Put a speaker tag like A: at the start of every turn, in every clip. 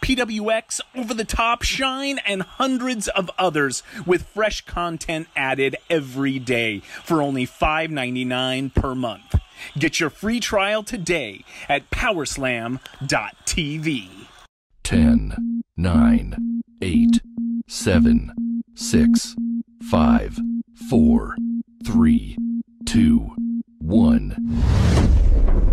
A: PWX, Over the Top, Shine, and hundreds of others with fresh content added every day for only $5.99 per month. Get your free trial today at powerslam.tv.
B: 10, 9, 8, 7, 6, 5, 4, 3, 2, 1.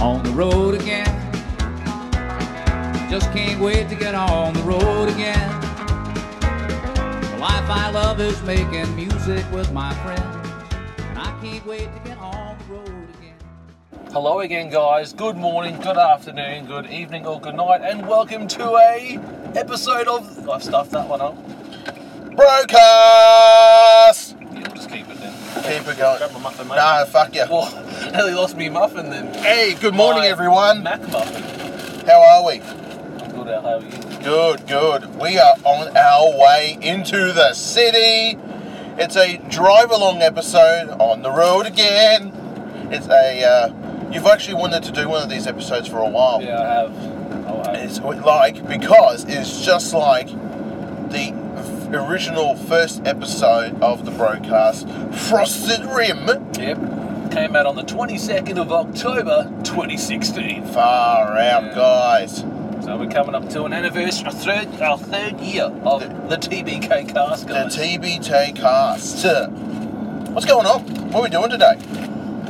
C: on the road again. Just can't wait to get on the road again. The life I love is making music with my friends, and I can't wait to get on the road again.
D: Hello again, guys. Good morning, good afternoon, good evening, or good night, and welcome to a episode of. I've stuffed that one up.
E: Broadcast!
D: You'll just keep it then.
E: Keep it going.
D: Grab my muffin, mate.
E: Nah, fuck you.
D: Well, nearly lost me muffin then.
E: Hey, good morning,
D: My
E: everyone.
D: Mac muffin.
E: How are we?
D: I'm good out. How are you?
E: Good, good. We are on our way into the city. It's a drive along episode on the road again. It's a. Uh, you've actually wanted to do one of these episodes for a while.
D: Yeah, I have. Oh, I
E: It's like because it's just like the f- original first episode of the broadcast, Frosted Rim.
D: Yep. Came out on the 22nd of October 2016.
E: Far out,
D: Yeah.
E: guys.
D: So we're coming up to an anniversary, a third, our third year of the TBK cast,
E: The
D: guys.
E: TBT cast. What's going on? What are we doing today?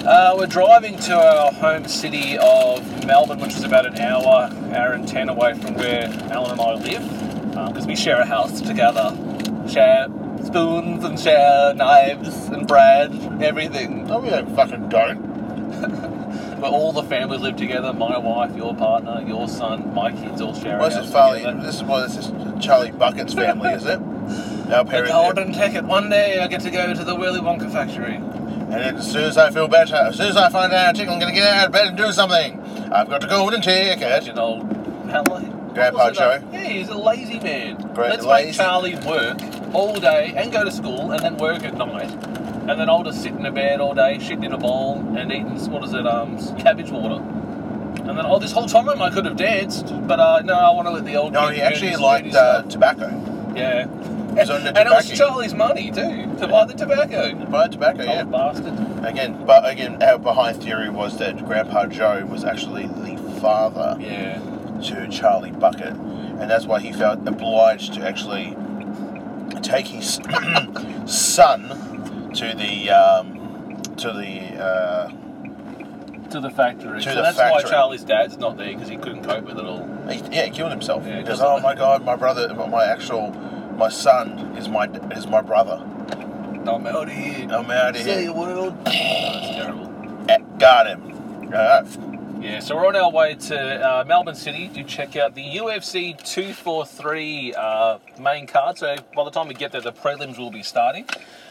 D: Uh, we're driving to our home city of Melbourne, which is about an hour, hour and ten away from where Alan and I live, because we share a house together. Share spoons and share knives and bread, everything.
E: No, we don't fucking don't.
D: But all the family live together. My wife, your partner, your son, my kids all share. a
E: Well, this
D: house
E: is Farley.
D: together.
E: This is well, this is Charlie Bucket's family, is it?
D: The
E: Our parents.
D: golden ticket. One day I get to go to the Willy Wonka factory.
E: And then as soon as I feel better, as soon as I find out, I'm gonna get out of bed and do something. I've got a golden
D: That's
E: ticket.
D: an old hell-
E: Grandpa
D: what's it like?
E: Joe.
D: Yeah, he's a lazy man.
E: Great
D: Let's make
E: lazy-
D: Charlie work all day and go to school and then work at night. And then I'll just sit in a bed all day, shitting in a bowl and eating, what is it, um, cabbage water. And then, oh, this whole time I could have danced, but uh, no, I want to let the old
E: No,
D: kid
E: he
D: do
E: actually
D: his
E: liked
D: dirty
E: uh,
D: stuff.
E: tobacco.
D: Yeah.
E: He's on the
D: And it was
E: tobacco.
D: Charlie's money, too, to buy the tobacco.
E: By tobacco, yeah.
D: Old bastard.
E: Again, but again, our behind theory was that Grandpa Joe was actually the father
D: Yeah.
E: to Charlie Bucket, and that's why he felt obliged to actually take his son to the um, to the uh,
D: To the factory.
E: To
D: so
E: the
D: that's why
E: factory.
D: Charlie's dad's not there, because he couldn't cope with it all.
E: he, yeah he killed himself
D: Yeah, he
E: because
D: doesn't
E: oh
D: like-
E: my god my brother my actual my son is my is my brother
D: I'm out of here.
E: I'm outta
D: See
E: here.
D: you, world. That's terrible.
E: Eh, got him Alright.
D: Yeah, so we're on our way to uh, Melbourne City to check out the UFC 243 uh, main card. So by the time we get there, the prelims will be starting.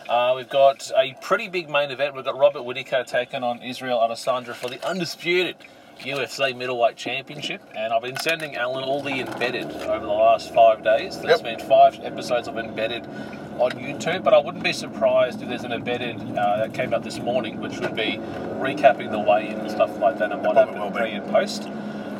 D: Uh, we've got a pretty big main event. We've got Robert Whitaker taking on Israel Adesanya for the undisputed UFC middleweight championship. And I've been sending Alan all the embedded over the last five days. There's
E: Yep.
D: been five episodes of embedded on YouTube, but I wouldn't be surprised if there's an embedded uh, that came out this morning, which would be recapping the weigh-in and stuff like that, and what
E: probably
D: happened
E: will be.
D: pre and post.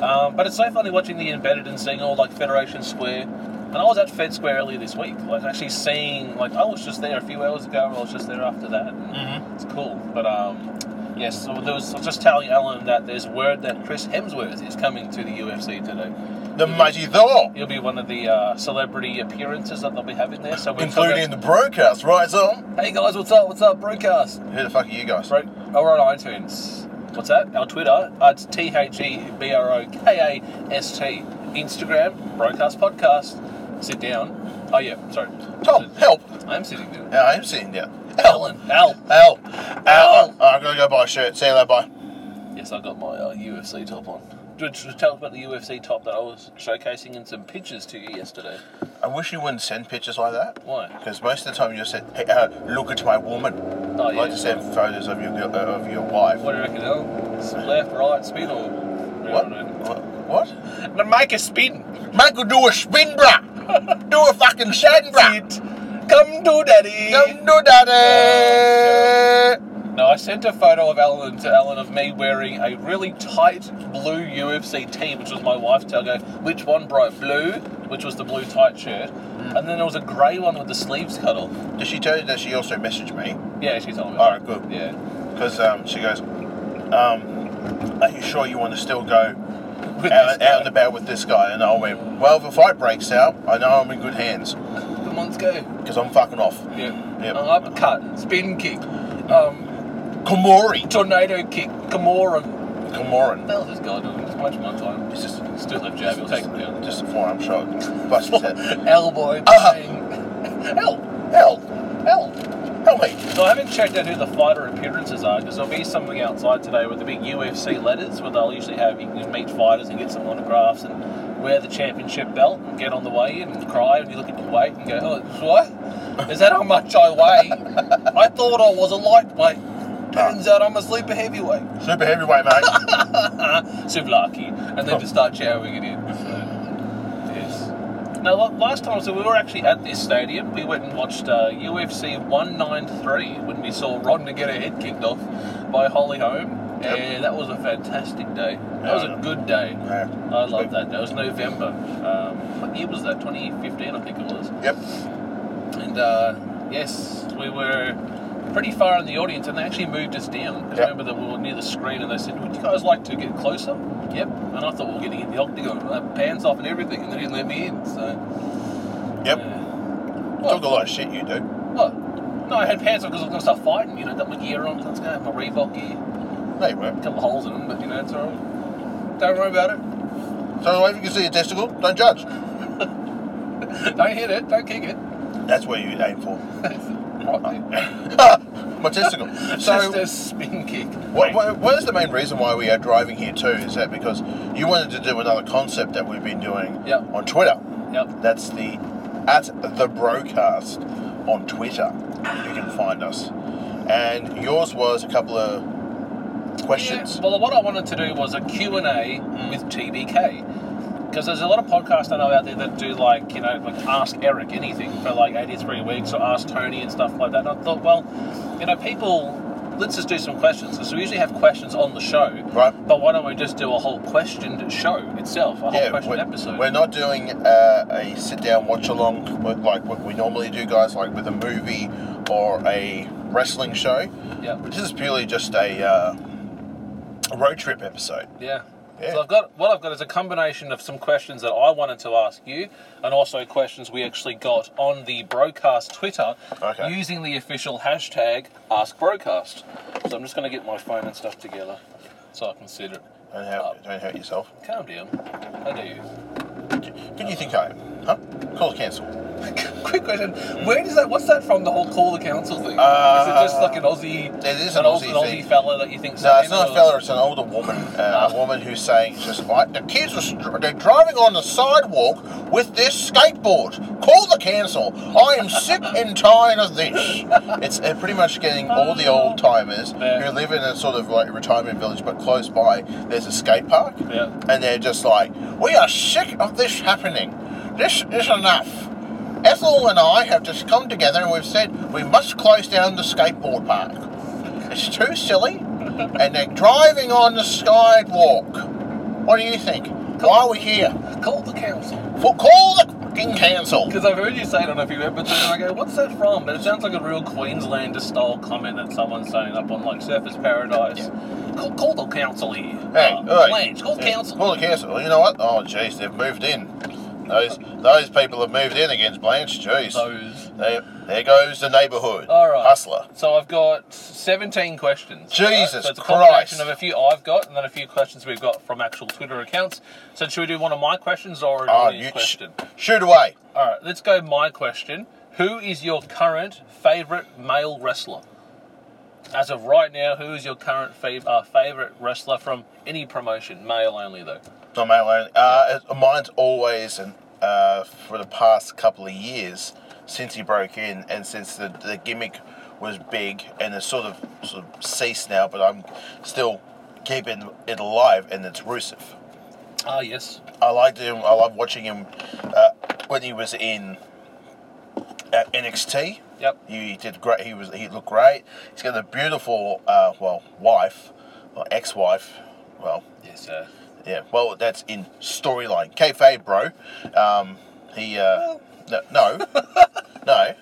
D: Um, but it's so funny watching the embedded and seeing all like Federation Square And I was at Fed Square earlier this week, like actually seeing, like I was just there a few hours ago, or I was just there after that.
E: Mhm.
D: It's cool, but um, yes. So there was I was just telling Alan that there's word that Chris Hemsworth is coming to the UFC today.
E: The mighty Thor,
D: He'll be one of the uh, celebrity appearances that they'll be having there. So we're
E: including the broadcast, right, Zom?
D: talking- hey guys, what's up? What's up? Broadcast.
E: Who the fuck are you guys?
D: Bro- oh, we're on iTunes. What's that? Our Twitter. Uh, it's T H E B R O K A S T. Instagram. Broadcast podcast. Sit down. Oh yeah, sorry.
E: Tom, help!
D: I'm sitting down.
E: Yeah, I'm sitting down.
D: Alan. Al.
E: Help! Ow! I'm gonna go buy a shirt. See you later, bye.
D: Yes, I got my uh, UFC top on. Did you tell us about the UFC top that I was showcasing in some pictures to you yesterday?
E: I wish you wouldn't send pictures like that.
D: Why?
E: Because most of the time you just said, hey, uh, look at my woman.
D: Oh,
E: I like
D: yeah.
E: to send photos of your girl- uh, of your wife.
D: What do you reckon, Al? S- Left, right, spin, or
E: What? What? What?
D: The mic is spin.
E: Michael, do a spin, bruh. do a fucking shin, bruh.
D: Sit. Come do daddy.
E: Don't do that. eh?
D: No, I sent a photo of Alan to Alan of me wearing a really tight blue UFC tee, which was my wife's towel. Go, which one, bro? Blue, which was the blue tight shirt,
E: Mm.
D: and then there was a grey one with the sleeves cut off.
E: Did she tell you that she also messaged me?
D: Yeah, she told me.
E: All right, good.
D: Yeah.
E: Because um, she goes, um, are you sure you want to still go
D: With
E: out,
D: this
E: out and about with this guy? And I went, well, if a fight breaks out, I know I'm in good hands
D: guy. Come on, let's go.
E: because I'm fucking off.
D: Yeah.
E: Yep.
D: Uh, uppercut, spin kick, um,
E: Komori.
D: tornado kick, Gamora. What
E: Komoran.
D: the hell is this guy doing? Just waste my time.
E: It's just,
D: Still left jab. He'll take him down.
E: just a forearm shot. Bust his head.
D: Elbow.
E: Ah.
D: bang. Help.
E: Help! Help! Help me!
D: So I haven't checked out who the fighter appearances are because there'll be something outside today with the big UFC letters where they'll usually have you can meet fighters and get some autographs and wear the championship belt and get on the way in and cry and you look at your weight and go, oh, what? Is that how much I weigh? I thought I was a lightweight. Turns out I'm a super heavyweight.
E: Super heavyweight, mate.
D: Super lucky. And
E: Oh.
D: then just start showering it in. So, yes. Now, la- last time, so we were actually at this stadium. We went and watched uh, UFC 193 when we saw Ronda get her head kicked off by Holly Holm. And that was a fantastic day. That was a
E: Yeah.
D: good day.
E: Yeah.
D: I love that. That was November. Um, what year was that? 2015, I think it was.
E: Yep.
D: And uh, yes, we were pretty far in the audience, and they actually moved us down. 'Cause
E: Yep.
D: Remember that we were near the screen, and they said, "Would you guys like to get closer?" Yep. And I thought we were getting in the octagon, uh, pants off and everything, and they didn't let me in. So.
E: Yep.
D: yeah.
E: Talk a lot of shit, you do.
D: What? No, I had pants on because I was going to start fighting. You know, got my gear on. Let's go. My Reebok gear.
E: No, you won't.
D: A couple of holes in them, but you know, it's alright. Don't worry about it.
E: So if you can see a testicle, don't judge.
D: Don't hit it. Don't kick it.
E: That's where you aim for.
D: Right.
E: My testicle.
D: Just
E: So
D: a spin kick.
E: what, what, what is the main reason why we are driving here too? Is that because you wanted to do another concept that we've been doing
D: Yep.
E: on Twitter?
D: Yep.
E: That's the at the broadcast on Twitter. You can find us. And yours was a couple of questions.
D: Yeah, well, what I wanted to do was a Q&A with TBK. Because there's a lot of podcasts I know out there that do like, you know, like Ask Eric anything for like 83 weeks or Ask Tony and stuff like that. And I thought, well, you know, people, let's just do some questions. Because we usually have questions on the show.
E: Right.
D: But why don't we just do a whole questioned show itself, a whole question
E: we're,
D: episode?
E: we're not doing uh, a sit down watch along with like what we normally do, guys, like with a movie or a wrestling show.
D: yeah.
E: This is purely just a uh, a road trip episode.
D: Yeah.
E: Yeah.
D: So I've got what I've got is a combination of some questions that I wanted to ask you, and also questions we actually got on the broadcast Twitter
E: Okay.
D: using the official hashtag AskBroadcast. So I'm just going to get my phone and stuff together so I can sit it.
E: Don't hurt,
D: Oh.
E: don't hurt yourself.
D: Calm down. How do you?
E: Did you think I am? Huh? Call it cancel.
D: Quick question. Where does that? What's that from? The whole call the council thing? is it just like an Aussie?
E: It is
D: Uh, an
E: an Aussie
D: Aussie
E: thing.
D: fella that you think?
E: No, it's not a fella, it's an older woman. Uh, a woman who's saying, it's just like, the kids are str- they're driving on the sidewalk with their skateboard. Call the cancel. I am sick and tired of this. It's uh, pretty much getting all the old timers
D: Yeah.
E: who live in a sort of like retirement village, but close by, there's a skate park.
D: Yeah.
E: And they're just like, we are sick of this happening. This is enough. Ethel and I have just come together and we've said we must close down the skateboard park. It's too silly, and they're driving on the sidewalk. What do you think? Why are we here?
D: Call the council.
E: For call the fucking cancelled.
D: Because I've heard you say it on a few episodes, and I go, "What's that from?" But it sounds like a real Queenslander-style comment that someone's saying up on like Surface Paradise. Call, call the council here.
E: Hey,
D: uh,
E: hey.
D: Blanche, call the
E: Yeah,
D: council.
E: Call the council. Well, You know what? Oh, jeez, they've moved in. Those those people have moved in against Blanche. Jeez.
D: Those.
E: There, there goes the neighbourhood.
D: All right.
E: Hustler.
D: So I've got 17 questions.
E: Jesus
D: so it's a
E: Christ.
D: combination of a few I've got and then a few questions we've got from actual Twitter accounts. So should we do one of my questions or an
E: Oh,
D: audience
E: you sh-
D: question?
E: shoot away.
D: All right, let's go my question. Who is your current favourite male wrestler? As of right now, who is your current fav- uh, favourite wrestler from any promotion? Male only, though.
E: Not male only. Uh, it- mine's always, and uh, for the past couple of years, since he broke in, and since the, the gimmick was big, and it's sort of sort of ceased now, but I'm still keeping it alive, and it's Rusev.
D: Ah, yes.
E: I liked him. I loved watching him uh, when he was in uh, NXT.
D: Yep.
E: He did great. He was he looked great. He's got a beautiful uh, well wife, well ex-wife. Well,
D: Yes, sir.
E: yeah. Well, that's in storyline. Kayfabe, bro. Um, he uh, no no no.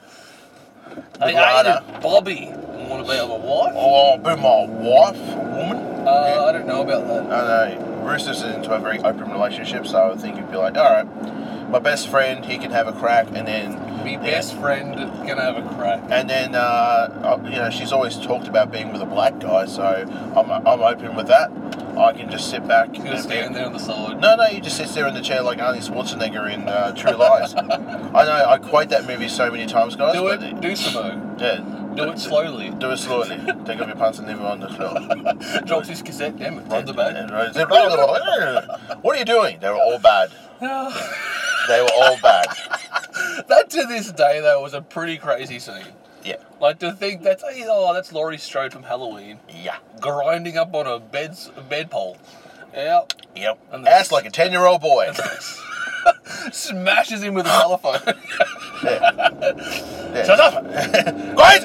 D: I
E: Lana.
D: hated Bobby. You want to be a wife?
E: Oh, be my wife, woman.
D: Uh, I don't know about that.
E: I know. Roosters is into a very open relationship, so I would think he'd be like, all right, my best friend, he can have a crack, and then
D: My
E: yeah.
D: best friend gonna have a crack.
E: And then, uh, uh, you know, she's always talked about being with a black guy, so I'm, I'm open with that. I can just sit back.
D: Gonna
E: and be-
D: stand there on the side.
E: No, no, he just sits there in the chair like Arnie Schwarzenegger in uh, True Lies. I know, I quote that movie so many times, guys.
D: Do
E: but
D: it. Do some.
E: Yeah.
D: Do it slowly.
E: Do it slowly. Take off your pants and leave it on the floor.
D: Drops his cassette. Damn it. Runs
E: And
D: about.
E: Rose said, "Blah, blah, blah, blah." what are you doing? They were all bad. They were all bad.
D: That to this day though was a pretty crazy scene.
E: Yeah.
D: Like to think that's oh that's Laurie Strode from Halloween
E: Yeah.
D: grinding up on a bed's bed pole. Yeah.
E: Yep.
D: And the-
E: Ass like a 10 year old boy.
D: Smashes him with a telephone.
E: Yeah.
D: Shut up!
E: Guys!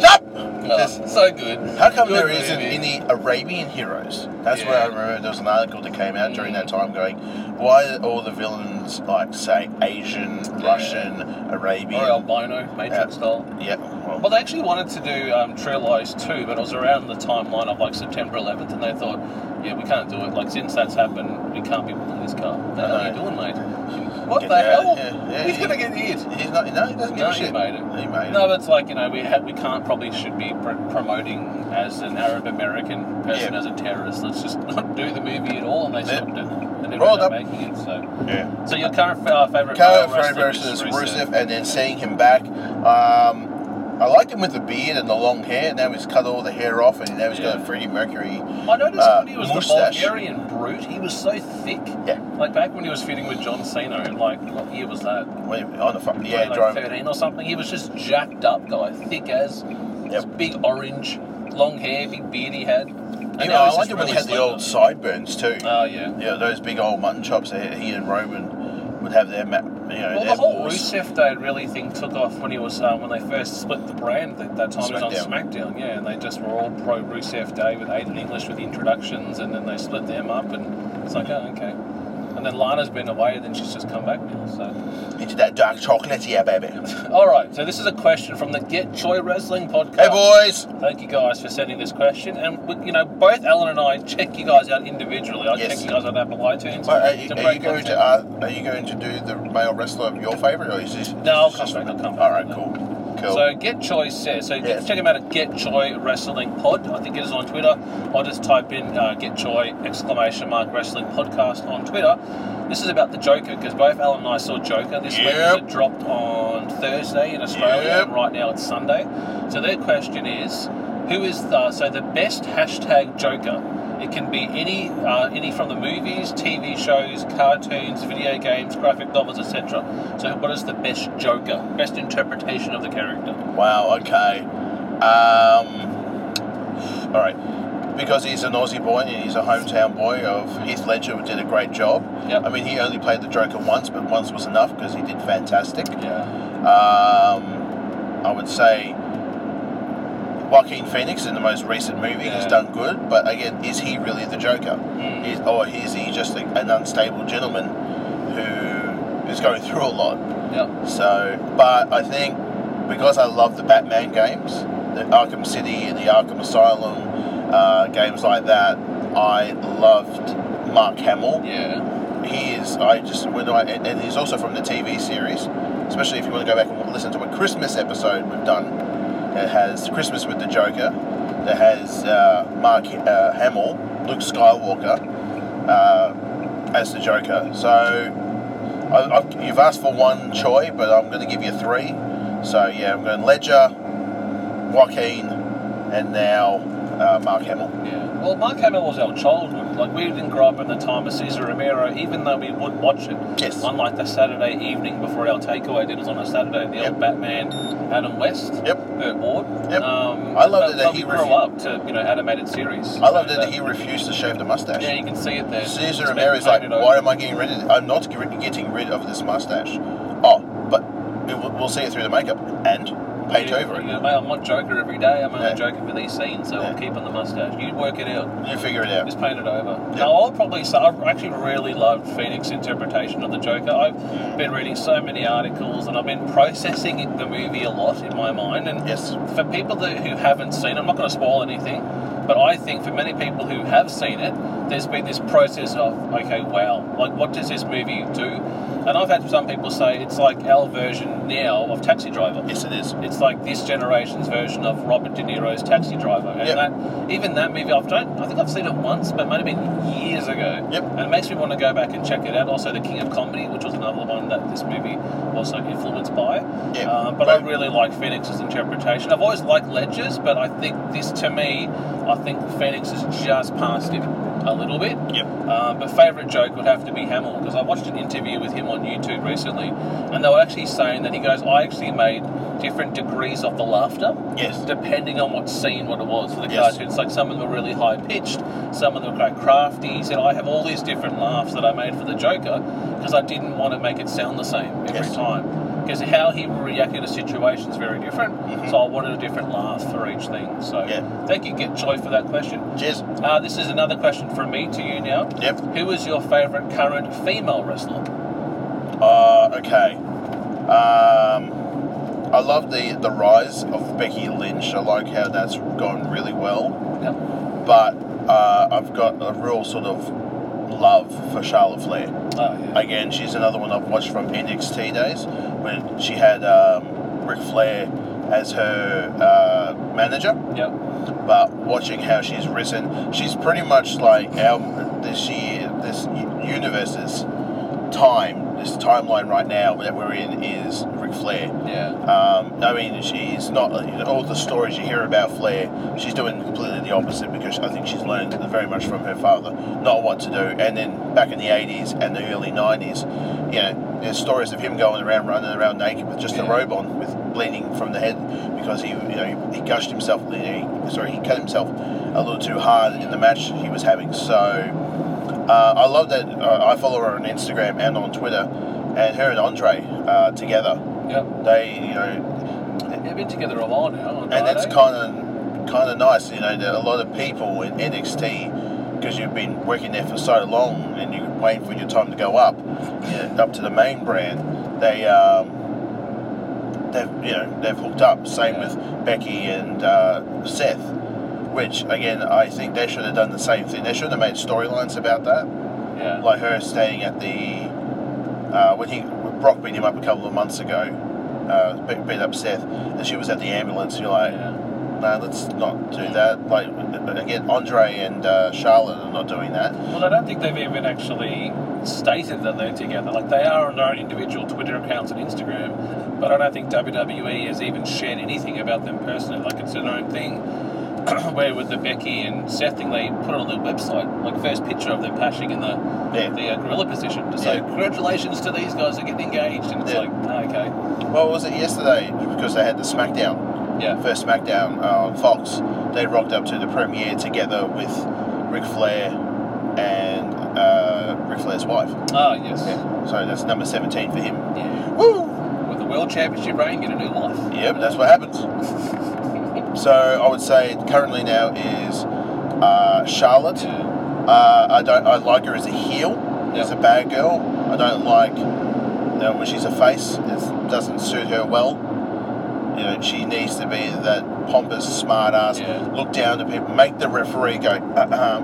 E: Stop! Just-
D: Oh, so good.
E: How come
D: Good
E: there isn't
D: movie.
E: any Arabian heroes? That's
D: Yeah.
E: where I remember there was an article that came out during that time going, why are all the villains like say Asian, Russian, Arabian?
D: Or albino, Matrix
E: Yeah.
D: style.
E: Yeah.
D: Well,
E: Well,
D: they actually wanted to do um, True Lies 2, but it was around the timeline of like September 11th, and they thought, yeah, we can't do it. Like, since that's happened, we can't be pulling this car. What the hell are you
E: No.
D: doing, mate? What
E: Get
D: the
E: out.
D: hell?
E: Yeah, yeah,
D: He's
E: yeah.
D: going to get hit.
E: he's not. No, he doesn't give
D: No,
E: a
D: he
E: shit.
D: made it.
E: He made it.
D: No, but it's like, you know, we ha- we can't probably should be pr- promoting as an Arab American person
E: Yeah.
D: as a terrorist. Let's just not do the movie at all, and they
E: Yeah.
D: stopped it. And ended
E: Rolled
D: up
E: up.
D: making it, so.
E: yeah.
D: So your current uh, favorite
E: Kyle
D: male
E: Frame
D: wrestler is
E: versus Rusev, and then seeing him back. Um, I liked him with the beard and the long hair. Now he's cut all the hair off, and now he's got
D: Yeah.
E: a Freddie Mercury.
D: I noticed
E: uh,
D: when he was
E: moustache.
D: the Bulgarian brute, he was so thick.
E: Yeah.
D: Like back when he was feuding with John Cena, and like what year was that?
E: Wait, on the fu- yeah,
D: like
E: drove.
D: thirteen or something. He was just jacked up guy, thick as. This big orange, long hair, big beard he had. And
E: You know,
D: now
E: I
D: he's just
E: liked it when
D: really
E: he had the old
D: slender.
E: sideburns too.
D: Oh yeah.
E: Yeah, those big old mutton chops that he and Roman would have their map, you know,
D: Well,
E: their
D: the whole
E: wars.
D: Rusev Day really thing took off when he was um, when they first split the brand. That, that time it was on
E: Smackdown.
D: SmackDown, yeah, and they just were all pro Rusev Day with Aiden English with introductions, and then they split them up, and it's like, oh, okay. And then Lana's been away, and then she's just come back now. So,
E: into that dark chocolate, yeah, baby.
D: all right. So this is a question from the Get Joy Wrestling podcast.
E: Hey, boys.
D: Thank you guys for sending this question, and we- you know both Alan and I check you guys out individually. I
E: Yes.
D: check you guys on Apple iTunes.
E: Well, Are you,
D: It's a
E: are
D: great
E: you going
D: content.
E: to uh, are you going to do the male wrestler of your favorite, or is this?
D: No, I'll
E: this
D: come
E: just-
D: back, I'll come back
E: All right,
D: to that.
E: cool, cool.
D: So Get Choi says, so
E: Yes.
D: check him out at Get Choi Wrestling Pod. I think it is on Twitter. I'll just type in uh, Get Choi exclamation mark wrestling podcast on Twitter. This is about the Joker because both Alan and I saw Joker this week.
E: Yep.
D: It dropped on Thursday in Australia
E: Yep.
D: and right now it's Sunday. So their question is, who is the, so the best hashtag Joker? It can be any uh, any from the movies, TV shows, cartoons, video games, graphic novels, etc. So what is the best Joker? Best interpretation of the character?
E: wow, okay. Um, all right, because he's an Aussie boy and he's a hometown boy of Heath Ledger, who did a great job.
D: Yep.
E: I mean, he only played the Joker once, but once was enough because he did fantastic.
D: Yeah.
E: Um, I would say Joaquin Phoenix in the most recent movie has
D: Yeah.
E: done good, but again, is he
D: Mm.
E: really the Joker? Is, or is he just a, an unstable gentleman who is going through a lot.
D: Yep.
E: So, but I think because I love the Batman games, the Arkham City and the Arkham Asylum uh, games like that, I loved Mark Hamill.
D: Yeah.
E: He is. I just when I and and he's also from the TV series. Especially if you want to go back and listen to a Christmas episode we've done that has Christmas with the Joker, that has uh, Mark uh, Hamill, Luke Skywalker uh, as the Joker. So I, I, you've asked for one Choi, but I'm going to give you three. So yeah, I'm going Ledger, Joaquin, and now uh, Mark Hamill.
D: Yeah. Well, Mark Hamill was our childhood. Like we didn't grow up in the time of Cesar Romero, even though we would watch it.
E: Yes.
D: Unlike the Saturday evening before our takeaway dinners on a Saturday, the
E: Yep.
D: old Batman, Adam West,
E: Yep.
D: Burt Ward.
E: Yep.
D: Um,
E: I loved
D: but-
E: it that
D: but
E: he
D: we grew
E: refu-
D: up to you know animated series.
E: I loved it that he refused to shave the mustache.
D: Yeah, you can see it there.
E: Caesar
D: It's been
E: Romero's like,
D: painted over.
E: why am I getting rid of it? I'm not get- getting rid of this mustache. Oh, but we will- we'll see it through the makeup and paint
D: You-
E: over
D: you
E: it.
D: go, "Mate, I'm not Joker every day. I'm only
E: Yeah.
D: Joker for these scenes, so
E: Yeah.
D: I'm keeping the mustache. You work it out.
E: You figure it out.
D: Just paint it over.
E: Yeah.
D: No, I'll probably say I actually really loved Phoenix's interpretation of the Joker. I've been reading so many articles and I've been processing it- the movie a lot in my mind. And
E: Yes.
D: for people that, who haven't seen, I'm not going to spoil anything, but I think for many people who have seen it, there's been this process of okay, wow, like what does this movie do? And I've had some people say it's like our version now of Taxi Driver.
E: Yes, it is.
D: It's like this generation's version of Robert De Niro's Taxi Driver, and
E: Yep.
D: that even that movie I've done. I think I've seen it once, but it might have been years ago.
E: Yep.
D: And it makes me want to go back and check it out. Also, The King of Comedy, which was another one that this movie was also influenced by.
E: Yeah.
D: Uh, but
E: Right.
D: I really like Phoenix's interpretation. I've always liked Ledger's, but I think this to me, I think Phoenix has just passed him a little bit.
E: Yep.
D: Um, but favourite joke would have to be Hamill because I watched an interview with him on YouTube recently, and they were actually saying that he goes, "I actually made different degrees of the laughter
E: Yes.
D: depending on what scene, what it was for the
E: Yes.
D: cartoons. Like some of them were really high pitched, some of them were quite crafty." He said, "I have all these different laughs that I made for the Joker because I didn't want to make it sound the same every
E: Yes.
D: time." Because how he reacted to situations very different,
E: Mhm.
D: so I wanted a different laugh for each thing. So
E: Yeah.
D: thank you, Get Joy, for that question.
E: Cheers.
D: Uh, this is another question from me to you now.
E: Yep.
D: Who is your favourite current female wrestler?
E: Uh, okay. Um, I love the, the rise of Becky Lynch. I like how that's gone really well.
D: Yep.
E: But uh, I've got a real sort of love for Charlotte Flair.
D: Oh, yeah.
E: Again, she's another one I've watched from NXT days when she had um, Ric Flair as her uh, manager.
D: Yep.
E: But watching how she's risen, she's pretty much like our this year, this universe's time, this timeline right now that we're in is Ric Flair.
D: Yeah.
E: Um, I mean, she's not all the stories you hear about Flair. She's doing completely the opposite because I think she's learned very much from her father, not what to do. And then back in the '80s and the early '90s, you know, there's stories of him going around running around naked with just a
D: Yeah.
E: robe on, with bleeding from the head because he, you know, he gushed himself. You know, he, sorry, he cut himself a little too hard in the match he was having. So. Uh, I love that uh, I follow her on Instagram and on Twitter, and her and Andre uh, together.
D: Yep.
E: They, you know,
D: They've been together a while now.
E: and that's kind of kind of nice. You know, that a lot of people in NXT because you've been working there for so long and you're waiting for your time to go up, you know, up to the main brand. They, um, they've you know they've hooked up. Same
D: Yeah.
E: with Becky and uh, Seth, which again I think they should have done the same thing. They should have made storylines about that
D: Yeah.
E: like her staying at the uh, when he when Brock beat him up a couple of months ago, uh, beat, beat up Seth, and she was at the ambulance. You're like,
D: yeah.
E: no, let's not do that. Like but again, Andre and uh, Charlotte are not doing that.
D: Well, I don't think they've even actually stated that they're together. Like, they are on their own individual Twitter accounts and Instagram, but I don't think WWE has even shared anything about them personally. Like, it's their own thing. Where with the Becky and Seth thing, they put on their website, like, first picture of them pashing in the
E: Yeah.
D: the uh, gorilla position to say
E: Yeah.
D: congratulations to these guys are getting engaged and it's
E: Yeah.
D: like "Oh,
E: Well, was it yesterday? Because they had the SmackDown,
D: okay yeah
E: first SmackDown uh, on Fox. They rocked up to the premiere together with Ric Flair and uh, Ric Flair's wife.
D: ah yes
E: Yeah. So that's number seventeen for him.
D: yeah.
E: Woo!
D: with the world championship reign get a new life
E: Yep, that's what happens. So I would say currently now is uh, Charlotte.
D: yeah.
E: Uh, I don't. I like her as a heel,
D: Yeah.
E: as a bad girl. I don't like Now, when she's a face, it doesn't suit her well. You know, she needs to be that pompous, smart ass,
D: Yeah.
E: look down to people, make the referee go, uh-uh,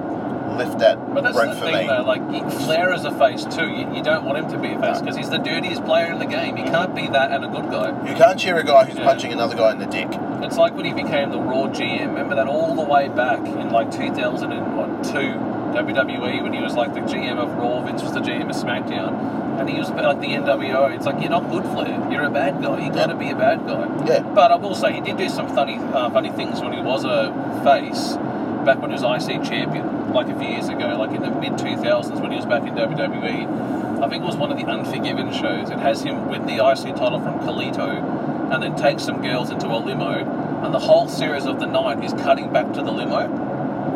E: lift that
D: But that's
E: rope
D: the
E: for
D: thing,
E: me.
D: though. Like Flair is a face too. You, you don't want him to be a face because he's the dirtiest player in the game. He can't be that and a good guy.
E: You can't cheer a guy who's
D: Yeah.
E: punching another guy in the dick.
D: It's like when he became the Raw GM. Remember that all the way back in like 2002 WWE E when he was like the GM of Raw. Vince was the GM of SmackDown, and he was like the NWO. It's like you're not good, Flair. You're a bad guy. You got to be a bad guy.
E: Yeah.
D: But I will say he did do some funny, uh, funny things when he was a face back when he was IC champion, like a few years ago, like in the mid 2000s when he was back in WWE. I think it was one of the Unforgiven shows. It has him win the IC title from Kalito and then take some girls into a limo, and the whole series of the night is cutting back to the limo.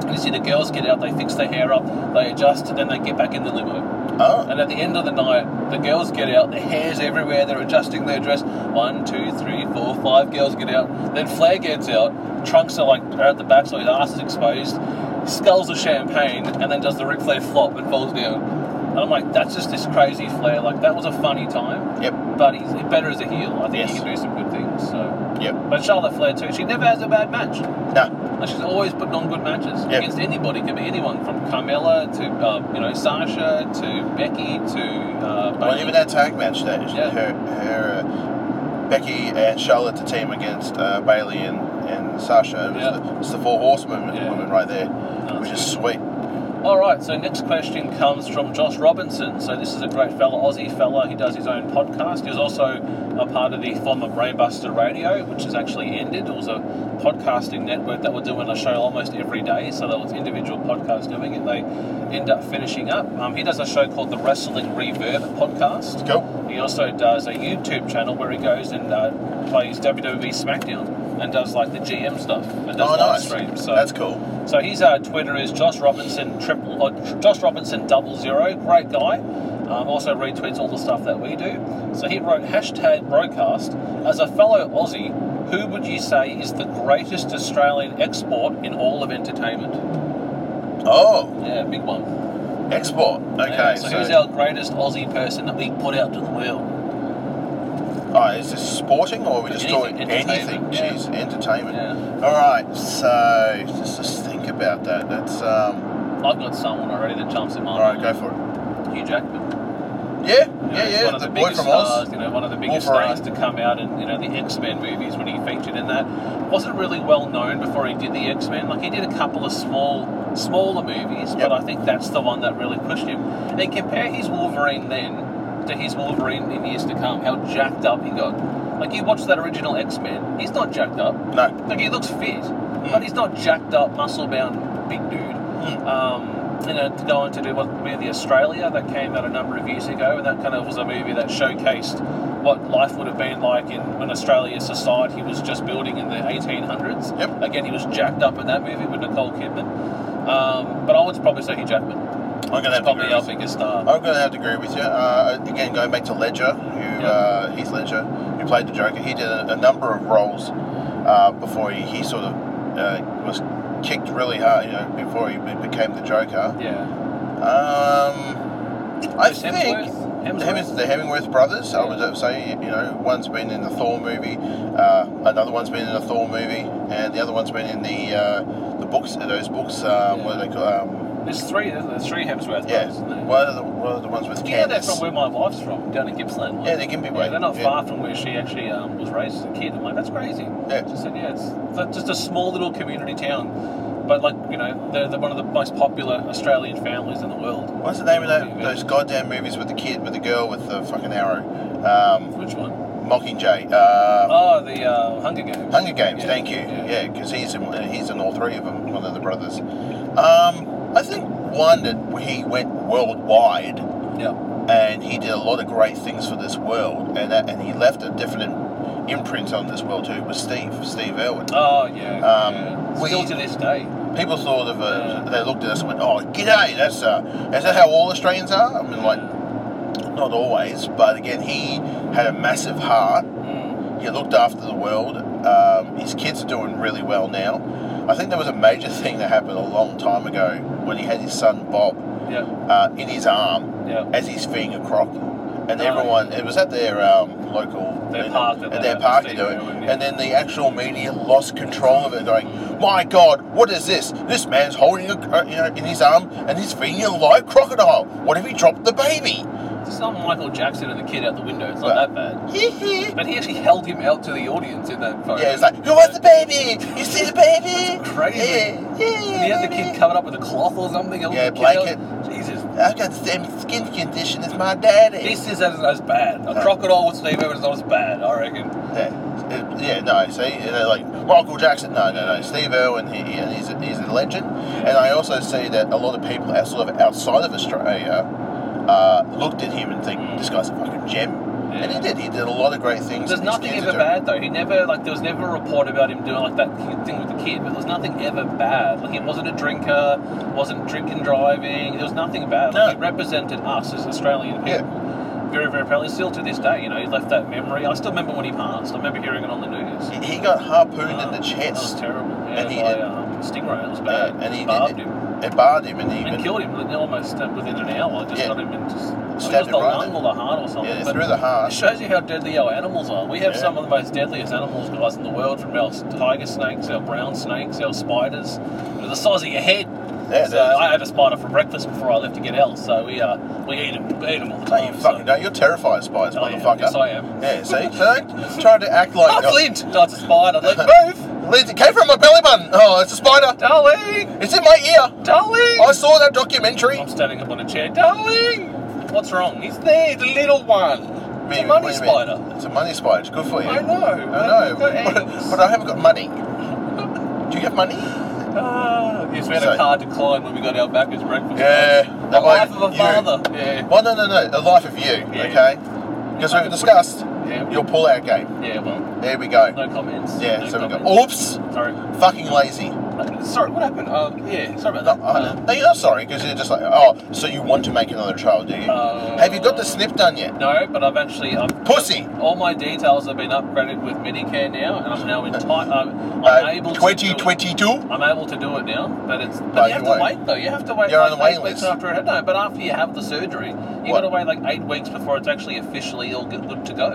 D: And you see the girls get out, they fix their hair up, they adjust, and then they get back in the limo.
E: Oh,
D: And at the end of the night, the girls get out, their hair's everywhere, they're adjusting their dress. One, two, three, four, five girls get out. Then Flair gets out, trunks are like are at the back, so his ass is exposed, skulls of champagne, and then does the Ric Flair flop and falls down. And I'm like, that's just this crazy Flair. Like, that was a funny time,
E: yep,
D: but he's better as a heel. I think he
E: Yes.
D: can do some good things. So,
E: yep,
D: But Charlotte Flair, too, she never has a bad match.
E: nah,
D: Like she's always putting on good matches
E: Yeah.
D: against anybody. Could be anyone from Carmella to uh, you know Sasha to Becky to uh,
E: well,
D: Bayley.
E: even that tag match that
D: Yeah.
E: her, her uh, Becky and Charlotte to team against uh, Bailey and, and Sasha. It was
D: Yeah.
E: the, it's the four horsewomen
D: Yeah.
E: women right there,
D: that's
E: which is
D: good.
E: sweet.
D: All right. So next question comes from Josh Robinson. So this is a great fella, Aussie fella. He does his own podcast. He's also a part of the former Brainbuster Radio, which has actually ended. It was a podcasting network that were doing a show almost every day. So there was individual podcasts doing it. They end up finishing up. Um, he does a show called the Wrestling Reverb podcast.
E: Go.
D: He also does a YouTube channel where he goes and uh, plays WWE SmackDown and does like the GM stuff and does
E: Oh,
D: live
E: nice.
D: streams. So
E: That's cool.
D: So his uh, Twitter is Josh Robinson triple or Josh Robinson double zero. Great guy. Um, also retweets all the stuff that we do. So he wrote hashtag broadcast as a fellow Aussie. Who would you say is the greatest Australian export in all of entertainment?
E: Oh,
D: Yeah, big one.
E: export. Okay,
D: Yeah, so, who's our greatest Aussie person that we put out to the world?
E: Oh, is this sporting or are we just
D: Anything,
E: doing anything?
D: entertainment, yeah.
E: Jeez, entertainment.
D: Yeah.
E: All right, so just, just think about that. That's um.
D: I've got someone already that jumps in my
E: All right,
D: mind.
E: go for it.
D: Hugh Jackman. You
E: Yeah,
D: know,
E: yeah,
D: he's
E: yeah.
D: one of
E: the,
D: the,
E: boy
D: biggest
E: from
D: stars,
E: Oz.
D: you know, one of the biggest
E: Wolverine.
D: stars to come out in, you know, the X-Men movies when he featured in that. Wasn't really well known before he did the X-Men. Like, he did a couple of small, smaller movies,
E: Yep.
D: but I think that's the one that really pushed him. And compare his Wolverine then to his Wolverine in years to come, how jacked up he got. Like, you watch that original X-Men, he's not jacked up.
E: No,
D: Like he looks fit, but he's not jacked up, muscle bound, big dude.
E: Hmm.
D: Um, you know, to go on to do what movie Australia that came out a number of years ago, and that kind of was a movie that showcased what life would have been like in when Australia society was just building in the 1800s.
E: Yep.
D: Again, he was jacked up in that movie with Nicole Kidman. Um, but I would probably say Hugh Jackman.
E: I'm gonna
D: That's
E: have to
D: probably
E: agree.
D: our
E: With you.
D: biggest star.
E: I'm gonna have to agree with you. Uh, again, going back to Ledger, who uh, Heath Ledger, who played the Joker. He did a, a number of roles uh, before he, he sort of uh, was kicked really hard. You know, before he be- became the Joker.
D: Yeah.
E: Um, I
D: Chris
E: think.
D: Hemsworth?
E: The,
D: Hemsworth?
E: Hemings- the Hemingworth brothers, I would say, you know, one's been in the Thor movie, uh, another one's been in the Thor movie, and the other one's been in the uh, the books, those books, uh, what are they called? Um,
D: There's three. There's three Hemsworth.
E: yeah,
D: brothers, isn't there?
E: what are, the, what are the ones with
D: You know that's
E: Candace?
D: from where my wife's from, down in Gippsland.
E: Yeah, they can be
D: Yeah, they're not
E: yeah.
D: far from where she actually um, was raised as a kid. I'm like, that's crazy.
E: Yeah.
D: She said, yeah, it's that's just a small little community town. But, like, you know, they're, they're one of the most popular Australian families in the world.
E: What's the name of that, those goddamn movies with the kid, with the girl with the fucking arrow? Um,
D: Which one?
E: Mockingjay. Uh,
D: Oh, the uh, Hunger Games.
E: Hunger Games.
D: Yeah,
E: Thank you.
D: Yeah.
E: Yeah, because he's in he's in all three of them. One of the brothers. Um, I think one that he went worldwide,
D: Yeah.
E: and he did a lot of great things for this world, and that, and he left a different imprint on this world too. Was Steve Steve Irwin?
D: Oh, yeah.
E: Um,
D: yeah.
E: we-
D: Still to this day.
E: People thought of
D: Yeah.
E: uh, they looked at us and went, "Oh, g'day, that's uh, is that how all Australians are?" I mean, like, not always, but again, he had a massive heart.
D: Mm.
E: He looked after the world. Um, his kids are doing really well now. I think there was a major thing that happened a long time ago when he had his son Bob
D: Yeah.
E: uh, in his arm
D: Yeah.
E: as he's feeding a croc, and everyone it was at their um, local
D: Oh. Their park that
E: at
D: they
E: their
D: had,
E: park to
D: the
E: do it,
D: stadium, yeah.
E: and then the actual media lost control of it, going, "My God, what is this? This man's holding a, uh, you know, in his arm and he's feeding a live crocodile. What if he dropped the baby?"
D: It's not Michael Jackson and the kid out the window. It's not
E: Right.
D: that bad.
E: yeah,
D: But he actually held him out to the audience in that photo.
E: it's like, "Who wants the baby? You see the baby?
D: crazy. And
E: Yeah, yeah,
D: he had the
E: baby.
D: kid covered up with a cloth or something. held
E: Yeah,
D: the kid out.
E: blanket.
D: Jesus.
E: I've got the same skin condition as my daddy.
D: This isn't as bad. A crocodile with Steve Irwin is not as bad, I reckon.
E: Yeah, it- Uh, yeah, no, see, you know, like Michael Jackson, no, no, no, Steve Irwin, he, he- he's, a, he's a legend. And I also see that a lot of people out- sort of outside of Australia uh, looked at him and think,
D: Mm.
E: this guy's a fucking gem. And he did, he did a lot of great things.
D: There's
E: and his
D: nothing
E: kids
D: ever
E: are doing-
D: bad though. He never like there was never a report about him doing like that kid thing with the kid. But there was nothing ever bad. Like he wasn't a drinker, wasn't drinking driving. There was nothing bad. Like,
E: No.
D: He represented us as Australian people. Very very proudly. Still to this day, you know, he left that memory. I still remember when he passed. I remember hearing it on the news.
E: He, he got harpooned in
D: Um,
E: the
D: That was
E: chest.
D: terrible. Yeah,
E: And he-
D: by, um, Stingray. It was bad.
E: Yeah, and he
D: barbed
E: did,
D: him.
E: It barred him, and he
D: and
E: even
D: killed him like, almost uh, within an hour. Just
E: Yeah.
D: got him and just I think
E: Stabbed
D: it was
E: him
D: the
E: right
D: lung
E: in-
D: or the heart or something.
E: yeah,
D: but
E: through the
D: it
E: heart.
D: shows you how deadly our animals are. We have
E: Yeah.
D: some of the most deadliest animals, guys, in the world. From our tiger snakes, our brown snakes, our spiders, They're the size of your head.
E: Yeah,
D: so
E: they're-
D: I had a spider for breakfast before I left to get out. So we uh, we eat them, we eat them all the
E: No,
D: time.
E: you fucking
D: Oh, so.
E: don't. You're terrified of spiders,
D: Oh, yeah,
E: motherfucker.
D: yes, I am.
E: Yeah, see? So trying to act like.
D: Oh, Flint! No, it's a spider. Like, move,
E: Lint, It came from my belly button. Oh, it's a spider.
D: darling,
E: It's in my ear.
D: darling.
E: I saw that documentary.
D: I'm standing up on a chair, darling. What's wrong? He's there, the little one. It's a money
E: Man, what do you mean?
D: spider.
E: It's a money spider. It's good for you.
D: I know.
E: I know.
D: I've got
E: But,
D: angles.
E: but I haven't got money. Do you have money?
D: Ah, yes, we had
E: So-
D: a car decline when we got our backers breakfast.
E: Yeah.
D: The
E: That way
D: life of a
E: you-
D: father. Yeah.
E: Well, no, no, no. The life of you.
D: Yeah.
E: Okay. Because we've discussed
D: Yeah.
E: your pull-out game.
D: Yeah, well,
E: There we go.
D: no comments.
E: Yeah.
D: no
E: so we
D: comments.
E: go. "Oh!" Oops.
D: Sorry.
E: Fucking lazy.
D: Uh, Sorry, what happened? Um, yeah, sorry
E: No,
D: about that.
E: I know. No, you're not sorry because you're just like, oh, so you want to make another child, do you?
D: Uh,
E: have you got the snip done yet?
D: No, but I've actually. I've,
E: Pussy.
D: All my details have been upgraded with Medicare now, and I'm now entitled. I'm, I'm
E: Uh,
D: able to. do it.
E: 2022.
D: I'm able to do it now, but it's but
E: No,
D: you have
E: you
D: to
E: won't.
D: wait though. You have to wait.
E: You're
D: like
E: on the waiting
D: eight weeks
E: list.
D: after it. No, but after you have the surgery, you
E: What?
D: got to wait like eight weeks before it's actually officially all good, good to go.
E: All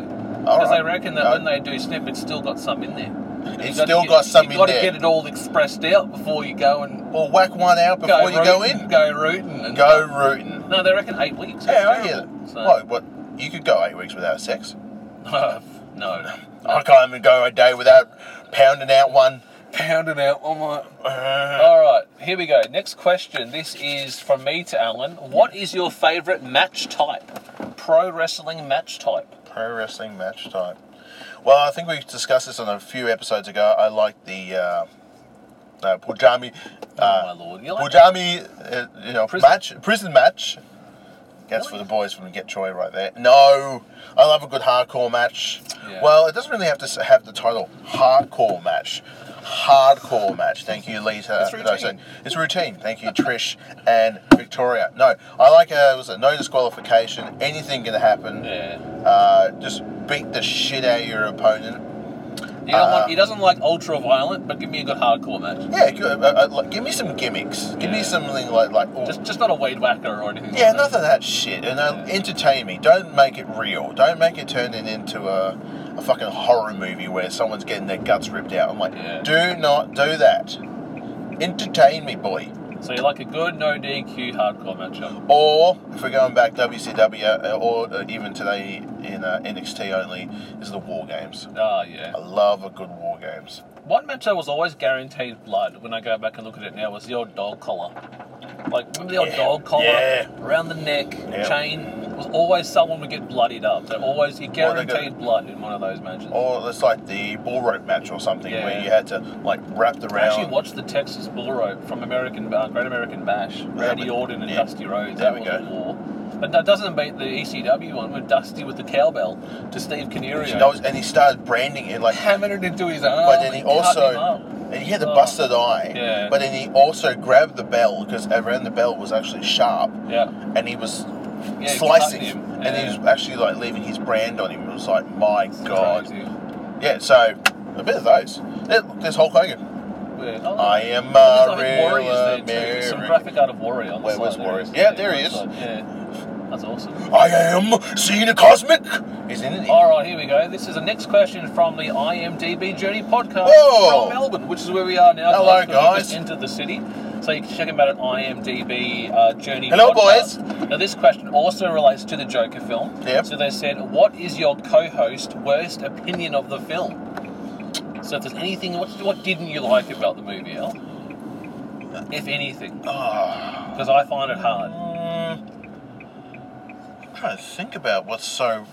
D: Because
E: right.
D: they reckon that
E: No.
D: when they do snip, it's still got some in there. And
E: It's
D: you gotta
E: still
D: get,
E: got some in
D: You
E: there.
D: got to get it all expressed out before you go and
E: Well, whack one out before
D: go
E: you go
D: rooting,
E: in.
D: Go rooting and
E: Go rooting.
D: No, they reckon eight weeks.
E: Yeah, I
D: It's
E: hear
D: terrible.
E: that.
D: So-
E: What, what? You could go eight weeks without sex.
D: no, no.
E: I can't even go a day without pounding out one.
D: pounding out on my.
E: Uh.
D: All right, here we go. Next question. This is from me to Alan. What is your favourite match type? Pro wrestling match type.
E: Pro wrestling match type. Well, I think we discussed this on a few episodes ago. I like the uh, uh, Pujami,
D: oh my
E: uh,
D: lord, you like that?
E: Pujami, uh, you know,
D: Prison. Oh,
E: match, prison match. That's for the boys from Get Troy right there. No, I love a good hardcore match.
D: Yeah.
E: Well, it doesn't really have to s- have the title hardcore match. Hardcore match. Thank you, Lisa.
D: It's
E: No, sorry.
D: routine.
E: It's routine. Thank you, Trish and Victoria. No, I like a was it no disqualification. Anything can happen.
D: Yeah.
E: Uh, just beat the shit out of your opponent.
D: You don't want,
E: Uh,
D: he doesn't like ultra violent, but give me a good hardcore match.
E: Yeah, g- uh, uh, like, give me some gimmicks. Give
D: Yeah.
E: me something like like. oh, ooh.
D: Just, just not a weed whacker or anything.
E: yeah,
D: like that.
E: enough of that shit. And uh,
D: Yeah.
E: entertain me. Don't make it real. Don't make it turn it into a, a fucking horror movie where someone's getting their guts ripped out. I'm like,
D: Yeah.
E: do not do that. Entertain me, boy.
D: So you like a good no DQ hardcore matchup.
E: Or if we're going back WCW uh, or uh, even today in uh, NXT only is the war games.
D: Ah, yeah.
E: I love a good war games.
D: One match I was always guaranteed blood when I go back and look at it now was the old dog collar. Like, remember the old
E: Yeah.
D: dog collar?
E: Yeah.
D: Around the neck,
E: Yeah.
D: chain. It was always someone would get bloodied up. They always, you
E: Well, they got-
D: guaranteed blood in one of those matches.
E: Or it's like the bull rope match or something where
D: Yeah.
E: you had to like wrap the
D: I actually
E: round.
D: watched the Texas Bull Rope from American uh, Great American Bash. Randy
E: we-
D: Orton and
E: yeah.
D: Dusty Rhodes.
E: There
D: that
E: we
D: was
E: go.
D: a war. But that doesn't beat the ECW one with Dusty with the cowbell to Steve Canario.
E: And I was- and he started branding it like.
D: hammering it into his arm.
E: But then he
D: and cutting him
E: also,
D: up.
E: and he had a
D: Oh.
E: busted eye.
D: Yeah.
E: But then he also grabbed the bell because around the bell was actually sharp,
D: Yeah.
E: and he was
D: yeah
E: slicing
D: cutting
E: him,
D: him.
E: and
D: yeah.
E: he was actually like leaving his brand on him. It was like, my god.
D: Crazy.
E: Yeah. So a bit of those. There- There's Hulk Hogan.
D: Yeah. Oh,
E: I am
D: there's,
E: a
D: I think Warrior's
E: real
D: there too. There's Some
E: American.
D: graphic out of Warrior. On the
E: Where was
D: side there.
E: Warrior?
D: It's-
E: Yeah, there he
D: on the
E: is. Oh.
D: side, Yeah. That's awesome.
E: I am Cena Cosmic. Is in it?
D: All right, here we go. This is the next question from the IMDb Journey podcast
E: Whoa.
D: from Melbourne, which is where we are now. guys,
E: Hello,
D: 'cause we
E: guys.
D: Just entered the city, so you can check them out at IMDb uh, Journey.
E: Hello,
D: podcast. Now, this question also relates to the Joker film.
E: Yep.
D: So they said, "What is your co-host worst opinion of the film?" So if there's anything, what, what didn't you like about the movie, Al? If anything,
E: Ah.
D: because I find it hard.
E: Hmm. I'm trying to think about what's so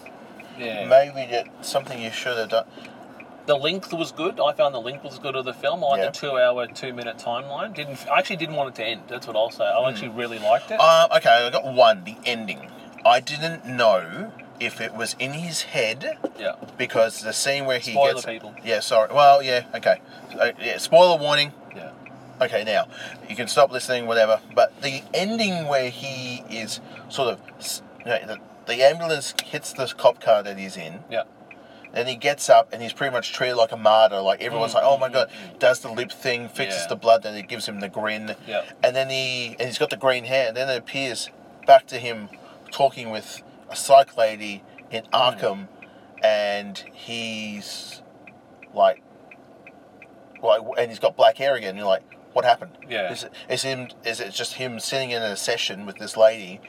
D: Yeah.
E: maybe that something you should have done.
D: The length was good. I found the length was good of the film. I like
E: Yeah.
D: the two-hour, two-minute timeline. Didn't I actually didn't want it to end. That's what I'll say.
E: Hmm.
D: I actually really liked it.
E: Um, okay, I got one. The ending. I didn't know if it was in his head
D: yeah,
E: because the scene where he
D: Spoiler
E: gets
D: people.
E: Yeah, sorry. Well, yeah, okay. So, yeah, spoiler warning.
D: yeah,
E: Okay, now you can stop listening, whatever. But the ending where he is sort of you know, the, the ambulance hits the cop car that he's in.
D: yeah.
E: Then he gets up and he's pretty much treated like a martyr. Like everyone's
D: Mm,
E: like, "Oh my god!" Does the lip thing, fixes
D: Yeah.
E: the blood, and it gives him the grin.
D: Yeah.
E: And then he and he's got the green hair. And then it appears back to him talking with a psych lady in
D: Mm.
E: Arkham, and he's like, like, and he's got black hair again. You're like, "What happened?"
D: Yeah.
E: Is it, is him? Is it just him sitting in a session with this lady?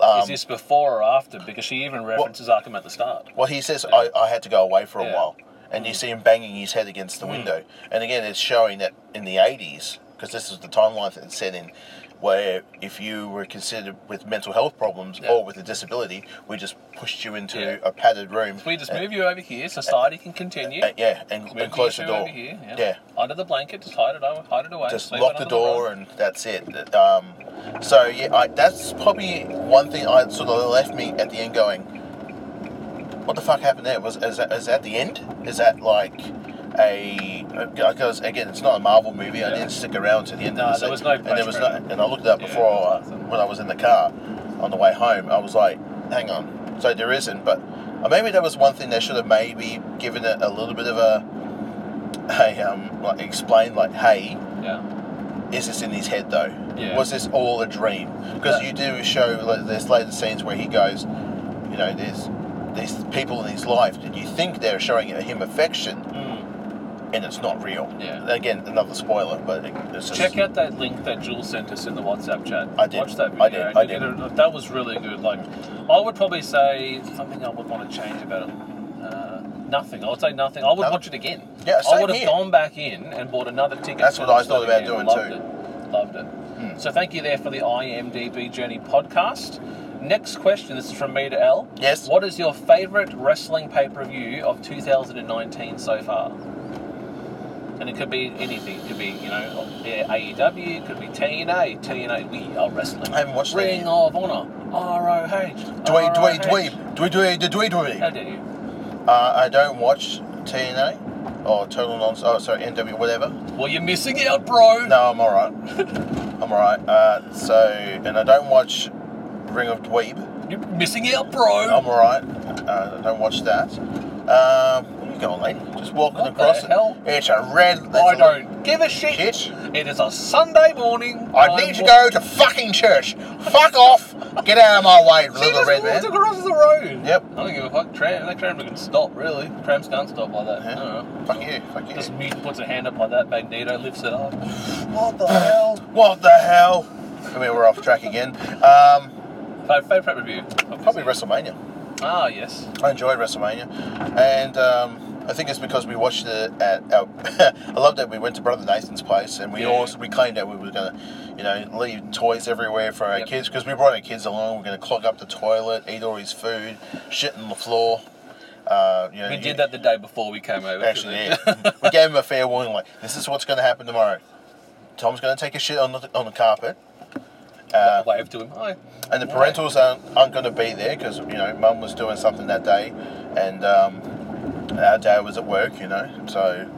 E: Um,
D: Is this before or after? Because she even references Arkham at the start.
E: well, he says, I, I had to go away for a
D: Yeah. Mm.
E: while. And you see him banging his head against the window. And again, it's showing that in the 80s, because this is the timeline that it's set in, where if you were considered with mental health problems
D: Yeah.
E: or with a disability, we just pushed you into
D: Yeah.
E: a padded room.
D: We just
E: and,
D: move you over here. Society can continue.
E: and- yeah, and,
D: Move
E: and close the
D: issue
E: door.
D: Over here, yeah.
E: yeah,
D: Under the blanket, just hide it. o- Hide it away.
E: just
D: leave it
E: lock the
D: under
E: door
D: rug.
E: and that's it. Um, so yeah, I, that's probably one thing I sort of left me at the end going, what the fuck happened there? Was is that, is that the end? Is that like a because again, it's not a Marvel movie. I
D: Yeah.
E: didn't stick around to the end.
D: No,
E: of the
D: there
E: scene.
D: was no
E: and there was no,
D: flashback.
E: and I looked it up
D: Yeah,
E: before I,
D: nothing.
E: when I was in the car on the way home. I was like, hang on. So there isn't, but uh, maybe that was one thing they should have maybe given it a little bit of a, a um, like explained like, hey,
D: Yeah.
E: is this in his head though?
D: Yeah.
E: Was this all a dream? Because
D: Yeah.
E: you do show like, there's later scenes where he goes, you know, there's these people in his life that you think they're showing him affection,
D: Mm.
E: and it's not real.
D: Yeah.
E: Again, another spoiler, but it- it's just,
D: Check out that link that Jules sent us in the WhatsApp chat.
E: I did.
D: Watch that video.
E: I did.
D: and
E: I
D: you'll
E: did.
D: get a- that was really good. Like, I would probably say something I would want to change about it. Uh, nothing. I would say nothing. I would
E: No.
D: watch it again.
E: Yeah,
D: I
E: same
D: would have
E: here.
D: gone back in and bought another ticket.
E: That's
D: and
E: what I
D: watched
E: thought
D: that
E: about
D: again.
E: doing
D: Loved
E: too. Hmm.
D: It. Loved it. So thank you there for the IMDb Journey podcast. Next question. This is from me to Al.
E: Yes.
D: What is your favourite wrestling pay per view of 2019 so far? And it could be anything. It could be, you know, yeah, AEW, it could be TNA, TNA, we are wrestling.
E: I haven't watched that
D: Ring
E: yet.
D: of Honor, ROH.
E: Dwee, dwee,
D: ROH.
E: dwee, dwee, dwee, dwee, dwee,
D: How
E: dwee.
D: dare you?
E: Uh, I don't watch TNA or Total Non. Oh, sorry, NW, whatever.
D: Well, you're missing out, bro.
E: No, I'm all right. I'm all right. Uh, so, and I don't watch Ring of Dweeb.
D: You're missing out, bro.
E: I'm alright. Uh, don't watch that. Um, where you going, lady? Just walking
D: What the
E: across it.
D: hell?
E: It's a red.
D: I
E: there's a
D: don't give a shit.
E: Shit.
D: It is a Sunday morning.
E: I need to go to fucking church. Fuck off. Get out of my way,
D: She
E: little
D: just
E: red
D: walked
E: man.
D: across the road.
E: Yep.
D: I don't give a fuck. Tram, that tram can stop, really. Trams can't stop like that.
E: Yeah.
D: No.
E: Fuck you. Fuck you.
D: Just mute puts a hand up like that. Magneto lifts it up.
E: What the hell? What the hell? I mean, we're off track again. Um,
D: Fa- Favorite review?
E: probably WrestleMania.
D: Ah, yes.
E: I enjoyed WrestleMania, and um, I think it's because we watched it at our. I love that we went to Brother Nathan's place, and we
D: Yeah.
E: always we claimed that we were gonna, you know, leave toys everywhere for our
D: Yep.
E: kids because we brought our kids along. We're gonna clog up the toilet, eat all his food, shit on the floor. Uh, you know,
D: We
E: you-
D: did that the day before we came over.
E: Actually,
D: didn't we?
E: yeah. we gave him a fair warning. Like, this is what's gonna happen tomorrow. Tom's gonna take a shit on the on the carpet. Uh,
D: Wave to him. Hi.
E: and the parentals aren't, aren't going to be there because you know mum was doing something that day, and um, our dad was at work. You know, so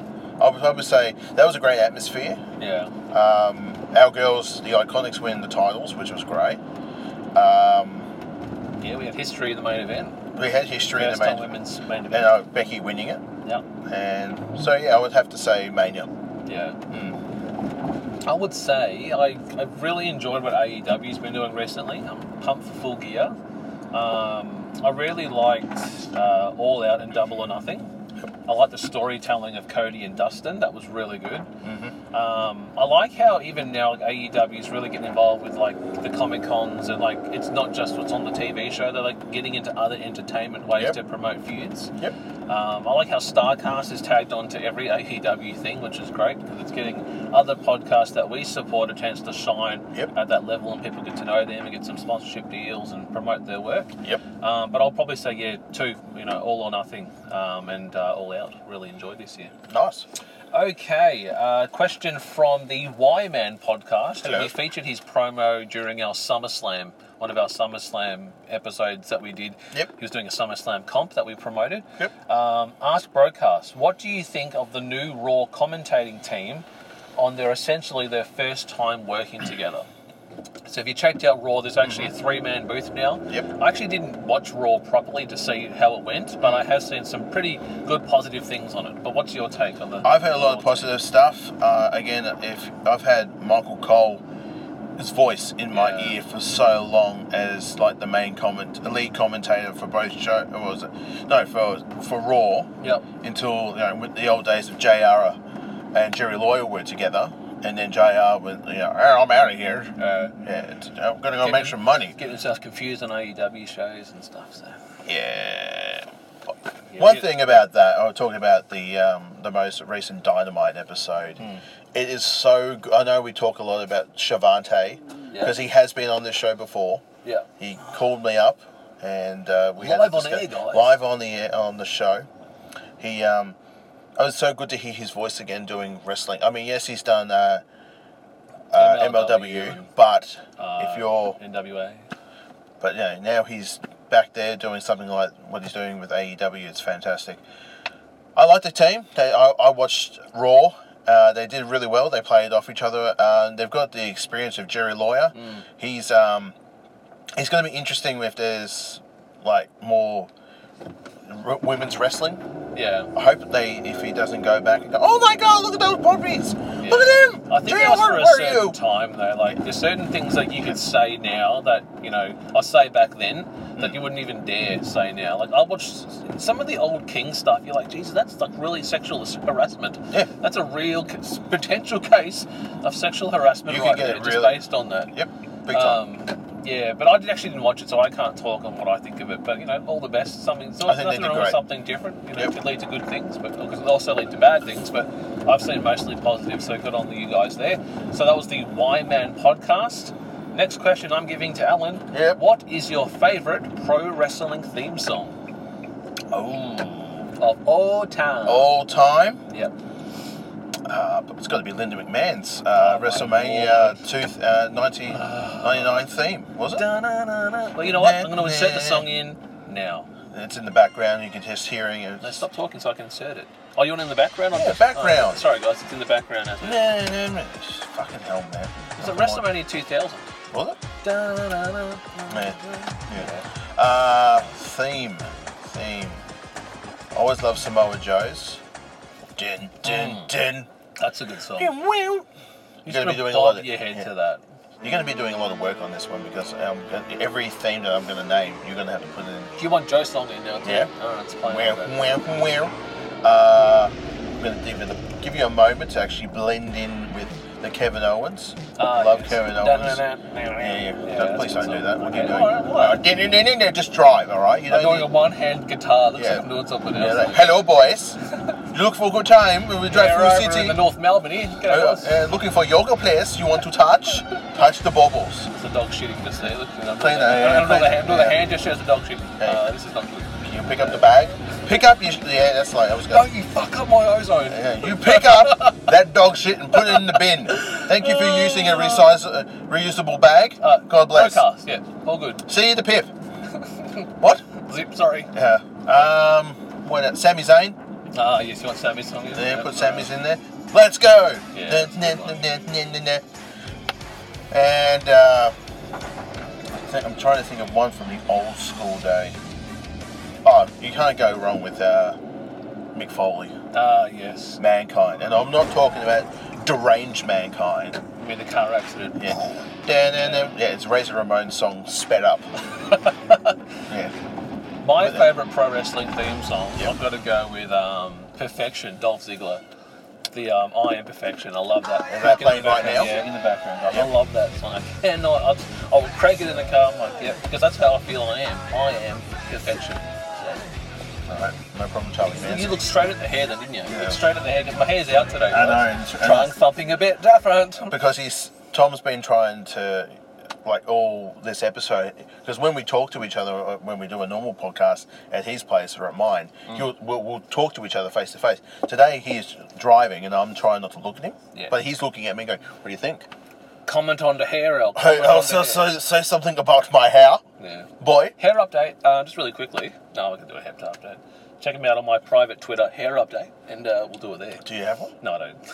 E: I would, I would say that was a great atmosphere.
D: Yeah.
E: Um, our girls, the Iconics, win the titles, which was great. Um,
D: Yeah, we have history in the main event.
E: we had history in
D: First
E: the
D: time
E: main,
D: women's main
E: and
D: event.
E: uh, Becky winning it,
D: Yeah.
E: and so yeah, I would have to say Mania.
D: Yeah. Mm. I would E say I, I've really enjoyed what AEW's been doing recently. I'm pumped for full gear. Um, I really liked uh, All Out and Double or Nothing. I like the storytelling of Cody and Dustin. That was really good. Um, I like how even now AEW is really getting involved with like the comic cons and like it's not just what's on the TV show. They're like getting into other entertainment ways
E: Yep.
D: to promote feuds.
E: Yep.
D: Um, I like how Starcast is tagged onto every AEW thing, which is great because it's getting other podcasts that we support a chance to shine
E: Yep.
D: at that level, and people get to know them and get some sponsorship deals and promote their work.
E: Yep.
D: Um, but I'll probably say yeah, two. You know, all or nothing, um, and uh, all out. Really enjoyed this year.
E: Nice.
D: Okay, uh, question from the Y Man podcast.
E: Hello.
D: We featured his promo during our SummerSlam, one of our SummerSlam episodes that we did.
E: Yep.
D: He was doing a SummerSlam comp that we promoted.
E: Yep.
D: Um, ask Brocast, what do you think of the new Raw commentating team on their essentially their first time working together? So if you checked out Raw, there's actually a three-man booth now.
E: Yep.
D: I actually didn't watch Raw properly to see how it went, but I have seen some pretty good positive things on it. But what's your take on the?
E: I've had a lot of
D: Raw
E: positive stuff. Uh, again, if I've had Michael Cole, his voice in my
D: Yeah.
E: ear for so long as like the main comment, lead commentator for both show. What was it? No, for for Raw.
D: Yep.
E: Until you know, with the old days of JR and Jerry Lawyer were together, and then JR went, you know, "Hey, I'm out of here.
D: Uh,
E: yeah, it's- I'm gonna go
D: Get
E: make
D: me-
E: some money.
D: Getting themselves confused on AEW shows and stuff. So
E: Yeah.
D: Yeah,
E: One
D: you-
E: thing about that, I was talking about the um, the most recent Dynamite episode.
D: Hmm.
E: It is so. Good. I know we talk a lot about Shavante
D: Yeah.
E: because he has been on this show before.
D: yeah,
E: He called me up and uh, we had a
D: Live on air,
E: discuss-
D: guys.
E: Live on the air, on the show. He. Um, it was so good to hear his voice again doing wrestling. I mean, yes, he's done uh, uh,
D: MLW,
E: MLW, but
D: uh,
E: if you're
D: NWA,
E: but you know, now he's back there doing something like what he's doing with AEW. It's fantastic. I like the team. They, I, I watched Raw. Uh, they did really well. They played off each other. Uh, they've got the experience of Jerry Lawyer.
D: Mm.
E: He's um, he's going to be interesting if there's like more r- women's wrestling.
D: yeah.
E: I hope that they if he doesn't go back and go, oh my god, look at those poppies! Look at him!
D: I think
E: Jerry,
D: that was for
E: where
D: a
E: were
D: certain
E: you?
D: time though. Like there's certain things that you could say now that you know I say back then that you wouldn't even dare say now. Like I watched s- some of the old King stuff. You're like, Jesus, that's like really sexual harassment.
E: Yeah.
D: that's a real c- s- potential case of sexual harassment.
E: You could
D: right
E: get
D: there,
E: it
D: just
E: really-
D: based on that.
E: Yep, big time.
D: Um, yeah, but I did, actually didn't watch it, so I can't talk on what I think of it. But you know, all the best. Something, so
E: I think they
D: nothing
E: did
D: wrong with
E: great.
D: something different. You know,
E: Yep.
D: it could lead to good things, but because it also lead to bad things. But I've seen mostly positive, so good on you guys there. So that was the Why Man podcast. Next question I'm giving to Alan.
E: Yep.
D: What is your favourite pro wrestling theme song
E: oh,
D: of all time?
E: all time.
D: Yep.
E: Uh, but it's got to be Linda McMahon's uh,
D: my
E: WrestleMania two, uh, 90 99 theme, was it?
D: Da-na-na-na. Well, you know what? I'm going to insert the song in now.
E: It's in the background. You can just hearing it.
D: No, stop talking so I can insert it. Oh, you want it in the background? I'll
E: Yeah,
D: just-
E: background.
D: oh, sorry, guys, it's in the background. Now.
E: Nah, nah, nah, nah. Just Fucking hell, man.
D: It's a WrestleMania 2000.
E: Was it? Man.
D: Yeah.
E: Yeah. Uh, theme, theme. I always love Samoa Joe's. Din, din,
D: Mm.
E: din.
D: That's a good song.
E: Din,
D: You're
E: woo. You're going to
D: gonna
E: be doing a
D: bob
E: lot of
D: your head
E: yeah.
D: to that.
E: You're going to be doing a lot of work on this one because um, every theme that I'm going to name, you're going to have to put in
D: Do you want Joe song in now? Too?
E: Yeah.
D: All right, it's playing.
E: Where,
D: over.
E: where, where. Uh, I'm going to give you, the, give you a moment to actually blend in with the Kevin Owens.
D: Ah,
E: Love
D: yes.
E: Kevin
D: Da-na-na-na.
E: Owens. Yeah, yeah.
D: Yeah,
E: Don't-
D: that's
E: please
D: a good
E: don't
D: song.
E: do that. What are you
D: Okay,
E: doing?
D: all right, all right.
E: No, no, no, no, no, just drive, all right? You
D: I'm
E: don't
D: doing
E: need-
D: a one-hand guitar. Looks
E: Yeah.
D: like I'm doing something
E: yeah,
D: else.
E: like, Hello, boys. You look for a good time. We will drive
D: Yeah,
E: through
D: right,
E: the
D: we're in
E: city.
D: the North Melbourne here. Get
E: Uh,
D: across.
E: uh, looking for yoga place you want to touch? touch the bubbles.
D: It's a dog shitting just there. Look, you know,
E: Play
D: do
E: that, yeah,
D: the,
E: play
D: the
E: that,
D: hand. Do the
E: yeah.
D: hand just shows the dog shitting.
E: Yeah.
D: Uh, this is not good.
E: You pick up the bag. Pick up your. Yeah, that's like I was going.
D: Don't you fuck up my ozone.
E: Yeah, you pick up that dog shit and put it in the bin. Thank you for using a resize, uh, reusable bag.
D: Uh,
E: God bless.
D: Podcast. Yeah. All good.
E: See you at the pip. what?
D: Zip. Sorry.
E: Yeah. Um, what? else? Sami Zayn.
D: Ah, yes. You want Sammy's song? in?
E: Yeah, put Sammy's in there. Let's go.
D: Yeah.
E: Nah, nah, nah, nah, nah, nah, nah. And uh, I think- I'm trying to think of one from the old school day. Oh, you can't go wrong with uh, Mick Foley.
D: Ah, yes.
E: mankind. And I'm not talking about deranged mankind.
D: with a car accident.
E: Yeah. Dan, dan, dan. Yeah, it's Razor Ramon's song sped up. yeah.
D: My
E: With it.
D: favourite pro wrestling theme song,
E: Yeah.
D: I've got to go with um, Perfection, Dolph Ziggler. The um, I Am Perfection, I love that.
E: Is that playing right now?
D: Yeah, in the background. I-
E: Yeah.
D: I love that song. I cannot, I, I will crank it in the car, I'm like, yeah, because that's how I feel I am. I am Perfection.
E: All right. No problem, Charlie
D: So, you
E: Manson.
D: looked straight at the hair then, didn't you? You
E: Yeah.
D: looked straight at the hair, 'cause my hair's out today.
E: I
D: guys.
E: know, and-
D: Trying something a bit different.
E: Because he's Tom's been trying to, like, all this episode. Because when we talk to each other, or when we do a normal podcast at his place or at mine,
D: Mm.
E: you'll, we'll, we'll talk to each other face to face. Today he's driving, and I'm trying not to look at him,
D: Yeah.
E: but he's looking at me, going, "What do you think?"
D: Comment on the hair, Al.
E: Hey,
D: Comment
E: oh,
D: on
E: so,
D: the hair.
E: so, say something about my hair,
D: Yeah.
E: boy.
D: Hair update, uh, just really quickly. No, we can do a hair update. Check them out on my private Twitter, hair update, and uh, we'll do it there.
E: Do you have one?
D: No, I don't.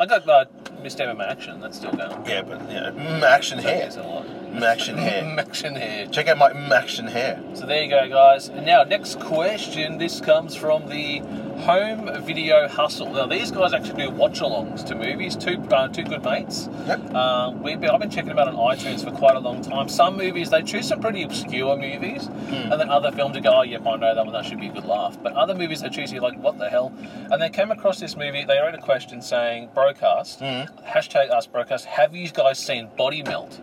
D: I got uh, Missed MMA action, that's still going.
E: Yeah, but yeah, mm, action
D: That
E: hair,
D: is a lot.
E: mm, action hair.
D: Mm, Action hair.
E: Check out my mm, action hair.
D: So there you go, guys. And now, next question. This comes from the Home Video Hustle. Now, these guys actually do watch-alongs to movies. Two, uh, two good mates.
E: Yep.
D: Uh, we've been, I've been checking them out on iTunes for quite a long time. Some movies they choose some pretty obscure movies, and then other films to go, oh yep, I know that one. That should be a good laugh. But other movies they choose, you're like, what the hell? And they came across this movie. They wrote a question saying, "Brocast hashtag Ask Brocast. Have you guys seen Body Melt?"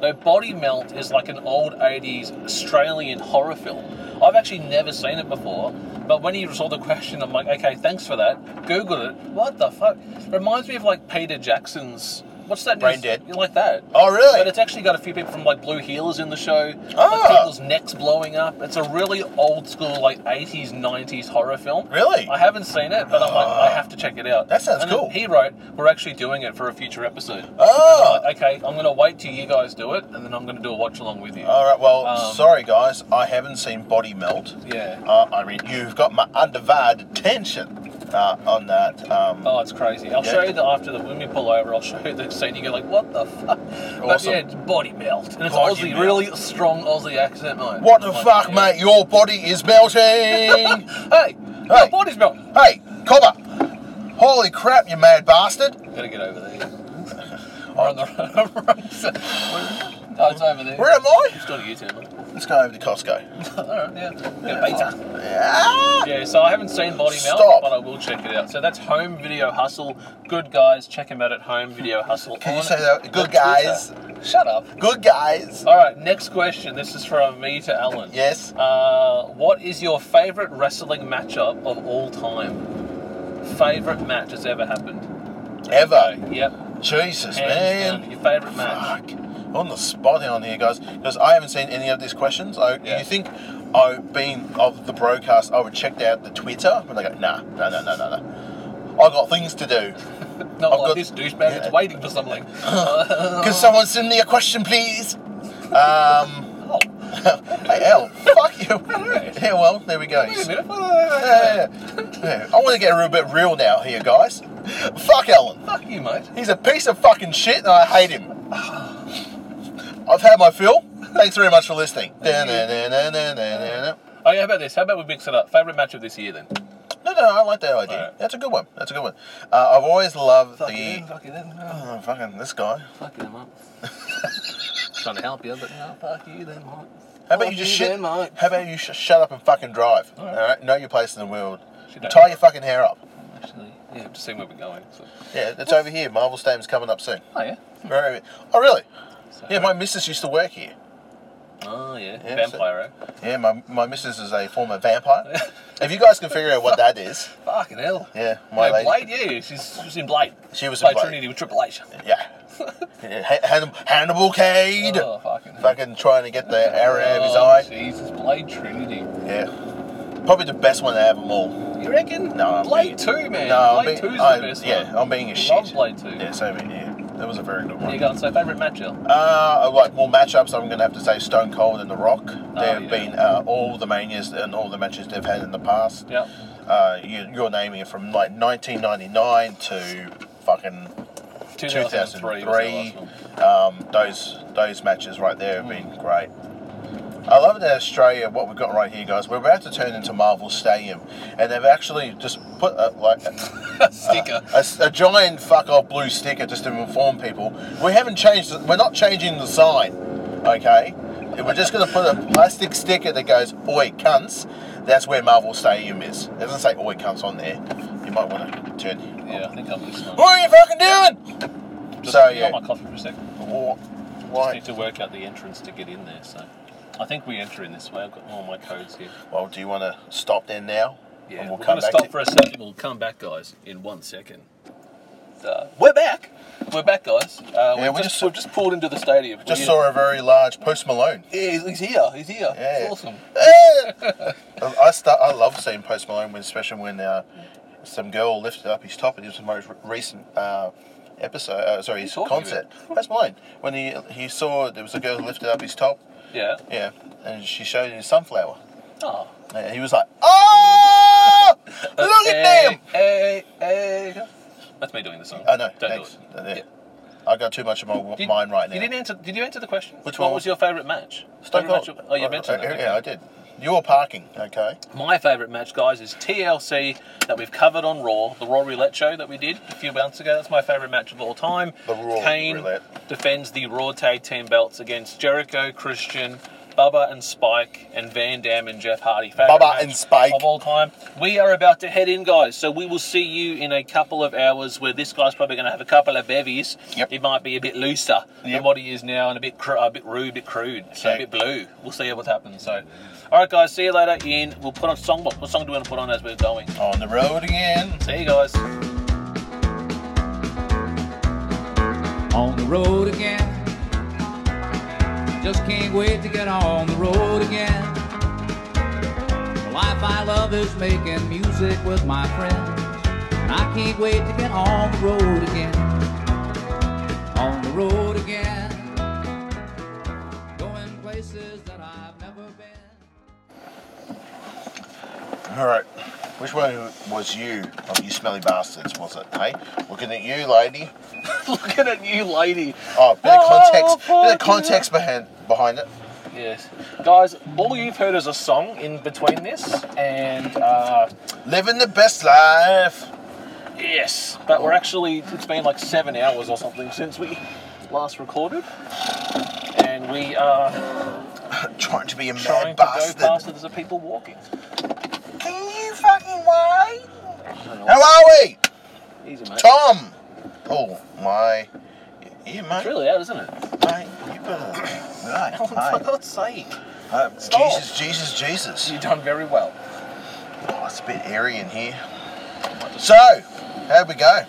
D: Now, Body Melt is like an old 80s Australian horror film. I've actually never seen it before, but when he saw the question, I'm like, okay, thanks for that. Google it. What the fuck? Reminds me of like Peter Jackson's. What's that?
E: Brain
D: news-
E: Dead.
D: You like that?
E: Oh, really?
D: But it's actually got a few people from like Blue Heelers in the show.
E: Ah.
D: Like, people's necks blowing up. It's a really old school, like 80s, 90s horror film.
E: Really? Ah.
D: I haven't seen it, but I'm like, I have to check it out.
E: That sounds
D: And then
E: cool.
D: He wrote, we're actually doing it for a future episode.
E: Oh.
D: Like, okay, I'm going to wait till you guys do it, and then I'm going to do a watch along with you.
E: All right. Well,
D: Um,
E: sorry guys, I haven't seen Body Melt.
D: Yeah.
E: Uh, I mean, you've got my undivided attention uh, on that. Um,
D: Oh, it's crazy. I'll
E: Yeah.
D: show you the after the when we pull over. I'll show you the scene. You go like, what the fuck? But
E: Awesome.
D: yeah, it's body melt, and it's
E: Body
D: Aussie,
E: melt.
D: really strong Aussie accent, mate.
E: What the
D: Like,
E: fuck,
D: yeah.
E: mate? Your body is melting.
D: Hey, my
E: Hey.
D: body's melt.
E: hey, copper! Holy crap, you mad bastard!
D: Gotta get over there. We're on the wrong side. Where- Oh, it's over there.
E: Where am I?
D: It's not a U-turn. mate.
E: Let's go over to Costco.
D: Alright, yeah. Get a pizza.
E: Ah!
D: Yeah, so I haven't seen Body Melt,
E: Stop.
D: but I will check it out. So that's Home Video Hustle. Good guys, check him out at Home Video Hustle.
E: Can you
D: on
E: say that? Good
D: Twitter.
E: guys.
D: Shut up.
E: Good guys.
D: All right, next question. This is from me to Alan.
E: Yes.
D: Uh, what is your favorite wrestling matchup of all time? Favorite match that's ever happened?
E: Ever.
D: Yep.
E: Jesus,
D: hands
E: man.
D: down, your favorite match.
E: Fuck. On the spot on here, guys, because I haven't seen any of these questions. I,
D: Yeah.
E: You think I've been of the broadcast? I would check out the Twitter, but I go, nah, no, no, no, no, no. I got things to do.
D: Not
E: I've
D: like
E: got-
D: this douchebag that's waiting for something. Oh.
E: Can someone send me a question, please? Um,
D: Oh,
E: hey, hell, fuck you. Yeah, well, there we go.
D: wait a
E: Yeah,
D: minute.
E: yeah, yeah. Yeah, I want to get a real bit real now here, guys. Fuck Ellen.
D: Fuck you, mate.
E: He's a piece of fucking shit and I hate him. I've had my fill. Thanks very much for listening. Da-na-na-na-na-na-na.
D: Oh, yeah, how about this? How about we mix it up? Favorite match of this year then?
E: No, no, I like that idea.
D: Alright.
E: That's a good one. That's a good one. Uh, I've always loved
D: Fuck you,
E: the.
D: fuck you then. Oh,
E: Oh, fucking this guy.
D: fuck you then, mate. Trying to help you, but no, fuck you then, mate.
E: How about
D: Fuck
E: you just shit?
D: then, mate.
E: How about you sh- shut up and fucking drive? All
D: Alright.
E: right. know your place in the world.
D: Should I-
E: Tie your fucking hair up.
D: Actually, yeah, I'm just seeing where we're going. So.
E: Yeah, it's over here. Marvel Stadium's coming up soon.
D: Oh, yeah.
E: Very. Oh, really?
D: So-
E: Yeah, my missus used to work here.
D: Oh yeah,
E: Yeah,
D: vampire.
E: Yeah, my, my missus is a former vampire. if you guys can figure out what that is,
D: Fucking hell.
E: Yeah, my
D: No,
E: lady.
D: Blade. Yeah, she's she's in Blade.
E: She was in
D: Blade
E: Blade.
D: Trinity with Triple H.
E: Yeah. yeah. Han- Hannibal, Hannibal Cade.
D: Oh fucking. hell.
E: Fucking trying to get the arrow out
D: oh,
E: of his eye.
D: Jesus, Blade Trinity.
E: Yeah. Probably the best one out of them all.
D: You reckon?
E: No, I'm
D: Blade
E: being-
D: Two, man.
E: No,
D: Blade Two's
E: I'm being,
D: the
E: I,
D: best
E: yeah,
D: one.
E: I'm being a shit.
D: Love Blade Two.
E: Yeah, so yeah, that was a very good
D: There
E: one.
D: you go. So favorite matchup.
E: Uh, like more matchups, I'm going to have to say Stone Cold and The Rock. There have
D: Oh, yeah.
E: been uh, all the manias and all the matches they've had in the past.
D: Yep.
E: Uh, you, you're naming it from like 1999 to fucking
D: 2003. was the last
E: 2003.
D: one.
E: Um, those those matches right there have been great. I love that Australia, what we've got right here, guys. We're about to turn into Marvel Stadium, and they've actually just put a, like
D: Sticker.
E: a, s- a giant fuck off blue sticker just to inform people. We haven't changed. The, we're not changing the sign, okay? We're just going to put a plastic sticker that goes "Oi cunts." That's where Marvel Stadium is. It doesn't say "Oi cunts" on there. You might want to turn.
D: yeah, I think I'm listening.
E: What are you fucking doing?
D: Just
E: So,
D: got
E: yeah.
D: my coffee for a second.
E: Wha-
D: Just
E: Why?
D: need to work out the entrance to get in there. So, I think we enter in this way. I've got all my codes here.
E: Well, do you want to stop there now?
D: Yeah,
E: And
D: we're going
E: come
D: to
E: back
D: stop
E: to-
D: for a second. We'll come back, guys, in one second. Uh, we're back. We're back, guys. Uh,
E: Yeah,
D: we've,
E: we
D: just,
E: just-
D: we've just pulled into the stadium.
E: Just
D: We-
E: saw a very large Post Malone.
D: Yeah, he's, he's here. He's here.
E: Yeah.
D: It's awesome.
E: I I sta- I love seeing Post Malone, when, especially when uh, some girl lifted up his top. It was the most re- recent uh, episode. Uh, sorry, his
D: talking
E: concert. Post Malone. When he he saw there was a girl who lifted up his top.
D: Yeah.
E: Yeah, and she showed him his sunflower.
D: Oh.
E: And he was like, "Oh, look at them!"
D: Uh, Hey, hey. That's me doing the song.
E: I know.
D: Don't
E: thanks.
D: do it.
E: Yeah. I got too much of my w-
D: Did-
E: mind right now.
D: You didn't answer. Did you answer the question?
E: Which
D: what
E: one
D: was
E: was-
D: your favourite match?
E: Stone
D: Favourite
E: Cold.
D: match- Oh, you
E: Uh,
D: mentioned
E: uh,
D: that.
E: Yeah, I did. You were parking, okay?
D: My favourite match, guys, is TLC that we've covered on Raw, the Raw Roulette show that we did a few months ago. That's my favourite match of all time.
E: The Raw
D: Kane
E: Roulette.
D: defends the Raw Tag Team belts against Jericho, Christian, Bubba and Spike, and Van Dam and Jeff Hardy. Favourite
E: Bubba
D: match
E: and Spike.
D: Of all time. We are about to head in, guys, so we will see you in a couple of hours where this guy's probably going to have a couple of bevies.
E: Yep.
D: He might be a bit looser than
E: Yep.
D: what he is now and a bit, cr- a bit rude, a bit crude. So a
E: Okay.
D: bit blue. We'll see what happens. So, all right, guys. See you later. In we'll put on song. What, what song do we want to put on as we're going?
E: On the road again.
D: See you guys.
C: on the road again. Just can't wait to get on the road again. The life I love is making music with my friends, and I can't wait to get on the road again. On the road again, going places that I've never been.
E: All right. Which one was you of you smelly bastards, was it? Hey? Looking at you, lady.
D: Looking at you, lady.
E: Oh, bit of context.
D: Oh,
E: bit of
D: fuck yeah.
E: context behind behind it.
D: Yes, guys. All you've heard is a song in between this, and uh,
E: Living the best life.
D: yes, but we're actually it's been like seven hours or something since we last recorded, and we are
E: Trying to be a
D: trying
E: mad
D: to go
E: bastard.
D: faster than people walking.
E: Can you fucking wait? How are we?
D: Easy, mate.
E: Tom! Oh my yeah, mate.
D: It's really out, isn't it?
E: Mate, you better Right,
D: Oh, for
E: mate.
D: God's sake!
E: Oh,
D: Stop.
E: Jesus, Jesus, Jesus.
D: You've done very well.
E: Oh, it's a bit airy in here. So, how'd we go?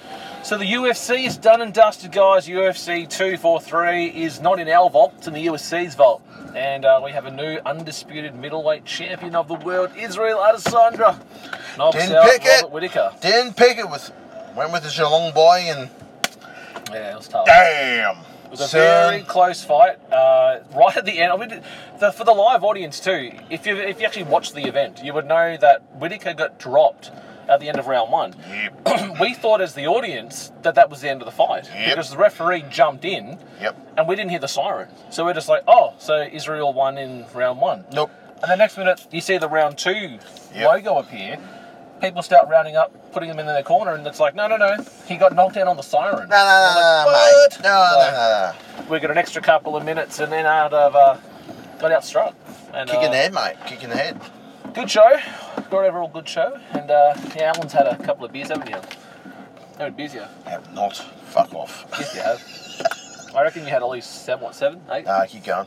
D: So the UFC is done and dusted, guys. UFC 243 is not in our vault, it's in the UFC's vault. And uh, we have a new undisputed middleweight champion of the world, Israel Adesandra. Knocks
E: Didn't
D: out
E: pick it.
D: Robert Whitaker.
E: Dan Pickett with went with the Geelong boy and
D: Yeah, it was tough.
E: damn.
D: It was a
E: son.
D: very close fight. Uh, right at the end, I mean, the, for the live audience too, if you if you actually watched the event, you would know that Whitaker got dropped at the end of round one.
E: Yep.
D: we thought as the audience that that was the end of the fight
E: Yep.
D: because the referee jumped in
E: Yep.
D: and we didn't hear the siren. So we're just like, oh, so Israel won in round one.
E: Nope.
D: And the next minute, you see the round two
E: Yep.
D: logo appear. People start rounding up, putting them in their corner, and it's like, no, no, no, he got knocked down on the siren.
E: No, no, no, no,
D: What?
E: mate. No, no, no,
D: We got an extra couple of minutes, and then out of uh, got outstruck. And,
E: no. Kick in
D: uh,
E: the head, mate. Kick in the head.
D: Good show. Got overall good show, and uh, yeah, Alan's had a couple of beers, haven't you? No, busier.
E: Have not. Fuck off.
D: Yes, you have. I reckon you had at least seven, what, seven, eight,
E: Nah, keep going.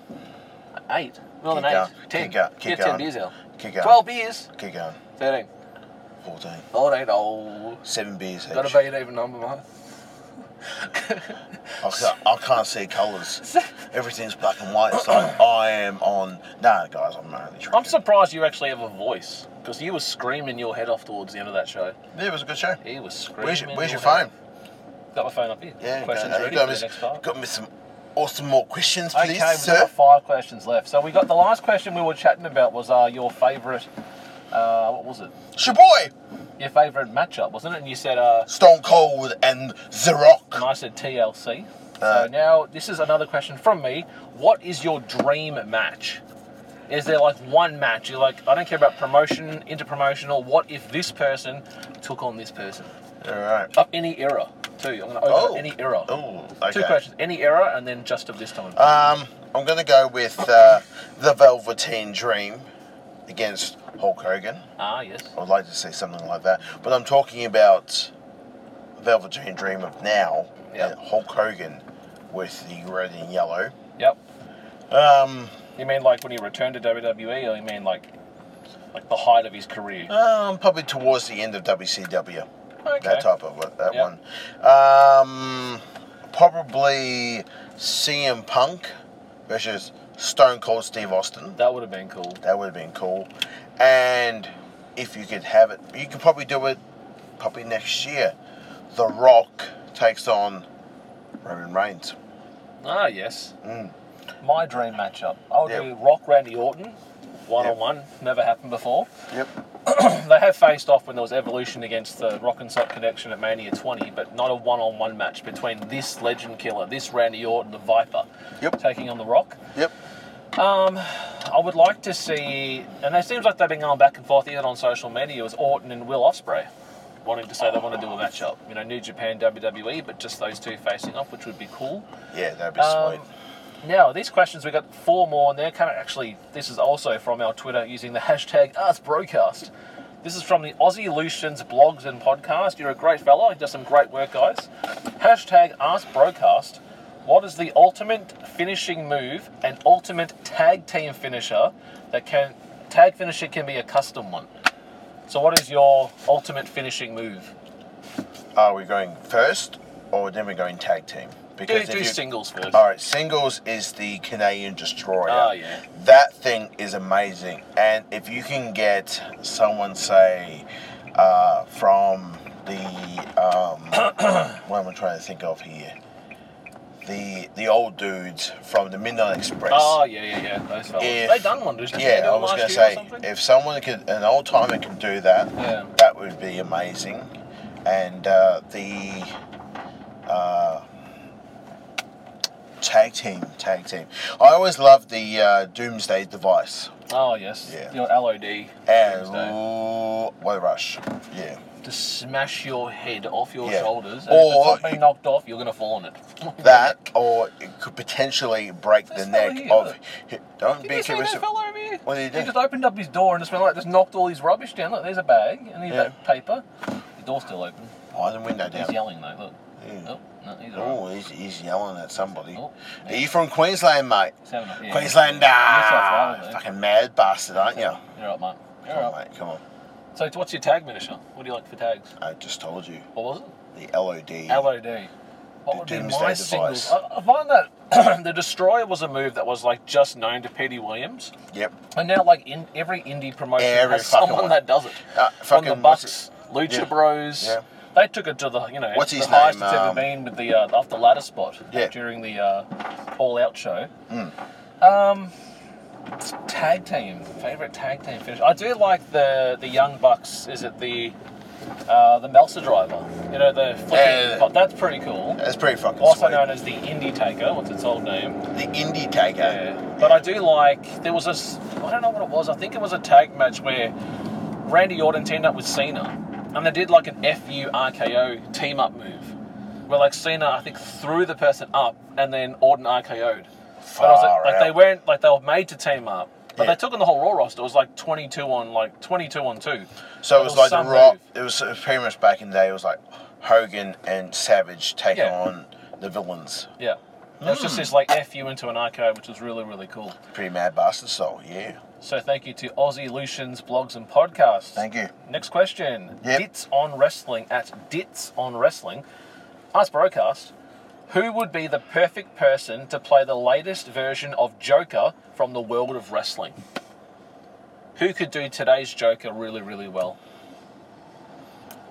D: eight, more than
E: keep
D: eight,
E: going,
D: ten.
E: keep going, keep
D: you had ten
E: going.
D: beers out.
E: Keep going.
D: Twelve beers.
E: Keep going.
D: Thirteen.
E: 14.
D: Fourteen. Oh,
E: Seven beers each.
D: gotta be an even number, mate.
E: I, can't, I can't see colours. Everything's black and white. It's like I am on. Nah, guys, I'm not really
D: I'm
E: drinking.
D: surprised you actually have a voice because you were screaming your head off towards the end of that show.
E: Yeah, it was a good show.
D: He was screaming.
E: Where's your, where's your
D: head
E: phone?
D: off. Got my phone up here.
E: Yeah,
D: questions
E: got,
D: ready
E: got,
D: for
E: me,
D: the next part.
E: got me some awesome more questions,
D: Okay,
E: please,
D: we've
E: sir.
D: got five questions left. So we got the last question we were chatting about was uh, your favourite, uh, what was it?
E: It's your boy,
D: Your favourite matchup, wasn't it? And you said uh,
E: Stone Cold and The Rock.
D: and I said TLC. so
E: Uh,
D: now this is another question from me. What is your dream match? Is there like one match? You're like, I don't care about promotion, interpromotional. What if this person took on this person?
E: All right.
D: Of any era, too. I'm going to open
E: Oh.
D: any era.
E: Oh, okay.
D: Two questions. Any era, and then just of this time.
E: Um, I'm gonna go with uh, the Velveteen Dream against Hulk Hogan.
D: ah, yes.
E: I would like to see something like that, but I'm talking about Velveteen Dream of now,
D: Yeah.
E: and Hulk Hogan with the red and yellow.
D: Yep.
E: Um,
D: You mean like when he returned to WWE, or you mean like like the height of his career?
E: um, probably towards the end of WCW.
D: okay.
E: That type of one- that
D: Yeah.
E: one. Um, probably CM Punk versus Stone Cold Steve Austin.
D: That would have been cool.
E: That would have been cool. And if you could have it, you could probably do it probably next year. The Rock takes on Roman Reigns.
D: Ah, yes. My dream matchup. I'll
E: Yep.
D: do Rock Randy Orton, one on one. Never happened before.
E: Yep.
D: They have faced off when there was Evolution against the Rock and Sock Connection at Mania 20, but not a one on one match between this legend killer, this Randy Orton, the Viper,
E: Yep.
D: taking on the Rock.
E: Yep.
D: I would like to see, and it seems like they've been going back and forth even on social media, was Orton and Will Ospreay wanting to say they want to do a matchup. You know, New Japan, WWE, but just those two facing off, which would be cool.
E: Yeah, that'd be
D: Um,
E: sweet.
D: now, these questions, we got four more, and they're kind of actually, this is also from our Twitter using the hashtag AskBroadcast. This is from the Aussie Lucians blogs and podcast. You're a great fellow. You've done some great work, guys. Hashtag AskBroadcast. What is the ultimate finishing move and ultimate tag team finisher that can, tag finisher can be a custom one? So, what is your ultimate finishing move?
E: Are we going first, or then we're going tag team?
D: Do,
E: if
D: do
E: you-
D: singles first.
E: All right, singles is the Canadian Destroyer.
D: Oh, yeah.
E: That thing is amazing, and if you can get someone, say, uh, from the um, what am I trying to think of here? The the old dudes from the Midnight Express.
D: Oh yeah, yeah, yeah. Those fellas.
E: If-
D: they done one, didn't they? They
E: yeah,
D: done
E: I
D: one
E: was
D: last
E: going to
D: year or
E: say
D: something?
E: if someone could, an old timer could do that,
D: Yeah.
E: that would be amazing. And uh, the uh, tag team, tag team. I always loved the uh, Doomsday device.
D: Oh yes.
E: Yeah.
D: Your LOD.
E: And
D: Doomsday.
E: ooh, what a rush! Yeah,
D: To smash your head off your
E: Yeah.
D: shoulders, and if
E: Or-
D: it's not being knocked off, you're gonna fall on it.
E: that or it could potentially break
D: That's
E: the
D: not
E: neck
D: here.
E: of. Don't
D: Did
E: be
D: you see
E: curious.
D: that fella over here?
E: What did he do?
D: just opened up his door and just went like, just knocked all his rubbish down. Look, there's a bag and he's
E: Yeah.
D: that paper. The door's still open.
E: Why the window
D: He's
E: down?
D: yelling though. Look.
E: Yeah.
D: Oh, no, he's alright.
E: Oh, he's, he's yelling at somebody.
D: Oh,
E: Are you from Queensland, mate?
D: He's having a- yeah.
E: Queenslander!
D: That's not right, though.
E: ah, Fucking mad bastard, aren't you?
D: You're right, mate. You're
E: Come on,
D: eh? right.
E: mate, come on.
D: So, what's your tag finisher? What do you like for tags?
E: I just told you.
D: What was it?
E: The LOD.
D: LOD. What
E: The
D: would be
E: Doomsday
D: my
E: device.
D: singles? I, I find that the Destroyer was a move that was like just known to Petey Williams,
E: Yep.
D: and now like in every indie promotion
E: Every
D: has
E: fucking
D: someone
E: one.
D: that does it.
E: Uh,
D: From
E: fucking
D: the
E: what's
D: Bucks,
E: Yeah.
D: Lucha Bros,
E: Yeah.
D: they took it to the you know
E: What's
D: the
E: his
D: highest
E: name,
D: it's ever
E: um,
D: been with the uh, off the ladder spot
E: Yeah. Mm.
D: during the uh, All Out show. Um, tag team favorite tag team finish. I do like the the Young Bucks. Is it the uh, the Meltzer driver, you know the flipping,
E: Yeah.
D: but that's pretty cool
E: That's pretty fucking
D: also
E: sweet.
D: known as the Indie Taker, what's its old name?
E: the Indie Taker.
D: But I do like there was a s- I don't know what it was. I think it was a tag match where Randy Orton teamed up with Cena, and they did like an FU RKO team up move, where like Cena I think threw the person up and then Orton RKO'd. But I was like,
E: Far
D: like they
E: out.
D: weren't like they were made to team up. But
E: Yeah.
D: they took on the whole Raw roster. It was like 22 on like 22 on two.
E: So
D: But
E: it was like the
D: some
E: Rock.
D: move.
E: It was, it was pretty much back in the day. It was like Hogan and Savage taking
D: Yeah.
E: on the villains.
D: Yeah. It was just
E: Hmm.
D: this like FU into an RKO, which was really really cool.
E: Pretty mad bastard style. Yeah.
D: So thank you to Aussie Lucians blogs and podcasts.
E: Thank you.
D: Next question.
E: Yep.
D: Dits on wrestling at Dits on wrestling. Ask Brocast. Who would be the perfect person to play the latest version of Joker from the world of wrestling? Who could do today's Joker really, really well?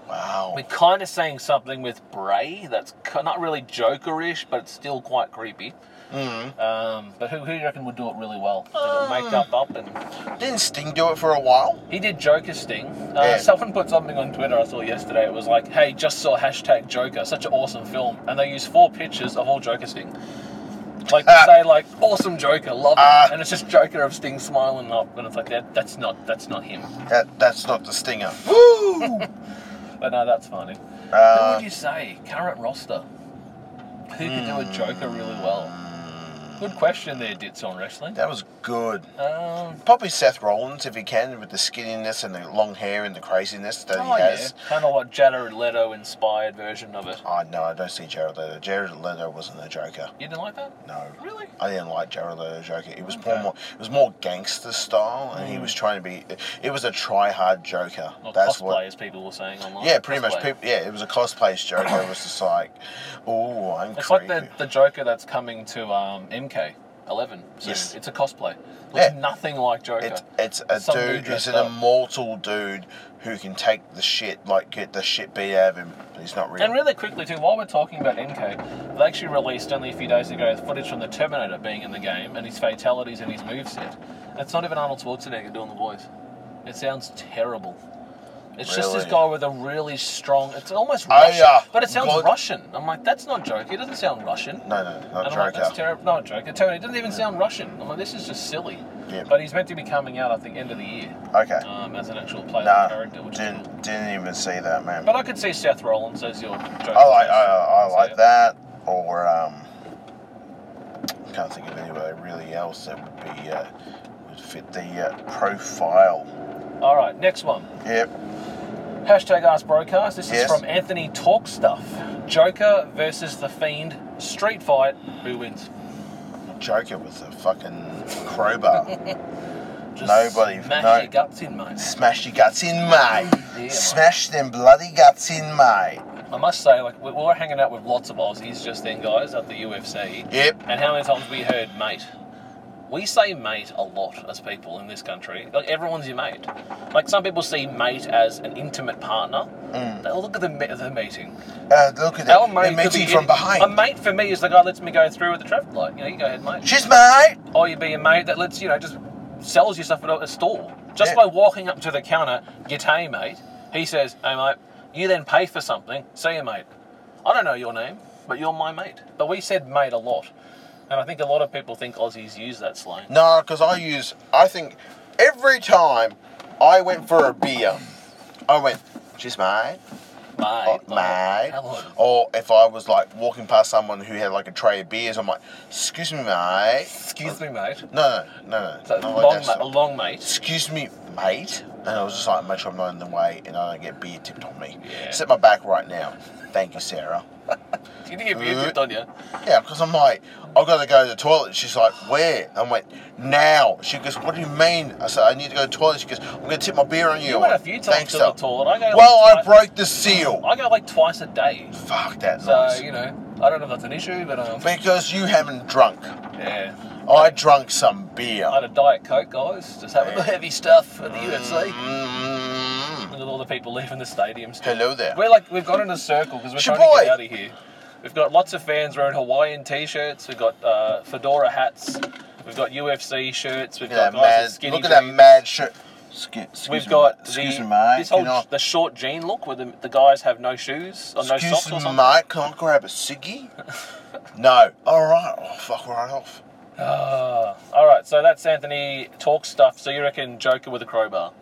E: Wow.
D: We're kind of saying something with Bray that's ki- not really Joker-ish, but it's still quite creepy.
E: Mm-hmm.
D: Um, but who, who do you reckon would do it really well? Did
E: Um.
D: it make up up and
E: Didn't Sting do it for a while?
D: He did Joker Sting. Uh,
E: Yeah.
D: Someone put something on Twitter I saw yesterday. It was like, hey, just saw hashtag Joker, such an awesome film. And they used four pictures of all Joker Sting. Like
E: Uh,
D: they say, like awesome Joker, love
E: Ah.
D: it, and it's just Joker of Sting smiling up, and it's like that. That's not. That's not him.
E: That, that's not the stinger. Woo!
D: But no, that's funny. Who
E: Uh,
D: would you say current roster? Who could
E: hmm.
D: do a Joker really well? Good question there, Dits on Wrestling.
E: that was good.
D: Um,
E: Probably Seth Rollins if he can, with the skinniness and the long hair and the craziness that
D: oh
E: he
D: yeah,
E: has.
D: kind of like Jared Leto inspired version of it.
E: Oh no, I don't see Jared Leto. Jared Leto wasn't a Joker.
D: You didn't like that?
E: No.
D: Really?
E: I didn't like Jared Leto Joker. It was
D: Okay.
E: more, more it was more gangster style, and he was trying to be. It was a try hard Joker.
D: Or
E: That's
D: cosplay,
E: what.
D: as people were saying online.
E: Yeah, pretty much.
D: Cosplay.
E: People, yeah, it was a cosplay's Joker. It was just like, oh, I'm
D: It's like
E: creepy.
D: the, the Joker that's coming to um, MK11 soon.
E: Yes.
D: It's a cosplay. Looks
E: Yeah.
D: nothing like Joker.
E: It's it's a
D: Some dude
E: dude. It's
D: dressed
E: an
D: up.
E: immortal dude who can take the shit, like get the shit beat out of him. But he's not real.
D: And really quickly too, while we're talking about MK, they actually released only a few days ago footage from the Terminator being in the game and his fatalities and his moveset. It's not even Arnold Schwarzenegger doing the voice. It sounds terrible. It's just this
E: Really?
D: guy with a really strong. It's almost
E: I,
D: Russian,
E: uh,
D: but it sounds
E: God-
D: Russian. I'm like, that's not Joker. It doesn't sound Russian.
E: no, no,
D: And
E: not
D: I'm like,
E: Joker.
D: that's terrible. Not Joker. Terminator doesn't even sound Russian. I'm like, this is just silly.
E: Yeah.
D: But he's meant to be coming out, I think, end of the year
E: okay.
D: um, as an actual playable
E: Nah,
D: character. Which is cool.
E: didn't didn't even see that man.
D: But I could see Seth Rollins as your Joker.
E: I like I, I
D: So,
E: like
D: yeah.
E: that, or um, I can't think of anybody really else that would be uh, would fit the uh, profile.
D: All right, next one.
E: Yep.
D: Hashtag Ask Brocast. This is
E: Yes.
D: from Anthony Talk Stuff. Joker versus the Fiend street fight. Who wins?
E: Joker with a fucking crowbar.
D: Just
E: Nobody-
D: Smash
E: no.
D: your guts in, mate.
E: Smash your guts in, mate.
D: dear.
E: Smash them bloody guts in, mate.
D: I must say, like we we were hanging out with lots of Aussies just then, guys, at the UFC.
E: Yep.
D: And how many times we heard mate? We say mate a lot as people in this country. Like everyone's your mate. Like some people see mate as an intimate partner. They'll look at the, me- the meeting.
E: Uh, look at
D: Our
E: that.
D: mate
E: Mm. They're
D: could
E: meeting
D: be
E: from
D: any- A
E: behind.
D: mate for me is the guy that lets me go through at the traffic light. You know, you go ahead, mate.
E: She's mate.
D: or you be a mate that lets you know just sells you stuff at a a store. Just
E: Yeah.
D: by walking up to the counter, get hey mate. He says, hey mate. You then pay for something. See you mate. I don't know your name, but you're my mate. But we said mate a lot, and I think a lot of people think Aussies use that slang.
E: No, because I use. I think every time I went for a beer, I went, "She's mine."
D: Mate,
E: or mate. Oh,
D: Hello.
E: Or if I was like walking past someone who had like a tray of beers, I'm like, excuse me, mate.
D: Excuse me, mate.
E: No, no, no, no.
D: So
E: not like
D: long,
E: that
D: ma-
E: sort
D: a
E: of-
D: long mate.
E: excuse me, mate. And I was just like, make sure I'm not in the way and I don't get beer tipped on me.
D: Yeah.
E: Sit my back right now. Thank you, Sarah.
D: You didn't get beer tipped on you.
E: Yeah, because I'm like, I've got to go to the toilet. She's like, where? I went, now. She goes, what do you mean? I said, I need to go to the toilet. She goes, I'm going to tip my beer on you.
D: You
E: I
D: went a few times
E: Thanks,
D: to the
E: Sarah."
D: toilet. I go
E: Well, I
D: like twice-
E: broke the seal.
D: I go like twice a day.
E: Fuck that
D: So
E: noise.
D: you know, I don't know if that's an issue, but um,
E: Because you haven't drunk.
D: yeah.
E: I drunk some beer.
D: I had a diet coke, guys. Just having the heavy stuff at the UFC.
E: Mm.
D: Look at all the people leaving the stadium. Still.
E: Hello there.
D: We're like we've gone in a circle because we're
E: It's your
D: trying to get
E: boy.
D: out of here. We've got lots of fans wearing Hawaiian t-shirts. We've got uh, fedora hats. We've got UFC shirts. We've
E: Look at that
D: got guys with
E: mad,
D: skinny
E: look at that
D: jeans.
E: mad shirt. Sc- excuse
D: We've
E: me,
D: got the,
E: excuse me, mate.
D: this whole
E: Can I-
D: the short jean look where the, the guys have no shoes or no
E: excuse
D: socks or
E: me,
D: something.
E: mate. Can I grab a ciggy? no. All right. Oh, fuck right off.
D: Ah, all right, so that's Anthony talk stuff. So you reckon Joker with a crowbar?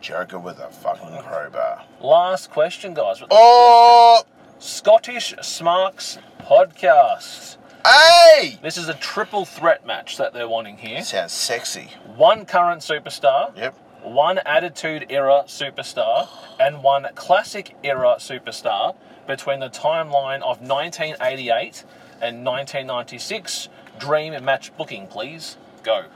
E: Joker with a fucking crowbar.
D: Last question, guys.
E: Oh,
D: Scottish Smarks podcast.
E: hey!
D: This is a triple threat match that they're wanting here.
E: Sounds sexy.
D: One current superstar,
E: Yep.
D: one Attitude Era superstar, and one Classic Era superstar between the timeline of 1988 and 1996. Dream match booking, please. Go.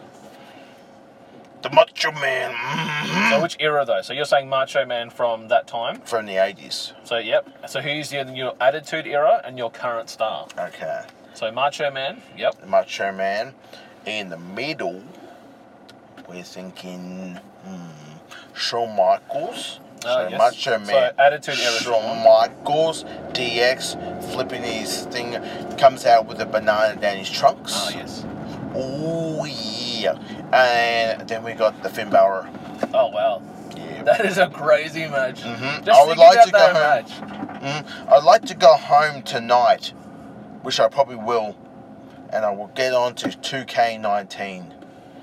E: The Macho Man mm,
D: So, which era though? So, you're saying Macho Man from that time.
E: from the eighties.
D: So, yep. So, who's your, your Attitude Era and your current star?
E: Okay.
D: So, Macho Man, yep.
E: The Macho Man. In the middle, we're thinking hmm, Shawn Michaels.
D: Ah,
E: so
D: yes.
E: Macho
D: So
E: Man.
D: Attitude Era
E: Shawn Michaels. DX flipping his thing, comes out with a banana down his trunks.
D: Ah, yes.
E: Oh yeah. And then we got the Finn Balor.
D: Oh, wow.
E: Yeah. Mm-hmm.
D: That is a crazy match. Just
E: I would
D: think
E: like to
D: about
E: go
D: that
E: I'd like to go home tonight, which I probably will, and I will get on to 2K19.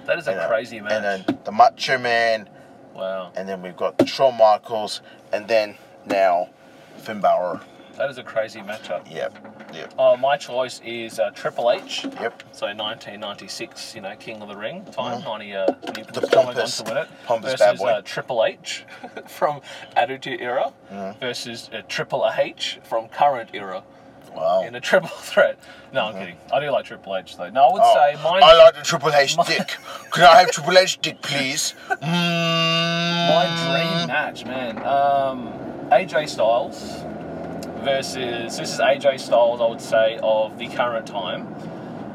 D: That is a
E: you know,
D: crazy match.
E: And then the Macho Man,
D: wow.
E: and then we've got Shawn Michaels, and then now Finn Balor.
D: That is a crazy matchup.
E: Yep, yep,
D: Uh, my choice is uh, Triple H.
E: yep. Mm-hmm.
D: So 1996, you know, King of the Ring time, 90, uh, he was
E: The
D: going on
E: pompous-
D: to win it.
E: pompous
D: versus,
E: bad boy.
D: Uh, Triple H from Attitude Era
E: Mm-hmm.
D: versus uh, Triple H from current era
E: Wow.
D: in a triple threat. No, I'm kidding. I do like Triple H though. No, I would
E: Mm-hmm. Oh,
D: say mine.
E: I like the Triple H
D: my-
E: dick. Could I have Triple H dick, please? Hmm, Mm.
D: My dream match, man. Um, AJ Styles versus this is AJ Styles, I would say, of the current time.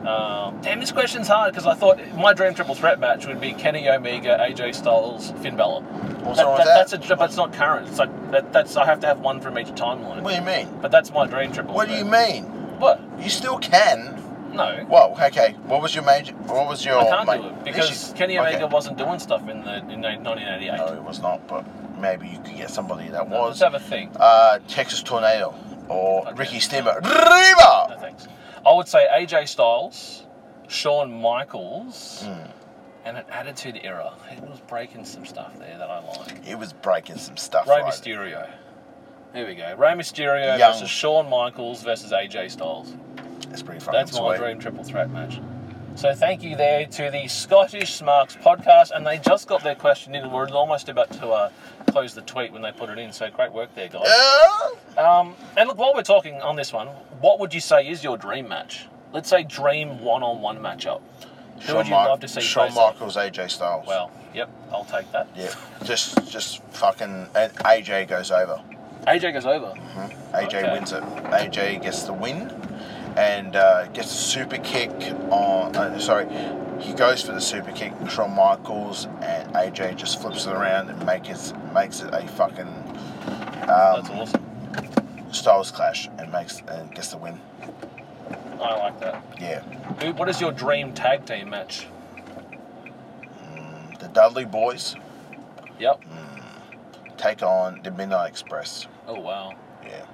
D: Um, damn, this question's hard because I thought my dream triple threat match would be Kenny Omega, AJ Styles, Finn Balor.
E: What's wrong with
D: That's a,
E: that?
D: that's not current. It's like that, that's I have to have one from each timeline.
E: What do you mean?
D: But that's my dream triple.
E: What do
D: threat.
E: you mean?
D: What?
E: You still can.
D: No.
E: Well, okay. What was your major? What was your?
D: I can't
E: ma-
D: do it because
E: issue?
D: Kenny
E: Okay.
D: Omega wasn't doing stuff in the in 1988.
E: No, it was not. But maybe you could get somebody that
D: Let's
E: was.
D: have a think.
E: Uh, Texas Tornado or
D: Okay.
E: Ricky Steamer.
D: No
E: Reba.
D: thanks. I would say AJ Styles, Shawn Michaels,
E: Hmm.
D: and an Attitude Era. He was breaking some stuff there that I like.
E: It was breaking some stuff.
D: Rey
E: right?
D: Mysterio. There we go. Rey Mysterio
E: Young.
D: versus Shawn Michaels versus AJ Styles.
E: That's pretty fucking
D: That's my
E: sweet.
D: dream triple threat match. So thank you there to the Scottish Smarks podcast, and they just got their question in. We're almost about to uh, close the tweet when they put it in. So great work there, guys.
E: Uh,
D: Um, and look, while we're talking on this one, what would you say is your dream match? Let's say dream one-on-one matchup. Who
E: Shawn
D: would you
E: Mar-
D: love to see
E: Shawn
D: face off?
E: Michaels, AJ Styles.
D: Well, yep, I'll take that.
E: Yeah. Just, just fucking and AJ goes over.
D: AJ goes over.
E: Um, AJ
D: Okay.
E: wins it. AJ gets the win and uh, gets a super kick on. Uh, sorry, he goes for the super kick from Michaels, and AJ just flips it around and makes it makes it a fucking
D: That's awesome.
E: Styles clash and makes and gets the win.
D: I like that.
E: Yeah,
D: Who, what is your dream tag team match?
E: the Dudley Boys
D: Yep.
E: Mm. take on the Midnight Express.
D: Oh wow.
E: Yeah,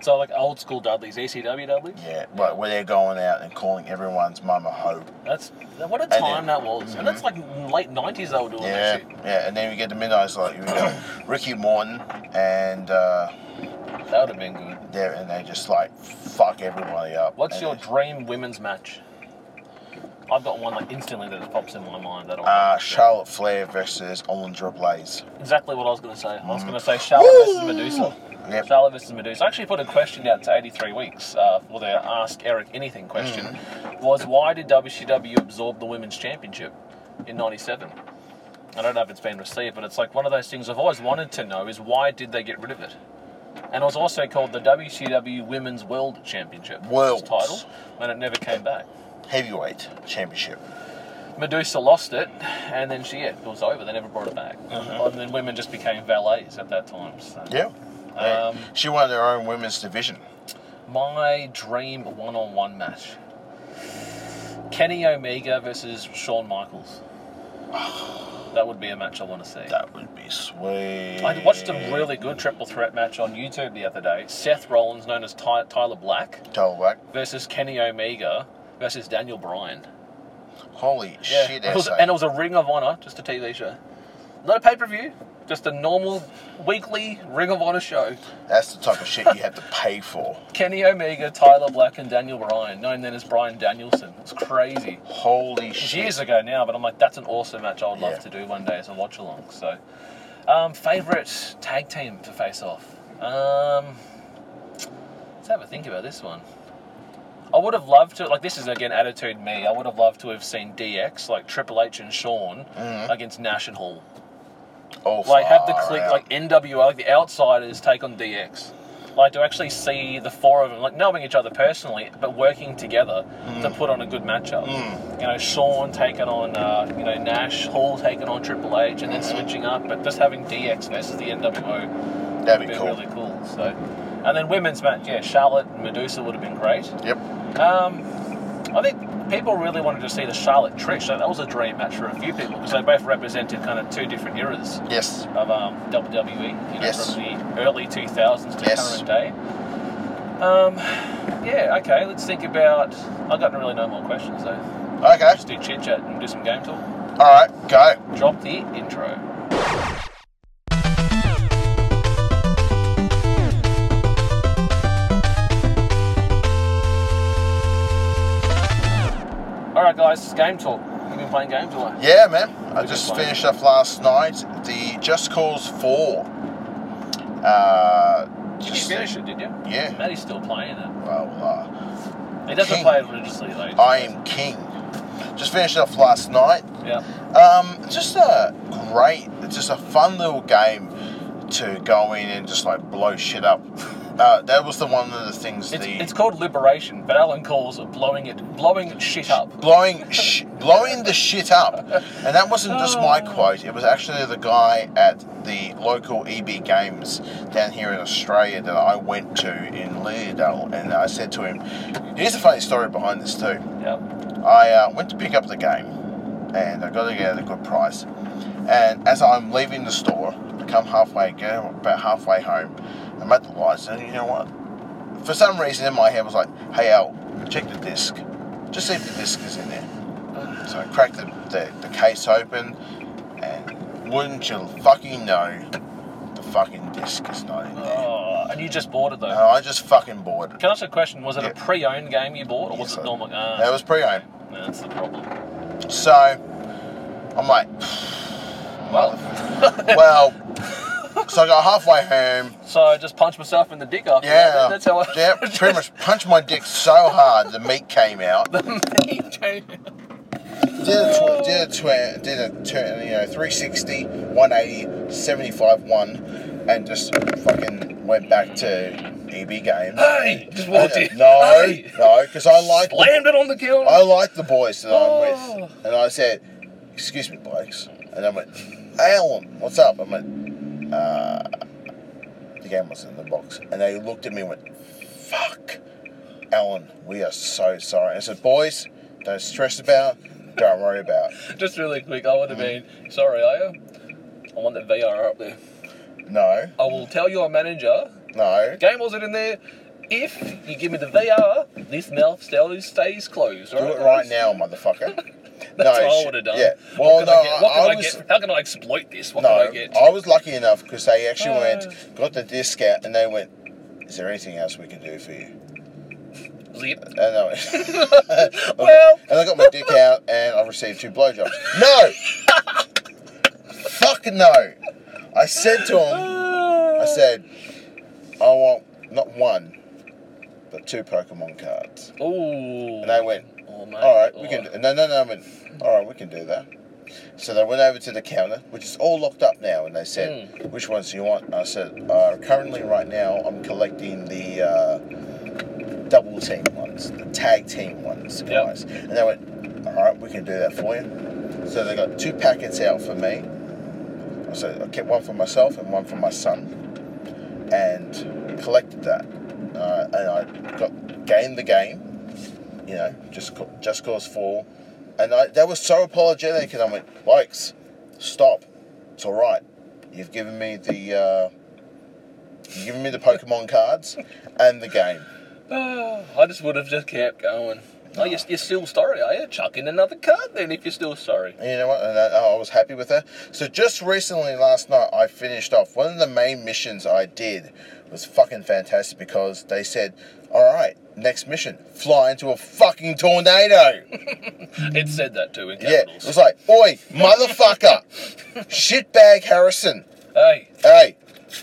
D: So like old school Dudleys, ECW Dudleys.
E: yeah, but where they're going out and calling everyone's mama hoe.
D: That's what a
E: then- Mm.
D: time that was, and that's like late '90s they were doing
E: Yeah,
D: that shit.
E: yeah, and then we get the Midnight's like you know, Ricky Morton and. Uh,
D: That would have been good.
E: there and they just like fuck everybody up.
D: What's
E: And
D: your
E: it's,
D: dream women's match? I've got one like instantly that pops in my mind. That I
E: uh,
D: want to see.
E: Charlotte Flair versus Alondra Blaze?
D: exactly what I was going to say. I was going to say Charlotte versus Medusa.
E: Yep.
D: Charlotte versus Medusa. I actually put a question out to 83 weeks uh, for their Ask Eric Anything question.
E: Mm.
D: Was why did WCW absorb the Women's Championship in 97? I don't know if it's been received, but it's like one of those things I've always wanted to know is why did they get rid of it? And it was also called the WCW Women's World Championship. was
E: Worlds.
D: its title, and it never came back.
E: Heavyweight Championship.
D: Medusa lost it, and then she yeah, it was over. They never brought it back. And then women just became valets at that time. So.
E: Uh-huh. Yeah. Yeah.
D: Um,
E: she won her own women's division.
D: My dream one-on-one match: Kenny Omega versus Shawn Michaels. That would be a match I want to see.
E: That would be sweet.
D: I watched a really good triple threat match on YouTube the other day. Seth Rollins, known as Ty- Tyler Black,
E: Tell back.
D: versus Kenny Omega versus Daniel Bryan.
E: Holy
D: Yeah.
E: shit,
D: It was-
E: essay.
D: and it was a Ring of Honor, just a TV show. Not a pay per view, just a normal weekly Ring of Honor show.
E: That's the type of shit you have to pay for.
D: Kenny Omega, Tyler Black, and Daniel Bryan, known then as Bryan Danielson. It's crazy.
E: Holy
D: It's
E: shit.
D: years ago now, but I'm like, that's an awesome match I would love
E: Yeah.
D: to do one day as a watch along. So, um, favorite tag team to face off? Um, let's have a think about this one. I would have loved to, like, this is again attitude me. I would have loved to have seen DX, like Triple H and Shawn, against Nash and Hall.
E: Oh,
D: Like, have the
E: far
D: click,
E: out.
D: like NWO, like the outsiders take on DX. Like, to actually see the four of them, like, knowing each other personally, but working together to
E: Mm.
D: put on a good matchup. You know, Sean taking on, uh, you know, Nash, Hall taking on Triple H, and then
E: Mm-hmm.
D: switching up, but just having DX versus the NWO would
E: That'd
D: be
E: be cool.
D: really cool. So, and then women's match, yeah, Charlotte and Medusa would have been great.
E: Yep.
D: Um, I think people really wanted to see the Charlotte Trish. That that was a dream match for a few people because they both represented kind of two different eras
E: Yes.
D: of um, WWE, you know,
E: Yes.
D: from the early 2000s to
E: Yes.
D: current day. Um, yeah, okay, let's think about. I've got really no more questions though.
E: Okay.
D: Just do chit chat and do some game talk.
E: All right, go.
D: Drop the intro. Alright, guys, it's game talk. You've been playing game talk.
E: Yeah, man. I
D: Good
E: just
D: one.
E: finished up last night the Just Cause 4. Uh,
D: Did you
E: just-
D: finish it, did you?
E: Yeah.
D: Matty's still playing it.
E: Well,
D: He doesn't
E: King.
D: play it religiously,
E: uh,
D: though.
E: I am king. Just finished up last night.
D: Yeah.
E: Um, just a great, just a fun little game to go in and just like blow shit up. Uh, that was the one of the things
D: It's,
E: the
D: it's called liberation, but Alan calls it blowing it, blowing shit up.
E: blowing sh- blowing the shit up. And that wasn't just my quote. It was actually the guy at the local EB Games down here in Australia that I went to in Leardale, and I said to him, "Here's a funny story behind this too."
D: Yeah.
E: I uh, went to pick up the game, and I got it at a uh, good price. And as I'm leaving the store, I come halfway, get about halfway home, I'm at the lights, and you know what? For some reason in my head was like, "Hey Al, check the disc. Just see if the disc is in there." So I cracked the, the, the case open, and wouldn't you fucking know, the fucking disc is not in there.
D: Oh, and you just bought it though.
E: And I just fucking bought it.
D: Can I ask a question? Was it a
E: Yeah.
D: pre-owned game you bought, or was
E: Yes,
D: it
E: I-
D: normal? Ah,
E: That was pre-owned.
D: that's the problem.
E: So I'm like,
D: Well,
E: well, so I got halfway home.
D: so I just punched myself in the dick after
E: Yeah,
D: that. That's how I.
E: yeah, pretty much punched my dick so hard the meat came out. Did a, tw- did a, tw- did a turn, you know, 360, 180, 75, 1, and just fucking went back to EB Games.
D: hey, just walked in.
E: No,
D: Hey!
E: no, because I like
D: Slammed it on the kill.
E: I like the boys that I'm
D: Oh.
E: with. And I said, excuse me, blokes. And I went, hey, Alan, what's up? I went, uh, the game was in the box. And they looked at me and went, fuck, Alan, we are so sorry. I said, boys, don't stress about it. Don't worry about it.
D: Just really quick, I would have been
E: Mm.
D: sorry, Aya. I want the VR up there.
E: No,
D: I will tell your manager.
E: no.
D: Game wasn't in there. If you give me the VR, this mouth still stays closed.
E: Do it right now, motherfucker.
D: That's
E: no,
D: what I
E: sh-
D: would have done.
E: Yeah.
D: Well, what
E: Well, no,
D: can I get? What can
E: I,
D: I,
E: I was.
D: get? How can I exploit this? What
E: No,
D: can I get?
E: I was lucky enough because they actually
D: Oh.
E: went, got the disc out, and they went, "Is there anything else we can do for you?"
D: Zip.
E: And I went,
D: Well,
E: and I got my dick out, and I received two blowjobs. No, fuck no. I said to him, I said, "I want not one, but two Pokemon cards."
D: ooh.
E: And they went,
D: Oh, mate.
E: All right, we
D: Oh.
E: can. Do, no, no, no. I went, all right, we can do that. So they went over to the counter, which is all locked up now, and they said, "Which ones do you want?" I said, uh, "Currently, right now, I'm collecting the uh, double team ones, the tag team ones,
D: Yep.
E: guys." And they went, "All right, we can do that for you." So they got two packets out for me. So I kept one for myself and one for my son, and collected that. Uh, and I got gained the game you know, just ca- just cause four, and I, that was so apologetic, and I went, blokes, stop, it's all right, you've given me the, uh, you've given me the Pokemon cards and the game.
D: Ah, I just would have just kept going. Oh, you're, you're still sorry, are you? Chuck in another card then if you're still sorry.
E: And you know what? And I, I was happy with that. So just recently, last night, I finished off one of the main missions I did was fucking fantastic because they said, all right, next mission, fly into a fucking tornado.
D: It said that too in
E: yeah, it
D: capitals.
E: was like, oi, motherfucker, shitbag Harrison.
D: hey,
E: Hey,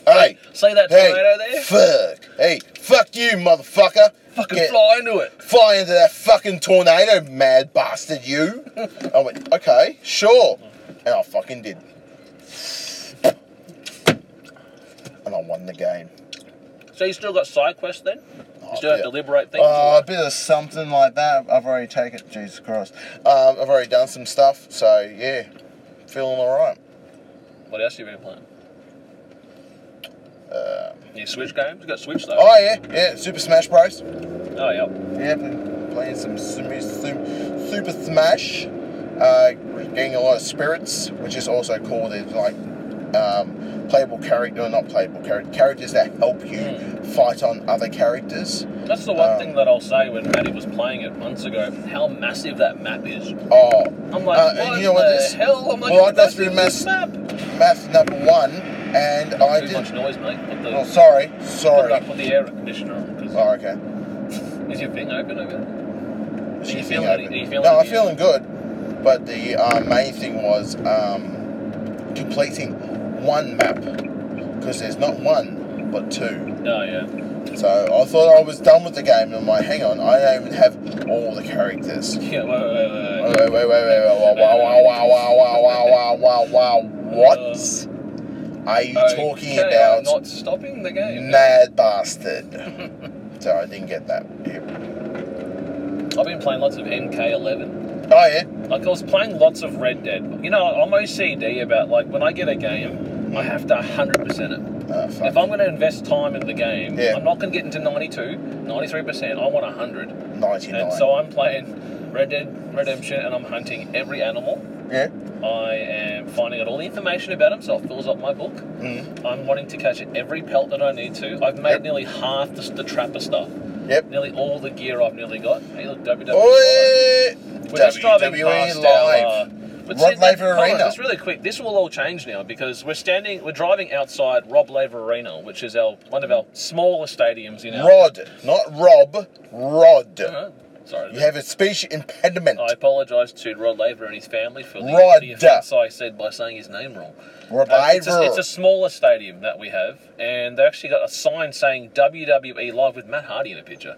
E: hey,
D: say that
E: hey,
D: tornado there.
E: fuck, hey, fuck you, motherfucker.
D: Fucking
E: Get-
D: fly into it.
E: Fly into that fucking tornado, mad bastard, you. I went, okay, sure. And I fucking did. And I won the game.
D: So you still got side quests then? You still have
E: Oh, yeah.
D: to liberate things?
E: Uh,
D: or-
E: a bit of something like that. I've already taken, Jesus Christ. Um, I've already done some stuff, so yeah, feeling alright.
D: What else you been playing? you Switch games? You got Switch though?
E: Uh, Oh yeah, yeah, Super Smash Bros.
D: Oh, yeah.
E: Yeah, been playing some Super, super Smash. Uh, getting a lot of spirits, which is also cool. There's like um, playable character or not playable character characters that help you
D: Hmm.
E: fight on other characters.
D: That's the one
E: Uh,
D: thing that I'll say when Maddie was playing it months ago. How massive that map is.
E: Oh,
D: I'm like,
E: uh,
D: what
E: you know what
D: the
E: this?
D: hell? I'm like,
E: well, I
D: what
E: got
D: is
E: through
D: this
E: mass
D: map.
E: math number one, and I
D: Too much
E: did.
D: noise, mate. Put the,
E: Oh, sorry,
D: put, it
E: sorry.
D: up, put the air conditioner on. 'cause-
E: Oh, okay.
D: Is your thing open over there? Are you
E: She's
D: feeling
E: open.
D: it? Are you feeling
E: no,
D: it?
E: I'm feeling good, but the uh, main thing was um, completing one map because there's not one but two.
D: No, Oh, yeah.
E: So I thought I was done with the game, and I'm like, hang on, I don't even have all the characters.
D: Yeah, wait, wait, wait, wait.
E: Wait, wait, wait, wait, wait, wow, wow, wow, wow, wow, wow, wow, wow, wow, wow. What are you
D: Okay,
E: talking
D: I'm
E: about?
D: not stopping the game.
E: Mad bastard. Sorry, I didn't get that. Yeah.
D: I've been playing lots of MK11.
E: Oh yeah.
D: Like, I was playing lots of Red Dead. You know, I'm OCD about, like, when I get a game, I have to 100% it.
E: Oh,
D: If
E: fuck.
D: I'm going to invest time in the game,
E: Yeah.
D: I'm not going to get into 92, 93%. I want 100. And
E: 99.
D: so I'm playing Red Dead Redemption and I'm hunting every animal.
E: yeah.
D: I am finding out all the information about him, so it fills up my book.
E: Mm.
D: I'm wanting to catch every pelt that I need to. I've made
E: Yep.
D: nearly half the, the trapper stuff.
E: Yep.
D: Nearly all the gear I've nearly got. Hey, look, E. WWE. live.
E: Oi!
D: We're just driving
E: WWE
D: past our.
E: live.
D: uh, but
E: Rob
D: see, that-
E: Laver
D: hold on,
E: Arena.
D: Just really quick, this will all change now because we're standing, we're driving outside Rob Laver Arena, which is our one of our smaller stadiums in our.
E: Rod, not Rob. Rod.
D: Huh? Sorry.
E: You have a speech impediment.
D: Uh-huh. I apologise to Rod Laver and his family for the,
E: Rod.
D: the offence I said by saying his name wrong.
E: Rod
D: Uh, it's, a,
E: Laver.
D: it's a smaller stadium that we have, and they actually got a sign saying WWE Live with Matt Hardy in a picture.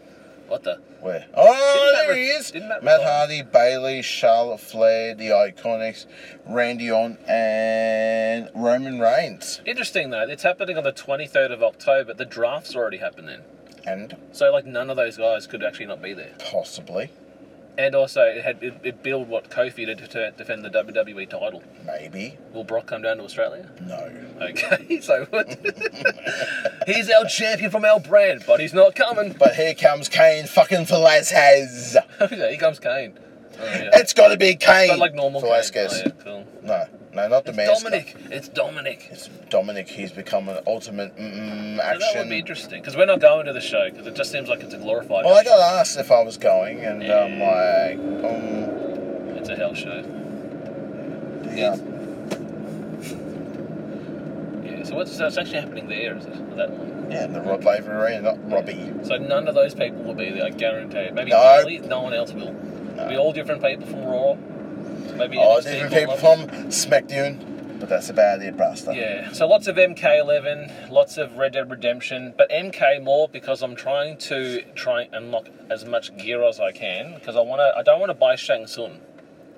D: What the?
E: Where? Oh,
D: Didn't that
E: there
D: re-
E: he is.
D: didn't that
E: Matt
D: retire?
E: Hardy, Bailey, Charlotte Flair, The Iconics, Randy Orton, and Roman Reigns.
D: Interesting though, it's happening on the 23rd of October. The draft's already happened then.
E: And
D: So, like, none of those guys could actually not be there.
E: possibly,
D: And also, it had it, it billed what Kofi did to, to defend the WWE title.
E: maybe,
D: Will Brock come down to Australia?
E: no.
D: Okay, so what? he's our champion from our brand, but he's not coming.
E: But here comes Kane fucking Velasquez.
D: Here comes Kane. Oh, yeah.
E: It's got to be Kane.
D: But like normal Kane.
E: Velasquez.
D: Oh, yeah, cool.
E: No, no, not the man.
D: Dominic. It's Dominic.
E: It's Dominic. He's become an ultimate mm,
D: So
E: action.
D: that would be interesting because we're not going to the show because it just seems like it's a glorified.
E: Well, Oh, I
D: show.
E: got asked if I was going, and I'm like, um,
D: It's a hell show.
E: yeah.
D: Yeah. So what's that's actually happening there? Is it that one?
E: Yeah, in the Rod Laver Arena, not Robbie.
D: So none of those people will be there. I guarantee it. Maybe
E: No.
D: Bailey, no one else will. It'll be all different people from Raw. Maybe
E: Oh,
D: NXT
E: different
D: will
E: people
D: love-
E: from SmackDown, but that's about it, Brasta.
D: Yeah, so lots of MK11, lots of Red Dead Redemption, but MK more because I'm trying to try and unlock as much gear as I can because I want to. I don't want to buy Shang Tsung.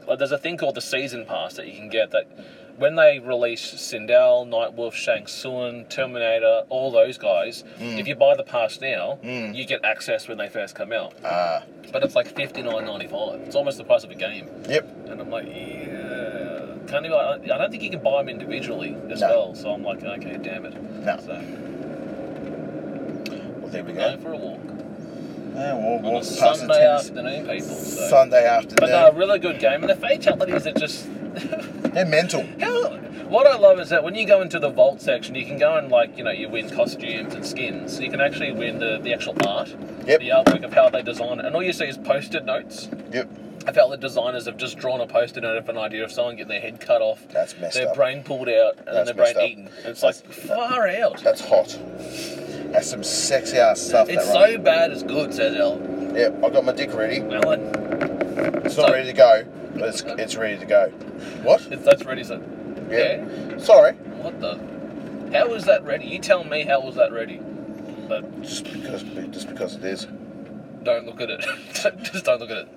D: Like, there's a thing called the Season Pass that you can get that when they release Sindel, Nightwolf, Shang Tsung, Terminator, all those guys.
E: Mm.
D: If you buy the pass now, you get access when they first come out.
E: Ah,
D: But it's like fifty nine ninety five. It's almost the price of a game.
E: yep.
D: And I'm like, yeah. Can't even, I I don't think you can buy them individually as
E: No.
D: well. So I'm like, okay, damn it.
E: No.
D: So
E: Well, there we
D: going
E: go.
D: for a walk.
E: Yeah, we'll
D: On a
E: walk past the
D: Sunday
E: tennis.
D: afternoon, people. So.
E: Sunday
D: but uh, no, a
E: afternoon.
D: really good game. And the fatalities are just.
E: They're mental.
D: How, what I love is that when you go into the vault section, you can go and, like, you know, you win costumes and skins. You can actually win the, the actual art,
E: Yep.
D: the artwork of how they design it. And all you see is post it notes.
E: Yep.
D: I felt the designers have just drawn a post-it note of an idea of someone getting their head cut off,
E: That's messed
D: their
E: up.
D: brain pulled out, and then
E: That's
D: their brain
E: messed up.
D: eaten. It's
E: That's-
D: like far out.
E: That's hot. That's some sexy ass stuff.
D: It's
E: that
D: so
E: right.
D: bad it's good, says El.
E: Yep, I got my dick ready.
D: Alan,
E: It's not
D: So-
E: ready to go, but it's it's ready to go. What?
D: it's, that's ready, so.
E: Yeah. Sorry.
D: What the? How was that ready? You tell me how was that ready? But
E: Just because, just because it is.
D: don't look at it. Just don't look at it.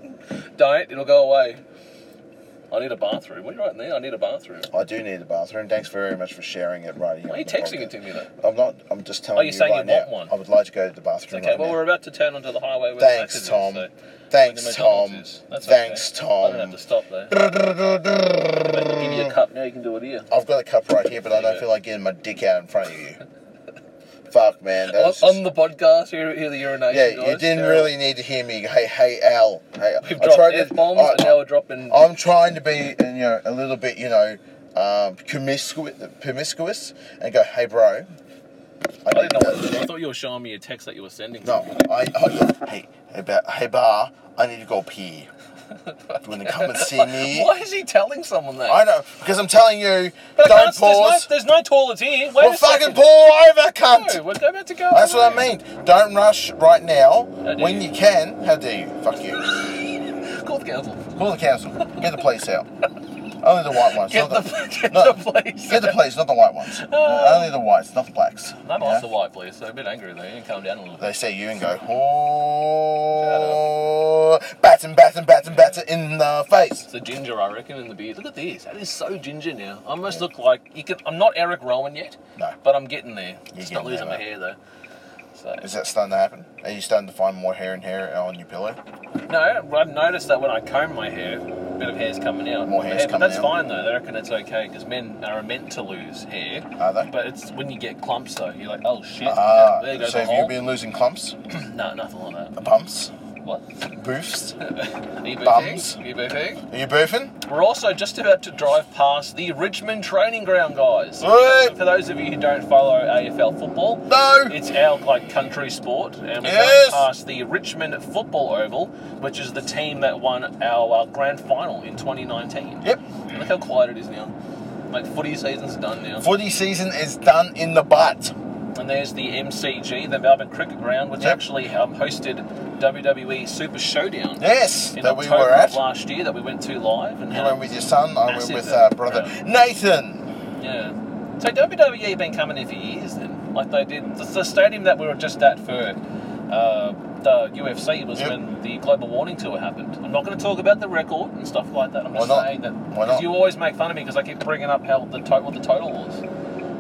D: Don't. It'll go away. I need a bathroom. What are you writing there? I need a bathroom.
E: I do need a bathroom. Thanks very much for sharing it right here.
D: Why are
E: on
D: you
E: the
D: texting it
E: podcast.
D: to me though?
E: I'm not. I'm just telling
D: Oh, you're
E: you
D: saying
E: right
D: you want
E: now.
D: one.
E: I would like to go to the
D: It's
E: bathroom.
D: okay.
E: right
D: well,
E: now.
D: we're about to turn onto the highway. Where the
E: Thanks,
D: accident is,
E: Tom.
D: so-
E: Thanks,
D: Where the McDonald's
E: Tom.
D: is. That's
E: Thanks,
D: okay.
E: Tom.
D: I don't have to stop there. Mate, I'll give you a cup now. You can do it here.
E: I've got a cup right here, but I don't
D: Yeah.
E: feel like getting my dick out in front of you. Fuck, man. That
D: On,
E: was
D: on
E: just-
D: the podcast, here, here the urination.
E: yeah,
D: guys.
E: you didn't
D: Terrible.
E: really need to hear me. Hey, hey, Al. Hey,
D: We've
E: I
D: dropped
E: tried to-
D: F bombs
E: I-
D: and now we're dropping.
E: I'm trying to be, you know, a little bit, you know, um, promiscuous, promiscuous and go, hey, bro.
D: I
E: I need
D: didn't know
E: that."
D: what, I thought you were showing me a text that you were sending.
E: No, I, I hey, hey, ba- hey, bar, I need to go pee. Do you want to come and see me?
D: Why is he telling someone that?
E: I know, because I'm telling you,
D: But I
E: don't
D: can't- there's no-
E: pause.
D: There's no, toilets here. Wait
E: Well,
D: a
E: fucking
D: second.
E: pull over, cunt.
D: No, we're about to go.
E: That's what I
D: away.
E: mean. Don't rush right now.
D: How dare
E: When
D: you.
E: you can, how dare you? Fuck you.
D: Call the council.
E: Call the council. Get the police out. Only the white ones.
D: Get
E: not
D: the- get the police
E: Get the police, not the white ones. Only the whites, not the blacks.
D: I'm
E: Yeah?
D: off the white, please. So I'm a bit angry there. You can calm down a little bit.
E: They see you and go, oh, batten, batten, batten, batten in the face.
D: It's the ginger, I reckon, in the beard. Look at this. That is so ginger now. I almost look like you can. I'm not Eric Rowan yet.
E: No.
D: But I'm getting there.
E: You're
D: Just not
E: getting
D: losing
E: there,
D: my hair though. So
E: Is that starting to happen? Are you starting to find more hair and hair on your pillow?
D: no, I've noticed that when I comb my hair, a bit of hair's coming out.
E: More
D: on my
E: hair's
D: hair, but
E: coming
D: that's
E: out.
D: fine though. I reckon it's okay because men are meant to lose hair.
E: Are they?
D: But it's when you get clumps though, you're like, oh shit.
E: Ah,
D: there goes
E: so
D: a
E: have you
D: hole.
E: been losing clumps,
D: No, nothing like
E: bumps,
D: that. What?
E: boofs?
D: Are you
E: Bums.
D: boofing? Are you boofing?
E: Are you boofing?
D: We're also just about to drive past the Richmond Training Ground, guys.
E: Hey!
D: For those of you who don't follow AFL football,
E: No!
D: it's our like country sport, and we're
E: Yes!
D: going past the Richmond Football Oval, which is the team that won our uh, grand final in 2019.
E: Yep.
D: Look how quiet it is now. Like footy season's done now.
E: Footy season is done in the butt.
D: And there's the MCG, the Melbourne Cricket Ground, which
E: Yep.
D: actually um, hosted WWE Super Showdown
E: Yes,
D: in
E: that we
D: October
E: were at.
D: of last year that we went to live. And
E: You
D: had a
E: went with your son, I went
D: Massive,
E: with
D: uh,
E: uh, brother
D: crowd.
E: Nathan.
D: Yeah. So WWE have been coming in for years then. Like they did. The, the stadium that we were just at for uh, the UFC was
E: Yep.
D: when the Global Warning Tour happened. I'm not going to talk about the record and stuff like that. I'm just
E: Why not?
D: saying that.
E: Why not?
D: Because you always make fun of me because I keep bringing up how the to- what the total was.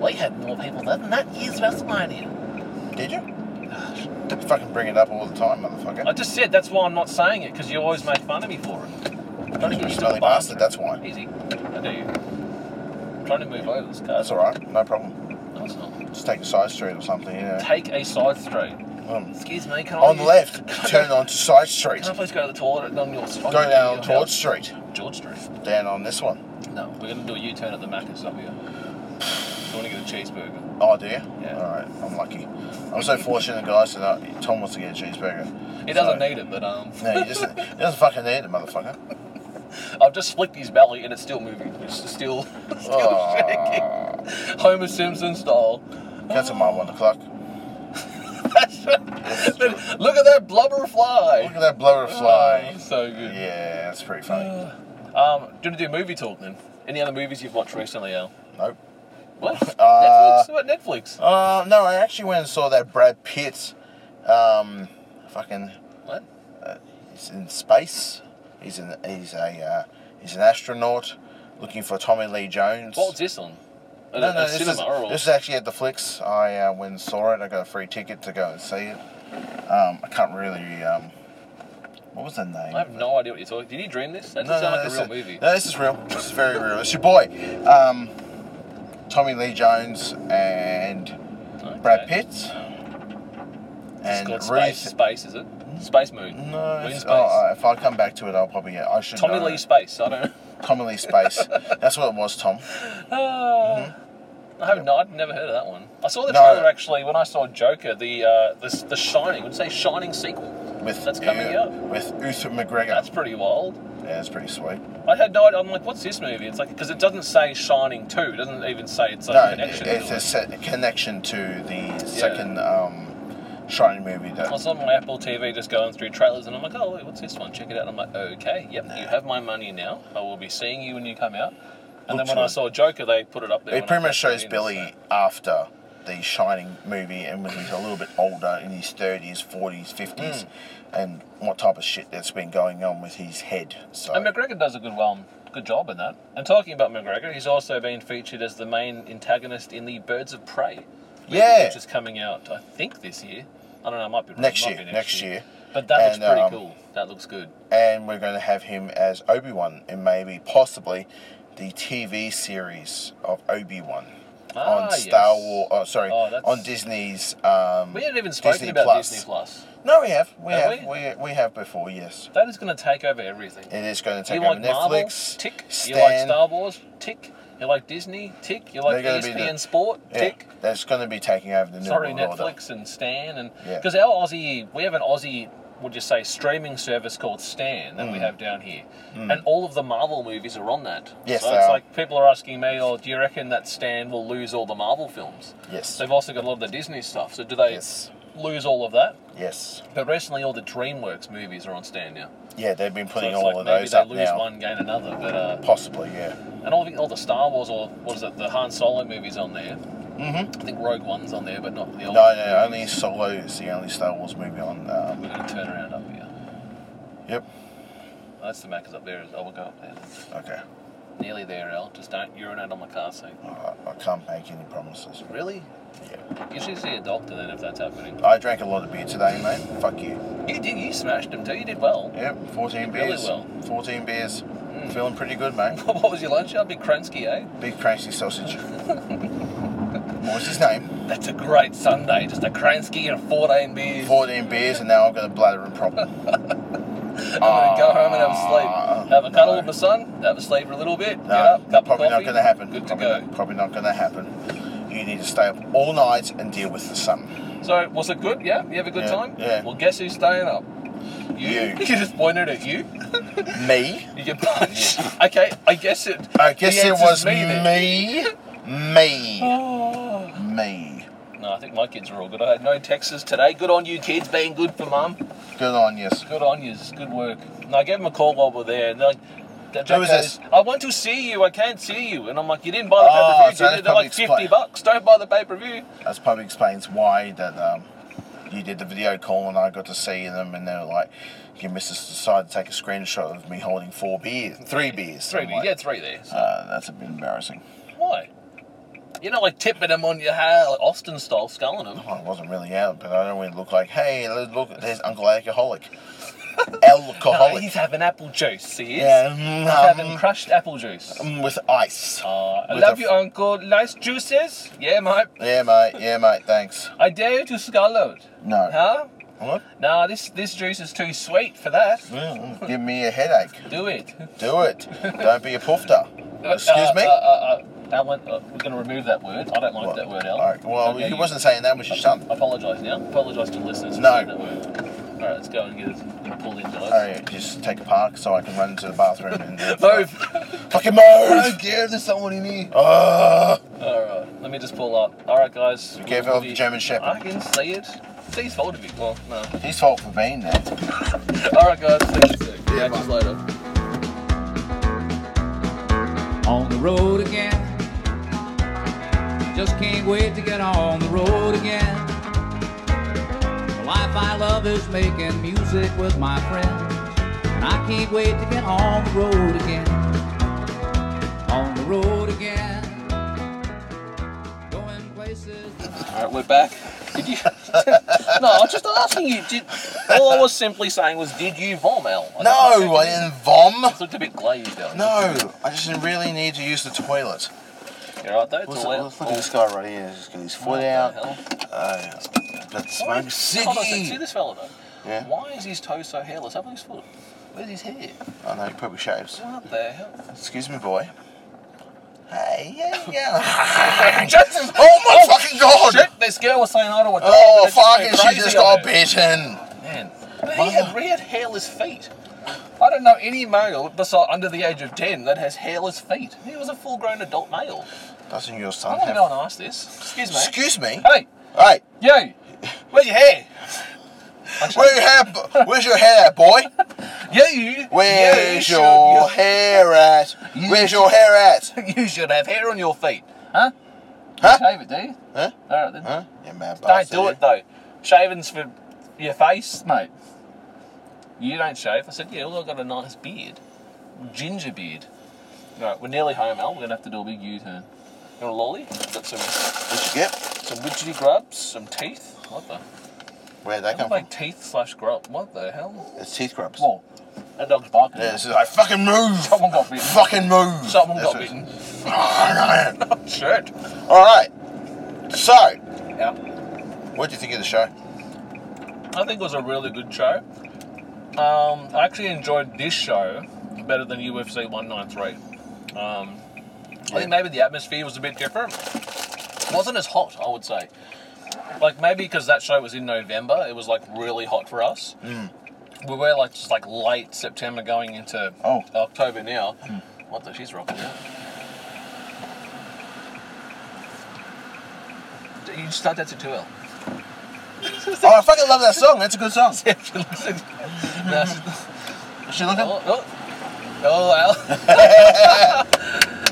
D: We had more people than that year's WrestleMania.
E: Did you? Fucking bring it up all the time, motherfucker.
D: I just said that's why I'm not saying it because you always make fun of me for it.
E: Because you're a smelly bastard, that's why.
D: Easy. I do. I'm trying to move over this car.
E: That's alright, no problem.
D: No, it's not.
E: Just take a side street or something, you know.
D: Take a side street.
E: Um,
D: Excuse me, can I
E: on the
D: use-
E: left, turn onto side street.
D: Can I please go to the toilet on your on
E: Go
D: your
E: down
D: house?
E: George Street,
D: George Street.
E: down on this one.
D: No, we're going to do a U-turn at the Macca's up here. I want to get a cheeseburger.
E: Oh dear.
D: Yeah.
E: Alright, I'm lucky. I'm so fortunate, guys, that I- Tom wants to get a cheeseburger.
D: He doesn't
E: So-
D: need it, but um,
E: No, he doesn't, he doesn't fucking need it, motherfucker.
D: I've just flicked his belly and it's still moving. It's still, still
E: Oh,
D: shaking. Homer Simpson style.
E: cancel my one o'clock.
D: Look at that blubber
E: Look
D: fly.
E: at that blower fly.
D: Oh, so good.
E: Yeah, that's pretty funny.
D: Um, do you want to do movie talk then? Any other movies you've watched recently, Al?
E: Nope.
D: What?
E: Uh,
D: Netflix? What about Netflix?
E: Uh, no, I actually went and saw that Brad Pitt, um, fucking,
D: What?
E: he's in space. He's in, he's a, uh, he's an astronaut looking for Tommy Lee Jones.
D: What was this on? At
E: no,
D: a-
E: no,
D: a
E: this
D: cinema
E: is,
D: or-
E: this is actually at the flicks. I uh, went and saw it. I got a free ticket to go and see it. Um, I can't really. Um, what was the name?
D: I have no idea what you're talking. Did you dream this? That doesn't sound like a real
E: this is-
D: movie.
E: No, this is real. This is very real. It's your boy, um, Tommy Lee Jones and Brad
D: Okay.
E: Pitt.
D: It's
E: And
D: called
E: Ruth.
D: Space. Space is it? Space Moon.
E: No,
D: Moon
E: it's-
D: Space.
E: oh, uh, if I come back to it, I'll probably get. I should.
D: Tommy
E: know.
D: Lee Space. I don't.
E: Tommy Lee Space. That's what it was, Tom.
D: Ah. I have not. I've never heard of that one. I saw the
E: Mm-hmm. No.
D: trailer actually when I saw Joker, the uh, the, the Shining. Would say Shining sequel.
E: With
D: That's coming
E: uh,
D: up.
E: With Uther McGregor.
D: That's pretty wild.
E: yeah, that's pretty sweet.
D: I had no. idea- I'm like, what's this movie? It's like because it doesn't say Shining Two. It doesn't even say it's uh, like
E: No,
D: a connection. to
E: it's a
D: it.
E: set, connection to the second um, Shining movie.
D: I
E: That
D: was on my Apple TV just going through trailers and I'm like, oh, wait, what's this one? Check it out. And I'm like, okay, yep, you have my money now. I will be seeing you when you come out. And
E: Looks
D: then when I
E: good.
D: saw Joker, they put it up there. when
E: it
D: I
E: pretty much
D: first
E: shows
D: seen it,
E: Billy
D: so-
E: after the Shining movie, and when he's a little bit older, in his thirties, forties, fifties,
D: Hmm.
E: and what type of shit that's been going on with his head. So
D: And McGregor does a good well, good job in that. And talking about McGregor, he's also been featured as the main antagonist in the Birds of Prey, movie,
E: Yeah.
D: which is coming out, I think, this year. I don't know. I might be wrong.
E: Next
D: It might
E: year,
D: be
E: next year.
D: But that
E: And,
D: looks pretty
E: um,
D: cool. That looks good.
E: and we're going to have him as Obi Wan, and maybe possibly the TV series of Obi Wan
D: Ah,
E: on Star
D: yes.
E: War. Oh, sorry,
D: Oh, that's-
E: on Disney's. Um,
D: We haven't even spoken
E: Disney
D: about
E: Plus.
D: Disney Plus.
E: No, we have, we
D: Have
E: have, we? we have before. Yes,
D: That is going to take over everything.
E: it is going to take
D: You
E: over
D: like Marvel?
E: Netflix.
D: Tick. You
E: Stan,
D: like Star Wars? Tick. You like Disney? Tick. You
E: They're
D: like E
E: gonna be the-
D: ESPN Sport?
E: Yeah,
D: Tick.
E: That's going to be taking over the new
D: Sorry,
E: world order.
D: Netflix and Stan, and
E: Yeah.
D: because our Aussie, we have an Aussie, would you say, streaming service called Stan that we
E: Mm.
D: have down here, and all of the Marvel movies are on that.
E: Yes,
D: so
E: they
D: it's
E: are.
D: like people are asking me, "Oh, do you reckon that Stan will lose all the Marvel films?"
E: Yes.
D: they've also got a lot of the Disney stuff. So do they
E: Yes.
D: lose all of that?
E: Yes.
D: But recently, all the DreamWorks movies are on Stan now.
E: Yeah, they've been
D: So
E: putting
D: it's
E: all
D: like
E: of
D: maybe
E: those
D: they
E: up
D: lose
E: now.
D: one, gain another. But uh,
E: Possibly, yeah.
D: and all the, all the Star Wars or what is it, the Han Solo movies on there. Mm-hmm. I think Rogue One's on there, but not the old.
E: No, no, only Solo is the only Star Wars movie on.
D: We're
E: Um,
D: gonna turn around up here.
E: yep.
D: That's the Macca's up there. I will go up there. then.
E: Okay.
D: Nearly there, El. Just don't urinate on my car seat.
E: I, I can't make any promises.
D: Really?
E: Yeah.
D: You should see a doctor then if that's happening.
E: I drank a lot of beer today, mate. Fuck you.
D: You did. You smashed him too. You did well.
E: Yep. 14
D: Did really
E: beers.
D: well.
E: 14 beers. Feeling pretty good, mate.
D: What was your lunch? I'll be Kransky, eh?
E: Big crazy sausage. what was his name?
D: That's a great Sunday. Just a Kransky and 14 beers.
E: 14 beers, and now I've got a bladder and problem.
D: I'm gonna go home and have a
E: Ah,
D: sleep. Have a cuddle
E: no.
D: with my son. Have a sleep for a little bit. get
E: No,
D: up. Cup
E: probably
D: of
E: not
D: coffee.
E: going to happen.
D: Good to
E: probably,
D: go.
E: Not, probably not going to happen. You need to stay up all night and deal with the sun.
D: So was it good? Yeah, you have a good
E: Yeah,
D: time.
E: yeah.
D: Well, guess who's staying up? You.
E: You.
D: You just pointed at you.
E: Me?
D: You get punched. okay, I guess it.
E: I guess
D: the
E: it
D: answer's
E: was
D: me.
E: me.
D: then.
E: Me. Me.
D: Oh. No, I think my kids are all good. I had no texts today. Good on you, kids, being good for mum.
E: Good on you.
D: Good on you. Good work. And I gave them a call while we're there, and they're like, Jack
E: Who is
D: goes,
E: this?
D: I want to see you. I can't see you. And I'm like, you didn't buy the
E: Oh,
D: pay per view,
E: so
D: did
E: that's
D: you? They're like
E: probably
D: fifty
E: explain-
D: bucks. Don't buy the pay per view.
E: That's probably explains why that um, you did the video call and I got to see them, and they were like, "Your missus decided to take a screenshot of me holding four beers, three beers."
D: Three,
E: I'm
D: beers.
E: like,
D: yeah, three there. So
E: Uh, that's a bit embarrassing.
D: Why? You're not like tipping them on your hair, like Austin style, sculling them.
E: I wasn't really out, but I don't want to look like, "Hey, look, look, there's Uncle Alcoholic." Alcoholic.
D: he's having apple juice. He is.
E: yeah,
D: He's having
E: mm,
D: crushed apple juice.
E: um, mm, with ice.
D: Uh, I
E: With
D: love
E: a-
D: you, Uncle. Nice juices. Yeah, mate.
E: Yeah, mate. Yeah, mate. Thanks.
D: I dare you to scull it.
E: No.
D: Huh?
E: What?
D: Nah, this this juice is too sweet for that.
E: Mm, Give me a headache.
D: Do it.
E: Do it. Don't be a poofter. Excuse
D: Uh,
E: me.
D: Uh, uh, uh, Alan, uh, we're going to remove that word. I don't like
E: What?
D: that word, Alan.
E: Alright, well,
D: Okay,
E: he
D: you-
E: wasn't saying that was your son.
D: I apologise now. Apologise to the listeners. for
E: No.
D: saying That word. All right, let's go and get it get it pulled in, guys.
E: Oh, yeah, just take a park so I can run into the bathroom and
D: Move.
E: Fucking
D: Oh,
E: move!
D: dear, there's someone in here.
E: Ugh.
D: All right, let me just pull up. All right, guys.
E: Be careful of the German Shepherd.
D: I can see it. It's his fault if you. Well, no.
E: His fault for being there.
D: All right, guys. See you soon.
E: Yeah,
D: Catch you
E: bye.
D: later.
C: on the road again. Just can't wait to get on the road again. The life I love is making music with my friends. And I can't wait to get on the road again. On the road again. Going places.
D: All right, we're back. Did you? no, I was just asking you. Did all I was simply saying was, did you vom Al? I
E: No, I didn't vom.
D: It looked a bit glazed out.
E: No, I just really need to use the toilet.
D: You're right though. It's
E: What's
D: all
E: it-
D: out.
E: look at this guy right here. He's got his foot out. Uh, got the
D: Why- Hold
E: smoke
D: on a sec, See
E: ciggy.
D: this fella though.
E: Yeah.
D: Why is his toe so hairless? Have a look at his foot. Where's his hair?
E: I know, Oh, he probably shaves.
D: What the hell?
E: Excuse me, boy. Hey, yeah, yeah. oh my fucking god!
D: Shit, this girl was saying hi to a dog.
E: Oh
D: and it
E: fuck,
D: went
E: and she
D: crazy
E: just
D: on
E: got
D: her.
E: bitten.
D: Man, but he had, he had hairless feet. I don't know any male beside under the age of ten that has hairless feet. He was a full-grown adult male.
E: Doesn't your
D: I
E: son
D: want to go
E: have...
D: and ask this. Excuse me.
E: Excuse me?
D: Hey,
E: Hey,
D: you. Where's your hair?
E: where your hair, where's your hair at, boy?
D: You.
E: Where's
D: you
E: your hair at? Where's your hair at?
D: Should, you should have hair on your feet, huh?
E: Huh?
D: Shave it, do you?
E: Huh?
D: All right then.
E: Huh? You mad
D: Don't
E: bastard.
D: do it though. Shaving's for your face, mate. You don't shave. I said, yeah, well, I've got a nice beard, ginger beard. All right, we're nearly home, Al. We're gonna have to do a big U-turn. You want a lolly? Got some
E: What'd you get?
D: some widgety grubs, some teeth. What the?
E: Where'd that
D: They look
E: come
D: like
E: from?
D: teeth slash grub. What the hell?
E: It's teeth grubs.
D: Whoa, that dog's barking.
E: Yeah, this is like, fucking move!
D: Someone got bitten.
E: Fucking move!
D: Someone got
E: That's
D: bitten.
E: what-
D: Shit.
E: Alright, so,
D: Yeah.
E: what do you think of the show?
D: I think it was a really good show. Um, I actually enjoyed this show better than UFC 193. Um,
E: Oh,
D: I think maybe the atmosphere was a bit different. wasn't as hot, I would say. Like maybe because that show was in November, it was like really hot for us. We were like just like late September going into
E: Oh.
D: October now. What the? She's rocking out. You just start that to 2L.
E: Oh, I fucking love that song. That's a good song.
D: If you listen- No, she's-
E: Is she looking?
D: Oh, oh. Oh, well.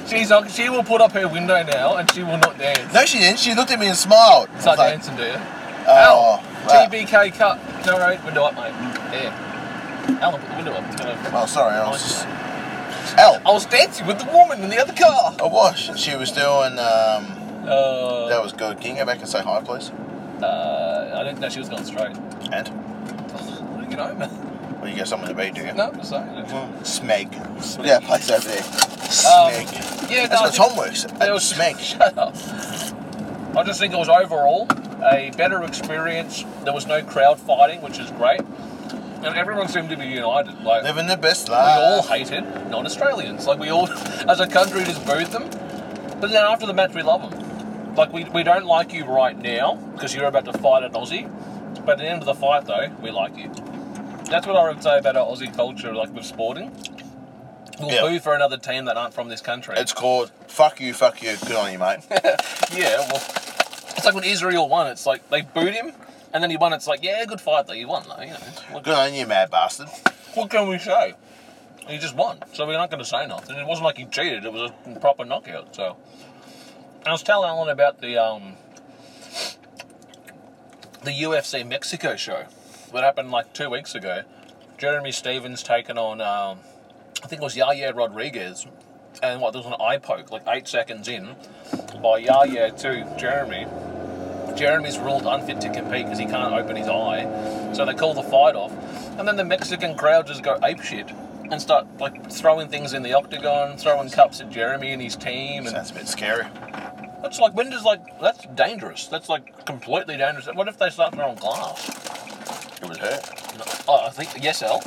D: She's on, she will put up her window now and she will not dance.
E: No, she didn't. She looked at me and smiled. I was
D: Start
E: like,
D: dancing, do you?
E: oh,
D: Ow!
E: wow.
D: TBK Cup. No, right, window up, mate. Yeah. Alan, put the window up. It's gonna-
E: Oh, sorry. I was just. Al.
D: I was dancing with the woman in the other car.
E: I was. She was doing. Um, that
D: Uh,
E: was good. Can you go back and say hi, please?
D: uh, I didn't know she was going straight.
E: And?
D: You know, man.
E: Well, you got something to be, do you?
D: No, I'm sorry.
E: Smeg. Yeah, place over there.
D: Um,
E: Smeg.
D: yeah, no,
E: That's
D: I
E: where
D: think-
E: Tom works. At
D: There was-
E: Smeg.
D: Shut up. I just think it was overall a better experience. There was no crowd fighting, which is great. And everyone seemed to be united. Like
E: Living the best
D: we
E: life.
D: all hated non-Australians. Like we all, as a country, just booed them. But then after the match, we love them. Like we, we don't like you right now because you're about to fight an Aussie. But at the end of the fight, though, we like you. That's what I would say about our Aussie culture, like with sporting. We'll
E: Yeah.
D: boo for another team that aren't from this country.
E: It's called Fuck You, Fuck You. Good on you, mate.
D: Yeah, well, it's like when Israel won. It's like they booed him, and then he won. It's like, yeah, good fight though. You won though. You know, what,
E: Good on you, mad bastard.
D: what can we say? He just won, so we're not going to say nothing. It wasn't like he cheated. It was a proper knockout. So I was telling Alan about the um the UFC Mexico show that happened like two weeks ago. Jeremy Stevens taking on um, I think it was Yaya Rodriguez, and what there was an eye poke like eight seconds in by Yaya to Jeremy. Jeremy's ruled unfit to compete because he can't open his eye, so they call the fight off, and then the Mexican crowd just go ape shit and start like throwing things in the octagon, throwing cups at Jeremy and his team, and
E: Sounds a bit scary.
D: that's like when does like that's dangerous. That's like completely dangerous. What if they start throwing glass?
E: It was her.
D: Oh, I think yes, Al.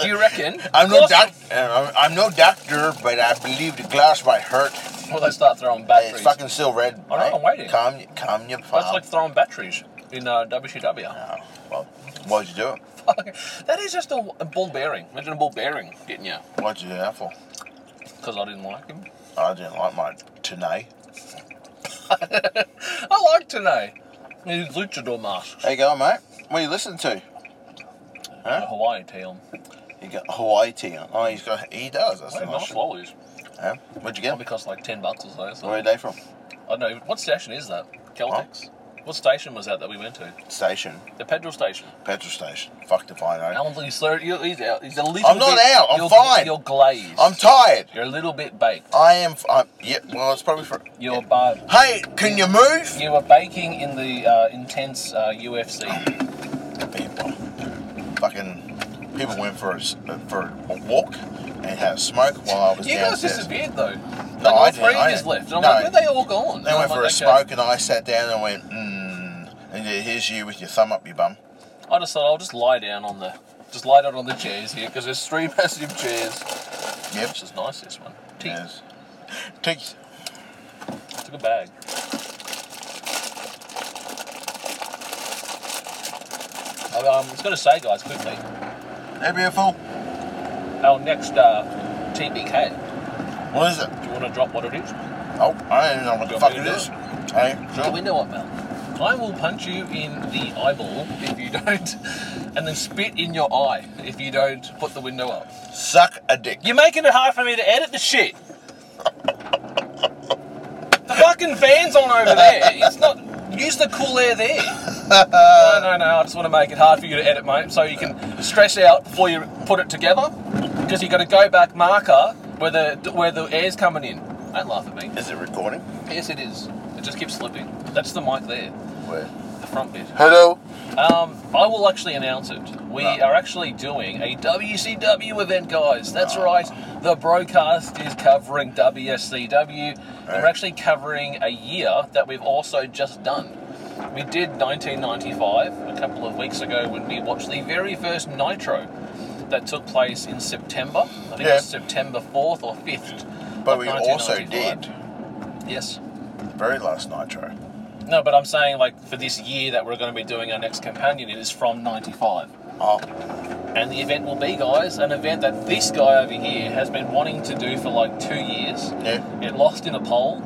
D: Do you reckon?
E: I'm no
D: Glass-
E: doc- I'm, I'm no doctor, but I believe the glass might hurt.
D: Well, they start throwing
E: It's
D: batteries.
E: fucking still red.
D: I know,
E: mate.
D: I'm waiting.
E: Calm, y- calm your palm.
D: That's like throwing batteries in uh, WCW.
E: Oh, well, why'd you do it?
D: that is just a, a ball bearing. Imagine a ball bearing getting you
E: Why'd you do that for?
D: because I didn't like him.
E: I didn't like my today.
D: I like today. These luchador masks.
E: There you go, mate. What are you listening to?
D: The Hawaii teal.
E: You got Hawaii tea. on. Oh, he's got. He does. That's
D: They're
E: nice.
D: nice lollies.
E: Yeah. Where'd you
D: Probably
E: get?
D: cost like ten bucks or so. so.
E: Where are
D: I
E: they from?
D: don't know what station is that. Celtics. What station was that that we went to?
E: Station.
D: The petrol station.
E: Petrol station. Fuck eh? if I know.
D: Alan, you slur, you, he's out. He's a little
E: I'm not
D: bit-
E: out, I'm
D: you're,
E: fine.
D: You're glazed.
E: I'm tired.
D: you're a little bit baked.
E: I am. f- I'm, yeah. Well, it's probably for.
D: You're bar-
E: Hey, can you move?
D: You were baking in the uh, intense uh, UFC.
E: People. Fucking. People went for a, s- for a walk and had a smoke while I was
D: You guys
E: downstairs.
D: disappeared though. Like,
E: No, I
D: all
E: didn't,
D: three
E: I
D: of yous
E: didn't.
D: left. And I'm
E: No.
D: like, where are they all gone?
E: They
D: And
E: went
D: I'm
E: for
D: like,
E: a
D: uh, okay.
E: smoke, and I sat down and went, mmm. And there- here's you with your thumb up your bum.
D: I just thought I'll just lie down on the, just lie down on the chairs here because there's three massive chairs.
E: Yep.
D: This is nice. This one. Teeth.
E: Yes. Teeth.
D: Took a bag. Oh, Um, I was going to say, guys, quickly,
E: Hey, beautiful.
D: our next uh, TBK.
E: What is it?
D: Do you want to drop what it is?
E: Oh, I don't even know what the
D: Got
E: fuck
D: me
E: it
D: there.
E: is. Hey,
D: Do
E: sure.
D: we know what, Mel? I will punch you in the eyeball if you don't, and then spit in your eye if you don't put the window up.
E: Suck a dick.
D: You're making it hard for me to edit the shit. The fucking fan's on over there. It's not. Use the cool air there. No, no, no. I just want to make it hard for you to edit, mate, so you can stress out before you put it together. Because you got to go back marker where the where the air's coming in. Don't laugh at me.
E: Is it recording?
D: Yes, it is. It just keeps slipping. That's the mic there,
E: Where?
D: the front bit.
E: Hello.
D: Um, I will actually announce it. We
E: Right.
D: are actually doing a WCW event, guys.
E: Oh.
D: That's right. The broadcast is covering WSCW.
E: Right.
D: We're actually covering a year that we've also just done. We did 1995 a couple of weeks ago when we watched the very first Nitro that took place in September. I think it
E: Yeah.
D: was September 4th or 5th
E: But
D: of
E: we also
D: 1995.
E: did
D: Yes.
E: the very last Nitro.
D: No, but I'm saying like for this year that we're going to be doing our next companion, it is from '95,
E: Oh,
D: and the event will be, guys, an event that this guy over here has been wanting to do for like two years.
E: yeah.
D: It lost in a poll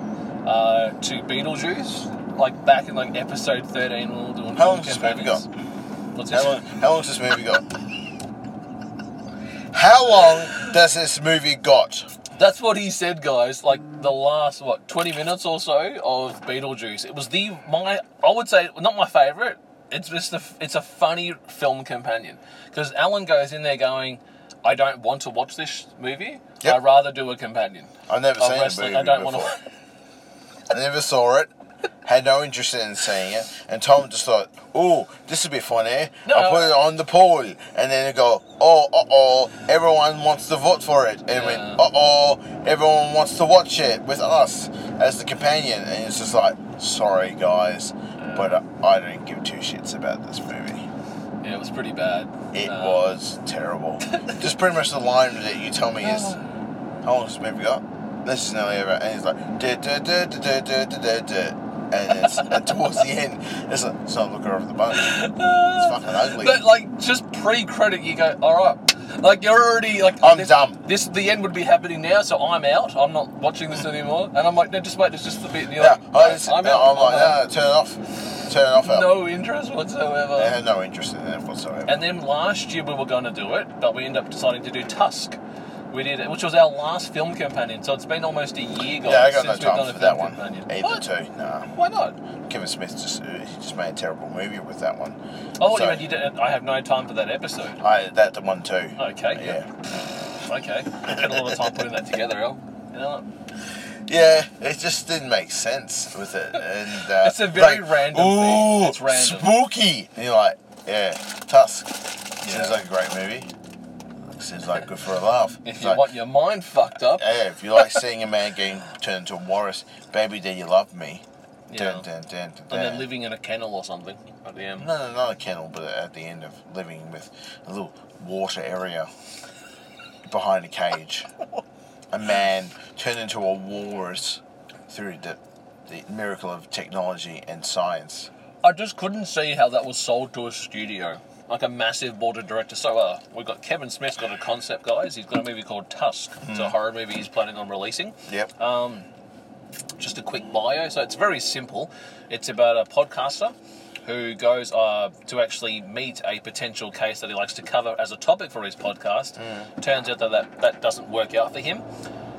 D: uh, to Beetlejuice, like back in like episode 13 when we were doing
E: How long's
D: film
E: this movie
D: companions. What's this?
E: How long, how long's this movie got? How long does this movie got?
D: That's what he said, guys. Like the last what twenty minutes or so of Beetlejuice. It was the my I would say not my favorite. It's just a, it's a funny film companion because Alan goes in there going, I don't want to watch this movie.
E: Yep.
D: I'd rather do a companion.
E: I've never
D: of
E: seen the
D: Oh, wrestling.
E: movie
D: I don't
E: before.
D: want to.
E: I never saw it. Had no interest in seeing it. And Tom just thought, "Oh, this would be funny."
D: No,
E: I'll put
D: I-
E: it on the poll, and then it go, "Oh, uh oh, everyone wants to vote for it." And it went,
D: Yeah.
E: "Uh oh, everyone wants to watch it with us as the companion." And it's just like, "Sorry, guys, but I, I don't give two shits about this movie."
D: Yeah, it was pretty bad.
E: It
D: Uh,
E: was terrible. Just pretty much the line that you tell me is, how long has this movie got? This is nearly over. And he's like, duh, duh, duh, duh, duh, duh, duh, duh, duh. and it's, and towards the end, it's like, it's not looking over the bone. It's fucking ugly.
D: But like just pre-credit, you go, all right. Like you're already like
E: I'm
D: this,
E: dumb.
D: This the end would be happening now, so I'm out. I'm not watching this anymore. And I'm like, no, just wait. It's just the bit. And you're
E: yeah,
D: like,
E: I just,
D: I'm
E: I'm,
D: out. I'm
E: like, "Ah,
D: out.
E: no, no, turn it off. Turn it off. Al."
D: no interest whatsoever.
E: I had no interest in that whatsoever.
D: And then last year we were going to do it, but we ended up deciding to do Tusk. We did it, which was our last film companion. So it's been almost a year, guys,
E: yeah, I got no
D: since we've
E: time
D: done
E: for
D: a film
E: that one.
D: companion.
E: Either
D: What?
E: two, nah.
D: Why not?
E: Kevin Smith just uh, he just made a terrible movie with that one.
D: Oh,
E: So,
D: you meant you did, I have no time for that episode.
E: I that the one too.
D: Okay,
E: yeah.
D: Okay, had a lot of time putting that together, El. You know,
E: Yeah, it just didn't make sense with it, and uh,
D: It's a very random
E: Ooh,
D: thing. It's random."
E: spooky. And you're like, yeah, Tusk.
D: Yeah.
E: Seems like a great movie. Seems like good for a laugh.
D: if
E: It's
D: you
E: like,
D: want your mind fucked up,
E: hey, if you like seeing a man getting turned into a walrus, baby, do you love me?
D: Yeah.
E: Dun, dun, dun, dun,
D: and then
E: dun.
D: living in a kennel or something. At the end.
E: No, no, not a kennel, but at the end of living with a little water area behind a cage. a man turned into a walrus through the, the miracle of technology and science.
D: I just couldn't see how that was sold to a studio, like a massive board of directors. So uh, we've got Kevin Smith's got a concept, guys. He's got a movie called Tusk. It's a horror movie he's planning on releasing.
E: Hmm. Yep.
D: Um, Just a quick bio. So it's very simple. It's about a podcaster who goes uh, to actually meet a potential case that he likes to cover as a topic for his podcast. Turns out that, that that doesn't work out for him.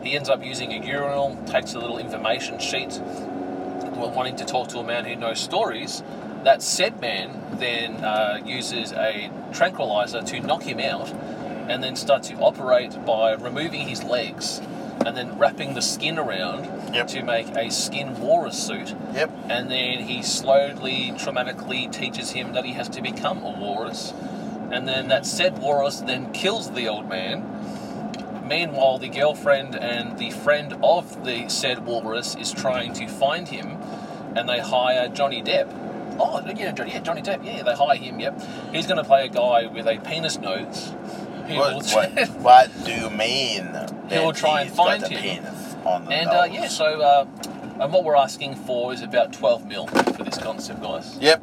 D: He ends up using a urinal, takes a little information sheet, well, wanting to talk to a man who knows stories, that said man then uh, uses a tranquilizer to knock him out and then starts to operate by removing his legs and then wrapping the skin around
E: Yep.
D: to make a skin walrus suit.
E: yep.
D: And then he slowly, traumatically teaches him that he has to become a walrus. And then that said walrus then kills the old man. Meanwhile, the girlfriend and the friend of the said walrus is trying to find him, and they hire Johnny Depp. Oh, yeah, Johnny, yeah, Johnny Depp, yeah, they hire him, yep. He's going to play a guy with a penis nose. He
E: What,
D: will-
E: what, what do you mean?
D: He'll
E: that
D: try and
E: he's got
D: find
E: the
D: him.
E: penis on the
D: and uh,
E: nose?
D: yeah, so uh, and what we're asking for is about 12 mil for this concept, guys.
E: Yep.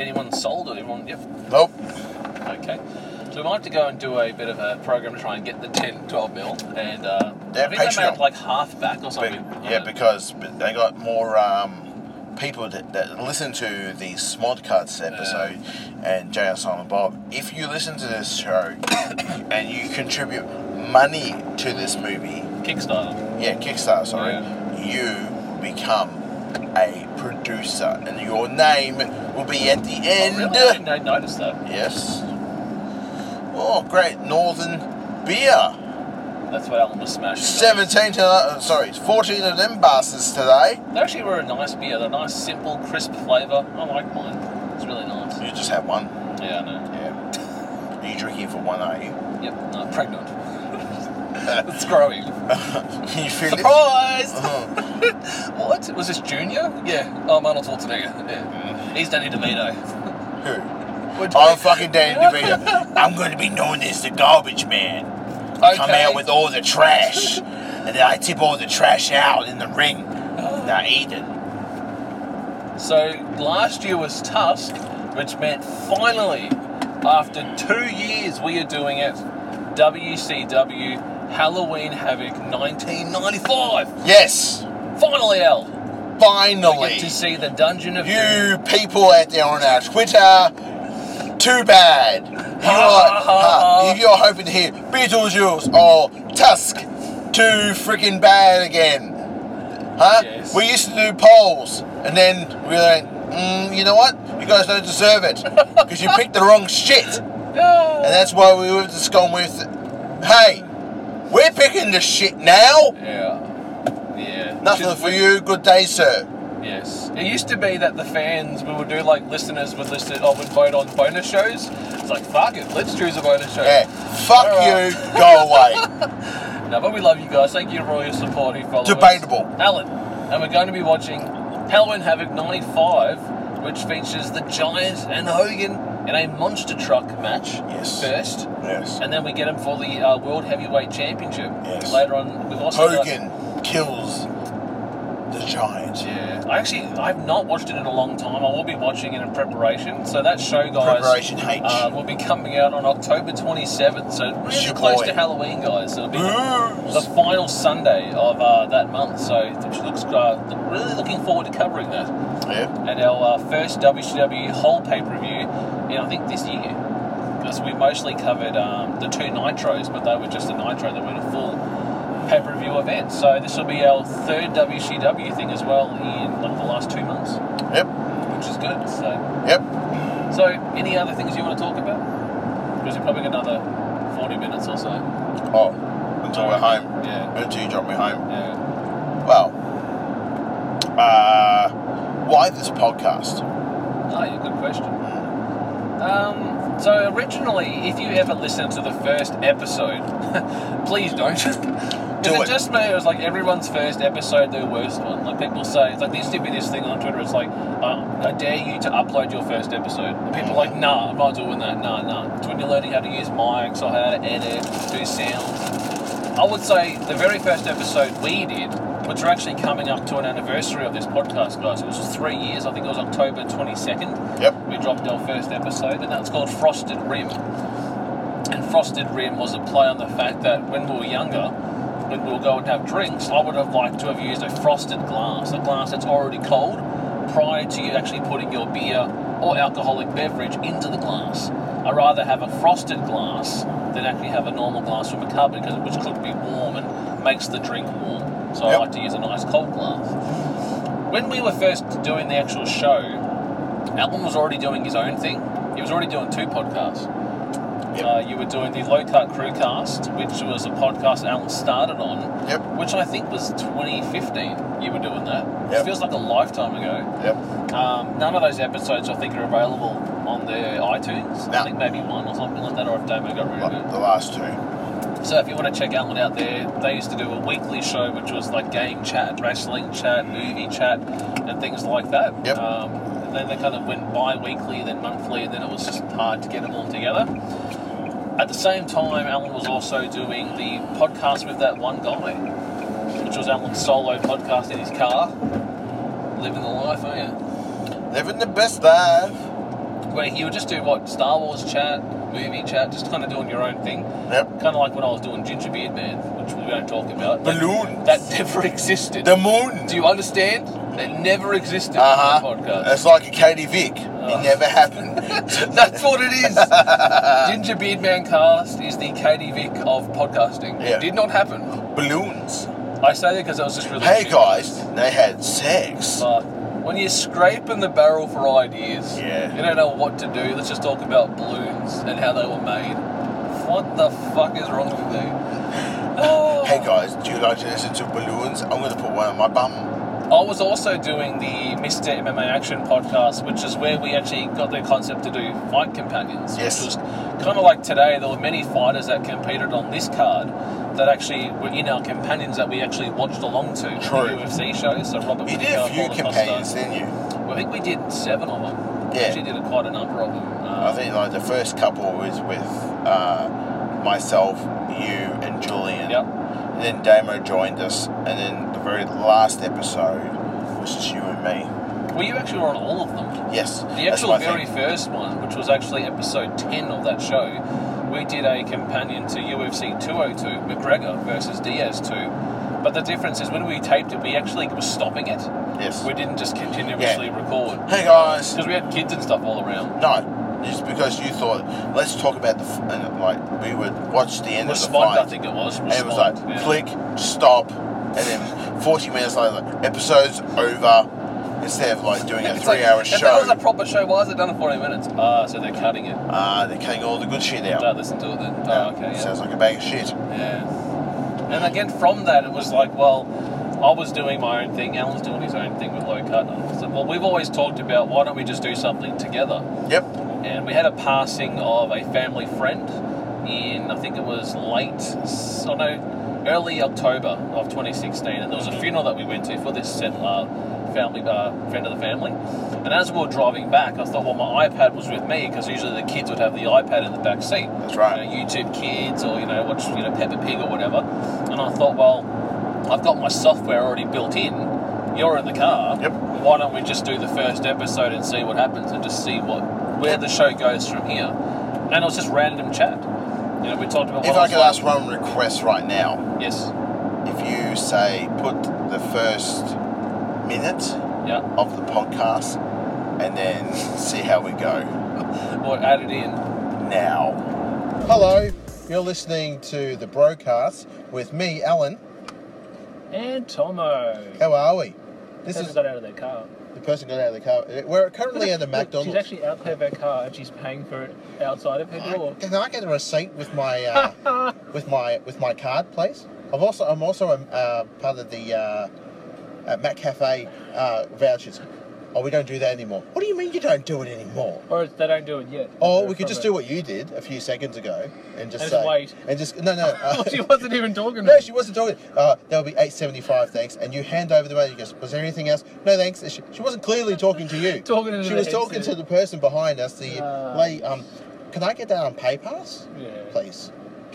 D: Anyone sold it? Anyone? Yep.
E: Nope.
D: Okay. So we might have to go and do a bit of a program to try and get the 10, 12 mil. And uh,
E: Yeah,
D: I think they
E: Patreon.
D: made like half back or
E: But,
D: something. Uh,
E: yeah, because they got more um, people that, that listen to the Smodcast episode and JR Simon Bob. If you listen to this show and you contribute money to this movie,
D: Kickstarter.
E: yeah, Kickstarter, sorry,
D: Yeah.
E: you become a producer and your name will be at the end.
D: Really? I didn't notice that.
E: Yes. Oh, great Northern beer.
D: That's what Alan was smashing.
E: 17 to, uh, sorry, 14 of them bastards today.
D: They actually were a nice beer. They're a nice, simple, crisp flavour. I like mine. It's really nice.
E: You just had one.
D: Yeah, I know.
E: Yeah. Are you drinking for one, are you?
D: Yep, no, pregnant. it's growing.
E: Can you feel it?
D: Surprise!
E: Oh,
D: What? Was this Junior? Yeah. Oh, Arnold Schwarzenegger. Yeah. He's Danny DeVito.
E: Who?
D: We're
E: I'm
D: doing-
E: fucking Danny DeVito. I'm going to be known as the garbage man. Come
D: Okay.
E: out with all the trash. and then I tip all the trash out in the ring. And I eat it.
D: So last year was Tusk, which meant finally, after two years, we are doing it. WCW Halloween Havoc 1995.
E: Yes,
D: Finally, Al. We
E: finally.
D: get to see the Dungeon of Doom.
E: You people out there on our Twitter, too bad. You are, huh, if you're hoping to hear Beetlejuice or Tusk, too freaking bad again. Huh?
D: Yes.
E: We used to do polls, and then we were like, mm, you know what? You guys don't deserve it because you picked the wrong shit.
D: Ah.
E: And that's why we were just gone with, hey, we're picking the shit now.
D: Yeah. Yeah.
E: Nothing
D: Just-
E: for you. Good day, sir.
D: Yes. It used to be that the fans, we would do like listeners would listen, or would vote on bonus shows. It's like, fuck it, let's choose a bonus show.
E: Yeah. Fuck
D: Alright.
E: you. Go away.
D: No, but we love you guys. Thank you for all your support. Who follow us.
E: Debatable.
D: Alan, and we're going to be watching Halloween Havoc 95, which features the Giant and Hogan in a monster truck match
E: Yes.
D: first.
E: Yes.
D: And then we get him for the uh, World Heavyweight Championship
E: Yes.
D: later on. We've also got-
E: Hogan kills the giant.
D: yeah. I actually, I've not watched it in a long time. I will be watching it in preparation. So that show, guys,
E: Preparation H.
D: uh, will be coming out on October 27th. So
E: It's
D: really
E: your
D: close
E: boy.
D: to Halloween, guys. So it'll be the
E: Ooh.
D: final Sunday of uh, that month, so which looks uh, look- really looking forward to covering that
E: yeah.
D: and our uh, first WCW whole pay per view in I think this year because we mostly covered um, the two nitros, but they were just a nitro that were a full pay per view event. So this will be our third WCW thing as well in like the last two months,
E: Yep.
D: which is good. So,
E: Yep.
D: so any other things you want to talk about? Because we've probably got another forty minutes or so.
E: Oh, until we're home.
D: Yeah.
E: Until you drop me home.
D: Yeah.
E: Well, uh, why this podcast?
D: Oh, yeah, good question. Um, so originally, if you ever listen to the first episode, please don't. 'Cause
E: Do
D: it
E: it.
D: just made it was like everyone's first episode their worst one. Like people say, it's like there used to be this thing on Twitter. It's like, uh, I dare you to upload your first episode. And people are like, nah, I'm not doing that. Nah, nah. It's when you're learning how to use mics or how to edit, do sounds. I would say the very first episode we did, which we're actually coming up to an anniversary of this podcast, guys. It was three years. I think it was October twenty second
E: Yep.
D: we dropped our first episode, and that's called Frosted Rim. And Frosted Rim was a play on the fact that when we were younger, when we would go and have drinks, I would have liked to have used a frosted glass, a glass that's already cold, prior to you actually putting your beer or alcoholic beverage into the glass. I'd rather have a frosted glass than actually have a normal glass from a cupboard, because which could be warm and makes the drink warm. So I
E: Yep.
D: like to use a nice cold glass. When we were first doing the actual show, Alan was already doing his own thing. He was already doing two podcasts.
E: Yep.
D: Uh, you were doing the Low Cut Crewcast, which was a podcast Alan started on,
E: Yep.
D: which I think was 2015. You were doing that. It
E: Yep.
D: feels like a lifetime ago.
E: Yep.
D: Um, none of those episodes I think are available on the iTunes. I
E: No.
D: think maybe one or something like that, or if Damo got rid of it.
E: The last two.
D: So if you want to check Alan out there, they used to do a weekly show which was like game chat, wrestling chat, movie chat, and things like that.
E: Yep.
D: Um, and then they kind of went bi-weekly, then monthly, and then it was just hard to get them all together. At the same time, Alan was also doing the podcast with that one guy, which was Alan's solo podcast in his car, living the life, are you?
E: Living the best life.
D: Where he would just do what Star Wars chat, movie chat, just kind of doing your own thing.
E: Yep.
D: Kind of like when I was doing Ginger Beard Man, which we don't talk about. That-
E: Balloons.
D: That never existed.
E: The moon.
D: Do you understand? It never existed
E: Uh
D: on the
E: huh.
D: podcast.
E: It's like Uh. a Katie Vick. It never happened.
D: That's what it is. Ginger Beard Man cast is the Katie Vick of podcasting.
E: Yeah.
D: It did not happen.
E: Balloons.
D: I say that because I was just really.
E: Hey
D: stupid.
E: guys, they had sex.
D: But when you're scraping the barrel for ideas,
E: Yeah.
D: you don't know what to do. Let's just talk about balloons and how they were made. What the fuck is wrong with you? Oh.
E: Hey guys, do you like to listen to balloons? I'm gonna put one on my bum.
D: I was also doing the Mr. MMA Action podcast, which is where we actually got the concept to do fight companions.
E: Yes.
D: Which was kind of like today, there were many fighters that competed on this card that actually were in our companions that we actually watched along to
E: True.
D: the UFC shows. So Robert
E: You did
D: Whittaker,
E: a few
D: Paulo
E: companions,
D: Costa.
E: didn't you?
D: I think we did seven of them.
E: Yeah.
D: Actually did quite a number of them. Uh,
E: I think like the first couple was with uh, myself, you, and Julian.
D: Yep.
E: And then Damo joined us, and then the very last episode was just you and me.
D: Were you actually on all of them?
E: Yes.
D: The actual very first one, which was actually episode 10 of that show, we did a companion to UFC 202, McGregor versus Diaz 2. But the difference is when we taped it, we actually were stopping it.
E: Yes.
D: We didn't just continuously record.
E: Hey guys.
D: Because we had kids and stuff all around.
E: No, just because you thought let's talk about the f-, and, like we would watch the end
D: Respond, I
E: of the fight,
D: think it was.
E: and it was like
D: Respond, yeah.
E: click stop, and then forty minutes later episode's over. Instead of like doing a
D: It's like,
E: three-hour
D: if that was
E: show,
D: a proper show, why is it done in 40 minutes? Ah, so they're cutting it.
E: uh, they're cutting all the good shit out.
D: Don't listen to it then. Oh, okay, yeah.
E: Sounds like a bag of shit.
D: Yeah. And again, from that, it was like, well, I was doing my own thing, Alan's doing his own thing with low cut. And I said, well, we've always talked about why don't we just do something together?
E: Yep.
D: And we had a passing of a family friend in, I think it was late, s- oh no, early October of 2016. And there was
E: Mm-hmm.
D: a funeral that we went to for this said uh, family uh, friend of the family. And as we were driving back, I thought, well, my iPad was with me because usually the kids would have the iPad in the back seat
E: That's right.
D: you know, YouTube Kids or you know watch you know Peppa Pig or whatever. And I thought, well, I've got my software already built in. You're in the car.
E: Yep.
D: Why don't we just do the first episode and see what happens and just see what where the show goes from here? And it was just random chat. You know, we talked about.
E: If
D: what
E: I
D: was
E: could ask one request right now,
D: like- Yes.
E: if you say put the first minute
D: Yeah.
E: of the podcast and then see how we go.
D: Or add it in.
E: now. Hello, you're listening to the broadcast with me, Alan.
D: And Tomo.
E: How are we? This is
D: got out of their car.
E: the person got out of the car. We're currently at a McDonald's.
D: out of her car and she's paying for it outside of her
E: Can I get a receipt with my uh, with my with my card, please? I've also I'm also um, uh, part of the uh, uh, Mac Cafe uh, vouchers. Oh, we don't do that anymore. What do you mean you don't do it anymore?
D: Or they don't do it yet.
E: Oh, we could just do what you did a few seconds ago and just
D: And just
E: say,
D: wait. Oh,
E: and just no no. uh,
D: wasn't even talking
E: No, she wasn't talking. Uh, that'll be eight seventy-five, thanks. And you hand over the money. She goes, "Was there anything else?" No, thanks. She, she wasn't clearly talking to you.
D: Talking to
E: She
D: the
E: was talking
D: exit.
E: to the person behind us. The
D: Ah.
E: lady. Um, can I get that on PayPass,
F: Uh. Yeah.
E: please?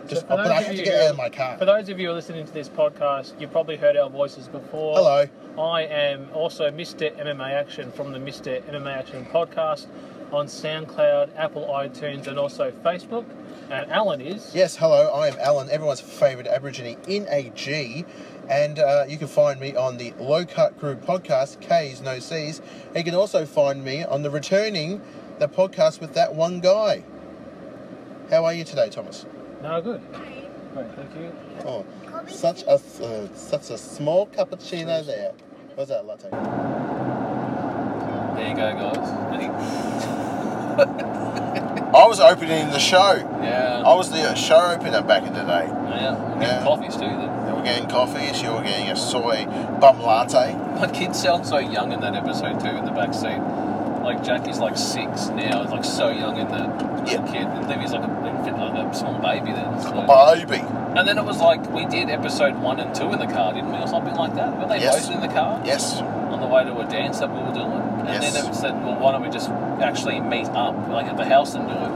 E: Just,
F: for
E: oh, but
F: those
E: I
F: of
E: have to
F: you
E: get
F: who-
E: out of my car.
F: For those of you who are listening to this podcast, you've probably heard our voices before.
E: Hello.
F: I am also Mr. MMA Action from the Mr. MMA Action podcast on SoundCloud, Apple iTunes, and also Facebook. And Alan is.
E: Yes, hello. I am Alan, everyone's favourite Aborigine in AG, and uh, you can find me on the Low Cut Crew podcast, K's No C's. And you can also find me on the returning the podcast with that one guy. How are you today, Thomas?
F: No, good. Great, thank you.
E: Oh, such a uh, such a small cappuccino there. What's that latte?
D: There you go, guys. Any-
E: I was opening the show.
D: Yeah.
E: I was the show opener back in the day.
D: yeah. we
E: Yeah.
D: get coffees too then.
E: They were getting coffees. You were getting a soy bum latte.
D: My kids sound so young in that episode too in the back seat. Like Jackie's like six now, like so young in that
E: Yeah.
D: kid. And Livy's like an infant, like a small baby then. so-
E: Baby.
D: And then it was like we did episode one and two in the car, didn't we, or something like that? Were they
E: Yes.
D: both in the car
E: Yes.
D: on the way to a dance that we were doing? And
E: Yes.
D: then it said, well, why don't we just actually meet up, like at the house, and do it?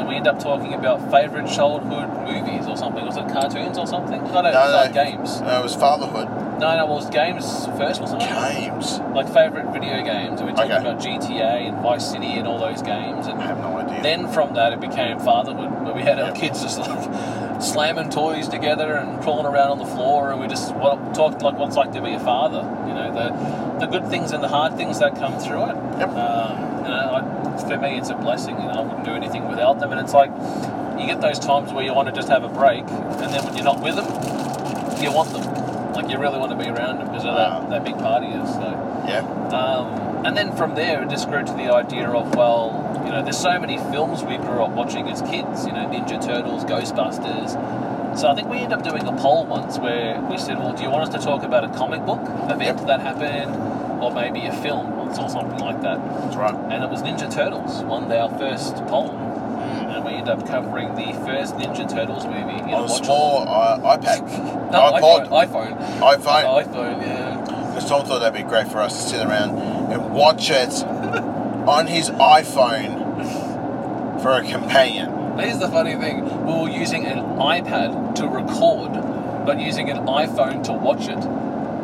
D: And we end up talking about favourite childhood movies or something. Was it cartoons or something? I don't know. It was like games.
E: No, it was fatherhood.
D: No, no, well, it was games first, wasn't it?
E: Games.
D: Like favourite video games, and we talked
E: Okay.
D: about GTA and Vice City and all those games,
E: I
D: and
E: have no idea.
D: then from that it became fatherhood, where we had our kids just like slamming toys together and crawling around on the floor, and we just well, talked like what it's like to be a father, you know, the the good things and the hard things that come through it.
E: Yep.
D: Um, you know, I, for me, it's a blessing, and I wouldn't do anything without them. And it's like you get those times where you want to just have a break, and then when you're not with them, you want them. Like you really want to be around them because of
E: Wow.
D: that, that big party is. So.
E: yeah.
D: Um, and then from there, it just grew to the idea of, well, you know, there's so many films we grew up watching as kids, you know, Ninja Turtles, Ghostbusters. So I think we ended up doing a poll once where we said, well, do you want us to talk about a comic book event that happened, or maybe a film, or something like that?
E: That's right.
D: And it was Ninja Turtles, won our first poll.
E: Mm.
D: And we ended up covering the first Ninja Turtles movie in
E: On a
D: watch-
E: small uh, iPad.
D: No,
E: iPod.
D: iPhone, iPhone.
E: iPhone.
D: iPhone, yeah.
E: Because Tom thought that'd be great for us to sit around and watch it on his iPhone for a companion.
G: Here's the funny thing: we were using an iPad to record, but using an iPhone to watch it.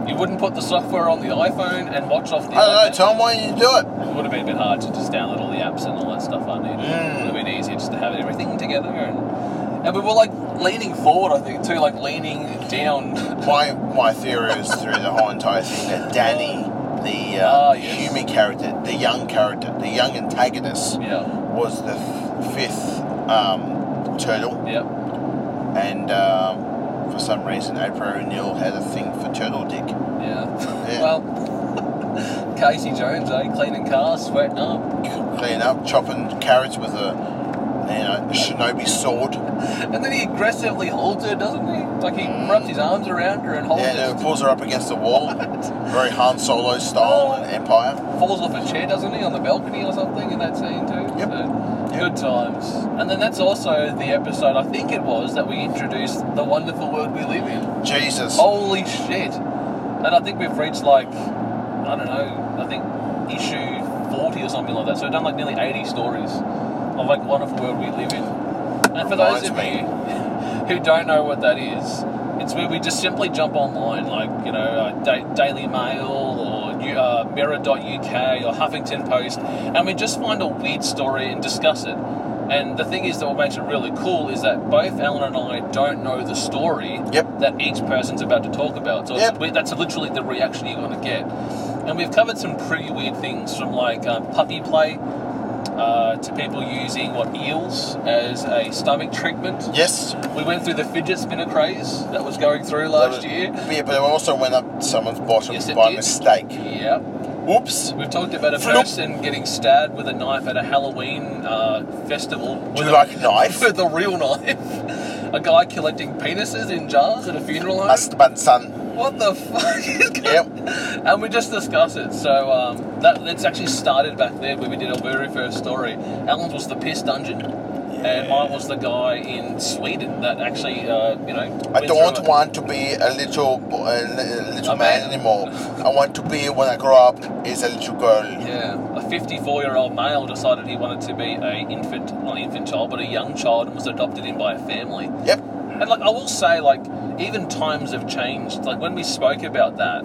G: You wouldn't put the software on the iPhone and watch off the.
E: I don't know,
G: iPad.
E: Tom, why didn't you do it?
G: It would have been a bit hard to just download all the apps and all that stuff I needed. It would have been easier just to have everything together. And, and we were like leaning forward, I think, too, like leaning down.
E: My, my theory is through the whole entire thing that Danny, the uh,
G: Ah, yes.
E: human character, the young character, the young antagonist,
G: Yeah.
E: was the f- fifth um, turtle.
G: Yeah.
E: And um, for some reason, April O'Neil had a thing for turtle dick. Yeah.
G: Yeah. Well, Casey Jones, eh? Cleaning cars, sweating up.
E: clean up, chopping carrots with a you know, shinobi sword.
G: And then he aggressively holds her, doesn't he? Like he wraps his arms around her and holds
E: Mm. Yeah, and
G: her.
E: it pulls her up against the wall. Very Han Solo style and Empire.
G: falls off a chair, doesn't he, on the balcony or something in that scene too.
E: Yep.
G: So,
E: Yep.
G: Good times. And then that's also the episode I think it was that we introduced the wonderful world we live in.
E: Jesus.
G: Holy shit! And I think we've reached like I don't know. I think issue forty or something like that. So we've done like nearly eighty stories of like wonderful world we live in. And for
E: Reminds
G: those of
E: me.
G: you who don't know what that is, it's where we just simply jump online, like, you know, uh, da- Daily Mail or uh, Mirror.uk or Huffington Post, and we just find a weird story and discuss it. And the thing is that what makes it really cool is that both Alan and I don't know the story
E: Yep.
G: that each person's about to talk about. So it's-
E: Yep.
G: we, that's literally the reaction you're going to get. And we've covered some pretty weird things from like um, puppy play uh, to people using what eels as a stomach treatment.
E: Yes.
G: We went through the fidget spinner craze that was going through
E: That
G: last
E: was-
G: year.
E: Yeah, but it also went up someone's bottom
G: Yes, it
E: by
G: did.
E: mistake.
G: Yeah.
E: Whoops.
G: We've talked about a
E: Flop.
G: person getting stabbed with a knife at a Halloween uh, festival.
E: Do
G: With
E: you
G: a,
E: like a knife?
G: with a real knife. A guy collecting penises in jars at a funeral home.
E: That's the bad son.
G: What the fuck is going
E: Yep.
G: And we just discuss it. So um, that it's actually started back there where we did our very first story. Alan's was the piss dungeon. And mine was the guy in Sweden that actually, uh, you know.
E: I
G: went
E: don't
G: through it.
E: want to be a little bo- a li- a little
G: A
E: man
G: man.
E: anymore. I want to be when I grow up is a little girl.
G: Yeah, a 54 year old male decided he wanted to be a infant, not an infant child, but a young child and was adopted in by a family.
E: Yep.
G: And like I will say, like even times have changed. Like when we spoke about that,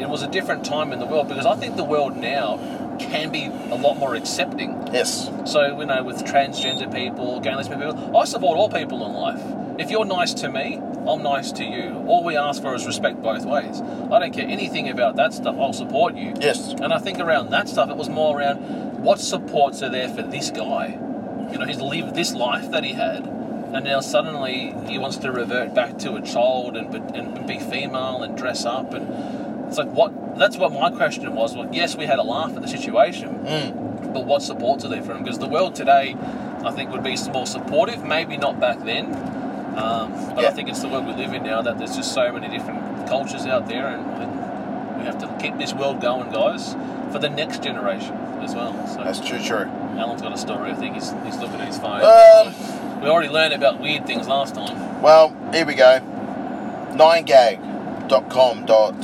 G: it was a different time in the world because I think the world now can be a lot more accepting.
E: Yes.
G: So you know, with transgender people, gay and lesbian people, I support all people in life. If you're nice to me, I'm nice to you. All we ask for is respect both ways. I don't care anything about that stuff. I'll support you.
E: Yes.
G: And I think around that stuff, it was more around what supports are there for this guy. You know, he's lived this life that he had, and now suddenly he wants to revert back to a child and be- and be female and dress up and it's like what. That's what my question was. Well, yes, we had a laugh at the situation, but what supports are there for him? Because the world today, I think, would be more supportive. Maybe not back then, um, but
E: Yeah.
G: I think it's the world we live in now that there's just so many different cultures out there, and, and we have to keep this world going, guys, for the next generation as well. So
E: That's true, true.
G: Alan's got a story. I think he's, he's looking at his phone.
E: Um,
G: we already learned about weird things last time.
E: Well, here we go. 9gag.com. Dot,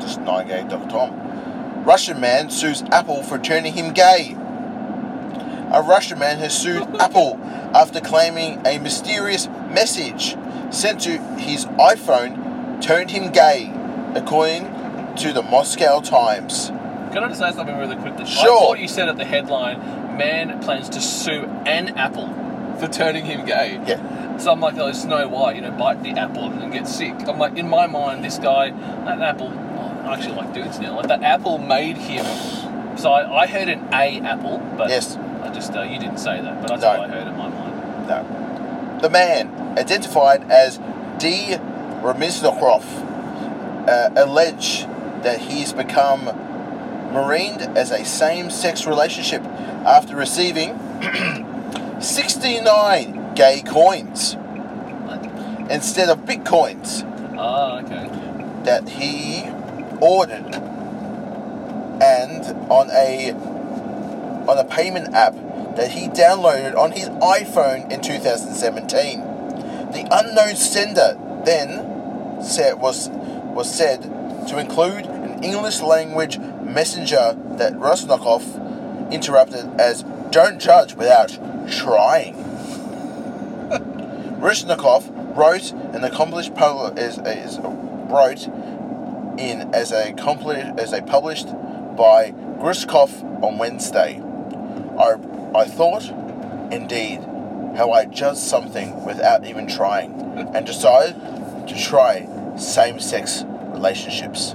E: just 9gag.com. Russian man sues Apple for turning him gay. A Russian man has sued Apple after claiming a mysterious message sent to his iPhone turned him gay, according to the Moscow Times.
G: Can I just say something really quickly?
E: Sure.
G: I thought you said at the headline, "Man plans to sue an apple for turning him gay."
E: Yeah.
G: So I'm like, oh, it's Snow White, you know, bite the apple and get sick. I'm like, in my mind, this guy, that apple, oh, I actually like dudes now, like that apple made him. So I, I heard an A apple, but
E: Yes.
G: I just, uh, you didn't say that, but that's
E: No.
G: what I heard in my mind.
E: No. The man, identified as D. Remiznikov, uh, alleged that he's become marined as a same-sex relationship after receiving 69 gay coins instead of bitcoins
G: Ah, okay.
E: that he ordered and on a on a payment app that he downloaded on his iPhone in 2017. The unknown sender then said was was said to include an English language messenger that Rosnokov interrupted as don't judge without trying. Rushnikov wrote an accomplished pub- is, is wrote in as a compli- as a published by Griskov on Wednesday. I I thought, indeed, how I judged something without even trying, and decided to try same-sex relationships.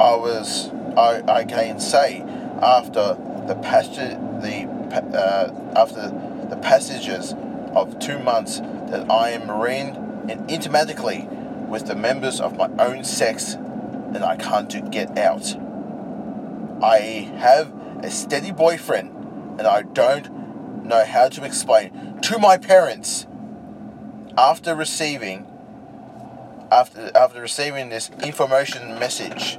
E: I was I, I can say after the passage the pa- uh, after the passages of two months that I am marine and intimately with the members of my own sex and I can't to get out. I have a steady boyfriend and I don't know how to explain to my parents after receiving after after receiving this information message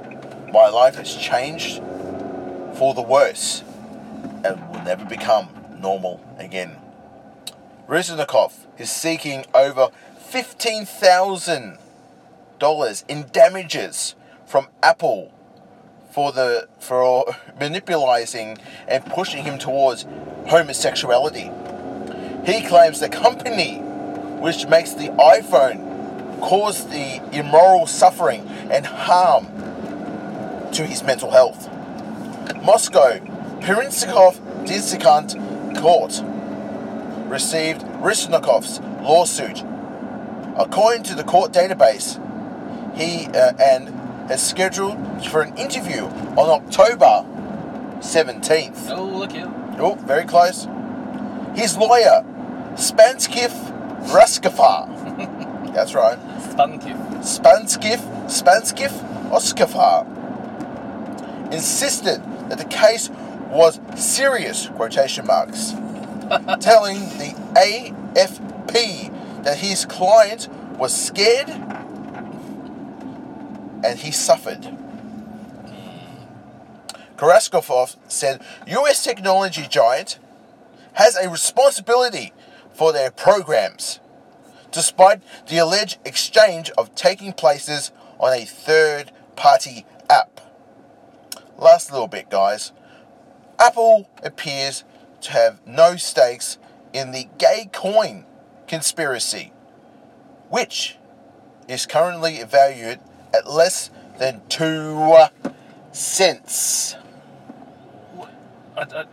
E: my life has changed for the worse and will never become normal again. Reznikov is seeking over $15,000 in damages from Apple for the for manipulating and pushing him towards homosexuality. He claims the company which makes the iPhone caused the immoral suffering and harm to his mental health. Moscow, Pirinsikov Discount Court received Risnikov's lawsuit. According to the court database, he uh, and is scheduled for an interview on October 17th.
G: Oh, look out.
E: Oh, very close. His lawyer, Spanskif Raskafar. That's right.
G: Spunkif.
E: Spanskif, Spanskif Oskafar insisted that the case was serious, quotation marks, telling the AFP that his client was scared and he suffered. Karaskov said US technology giant has a responsibility for their programs despite the alleged exchange of taking places on a third party app. Last little bit, guys. Apple appears to have no stakes in the gay coin conspiracy, which is currently valued at less than two cents.
G: I, I,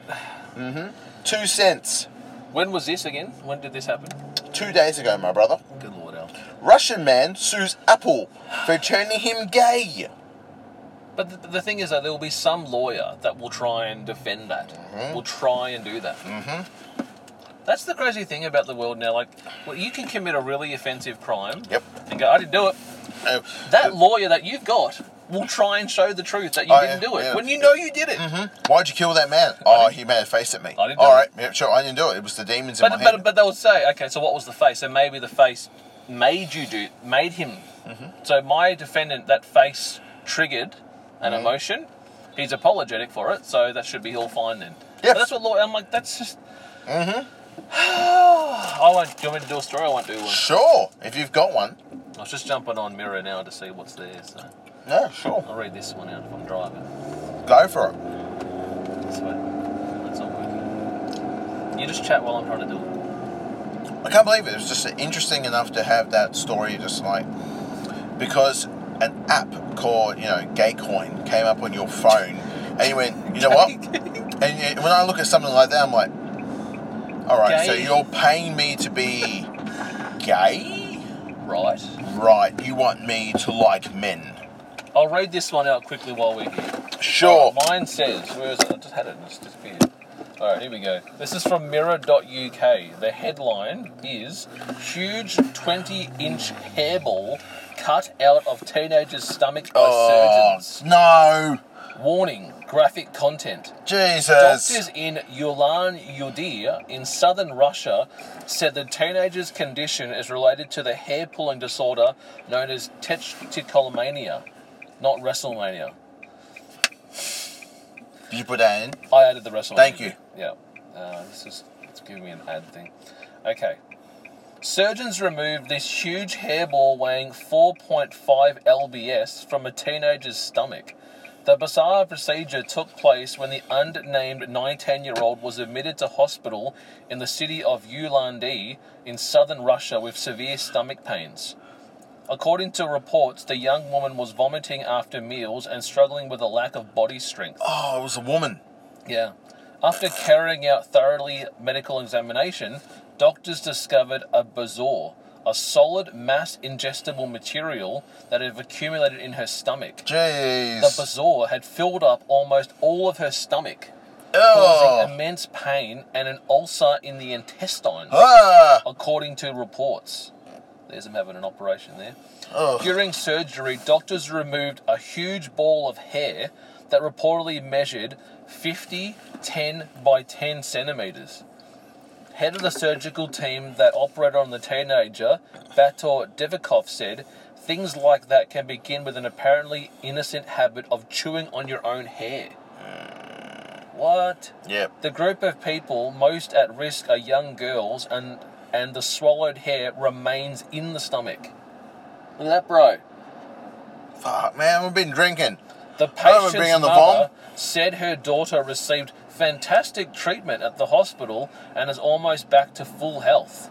E: Two cents.
G: when was this again? When did this happen?
E: Two days ago, my brother.
G: Good lord, Al.
E: Russian man sues Apple for turning him gay.
G: But the, the thing is that there will be some lawyer that will try and defend that.
E: Mm-hmm.
G: Will try and do that. Mm-hmm. That's the crazy thing about the world now. Like, well, you can commit a really offensive crime.
E: Yep.
G: And go, I didn't do it.
E: Uh,
G: That lawyer that you've got will try and show the truth that you
E: Oh,
G: didn't
E: yeah,
G: do it
E: yeah.
G: when you know you did it.
E: Why'd you kill that man? Oh, he made a face at me.
G: I didn't do
E: All
G: it.
E: right, yeah, sure, I didn't do it. It was the demons in
G: But,
E: my
G: but
E: head.
G: but they'll say, okay, so what was the face? And maybe the face made you do made him.
E: Mm-hmm.
G: So my defendant, that face triggered an
E: Mm-hmm.
G: emotion. He's apologetic for it, so that should be all fine then.
E: Yes.
G: But that's what law. I'm like, that's just. Mm-hmm. I won't. Do you want me to do a story? I won't do one.
E: sure, if you've got one.
G: I was just jumping on mirror now to see what's there. So
E: No, sure.
G: I'll read this one out if I'm driving.
E: Go for it.
G: This way. That's not working. You just chat while I'm trying to do it.
E: I can't believe it. It was just interesting enough to have that story, just like because an app called you know GayCoin came up on your phone, and you went, you know what? and you, when I look at something like that, I'm like, all right, so
G: Gay.
E: you're paying me to be gay,
G: Right.
E: right? You want me to like men?
G: I'll read this one out quickly while we're here.
E: Sure.
G: Mine says, where is it? I just had it and it's disappeared. Alright, here we go. This is from mirror.uk. The headline is Huge 20 inch hairball cut out of teenager's stomach by
E: Oh,
G: surgeons.
E: no.
G: Warning graphic content.
E: Jesus.
G: Doctors in Yulan Yudir in southern Russia said the teenager's condition is related to the hair pulling disorder known as tetrachotillomania, not WrestleMania.
E: Did you put that in?
G: I added the WrestleMania.
E: Thank you.
G: Yeah. Uh, this is it's giving me an ad thing. Okay. Surgeons removed this huge hairball weighing 4.5 lbs from a teenager's stomach. The bizarre procedure took place when the unnamed 19 year old was admitted to hospital in the city of Ulandi in southern Russia with severe stomach pains. According to reports, the young woman was vomiting after meals and struggling with a lack of body strength.
E: Oh, it was a woman.
G: Yeah. After carrying out thoroughly medical examination, doctors discovered a bazaar, a solid mass ingestible material that had accumulated in her stomach.
E: Jeez.
G: The bazaar had filled up almost all of her stomach,
E: oh.
G: causing immense pain and an ulcer in the intestines,
E: Ah.
G: according to reports. There's him having an operation there.
E: Ugh.
G: During surgery, doctors removed a huge ball of hair that reportedly measured 50, 10 by 10 centimeters. Head of the surgical team that operated on the teenager, Bator Devikov, said, Things like that can begin with an apparently innocent habit of chewing on your own hair. What?
E: Yep.
G: The group of people most at risk are young girls, and and the swallowed hair remains in the stomach. Look at that, bro.
E: Fuck, man, we've been drinking.
G: The
E: I remember
G: patient's
E: being on the
G: mother
E: bomb.
G: said her daughter received fantastic treatment at the hospital and is almost back to full health.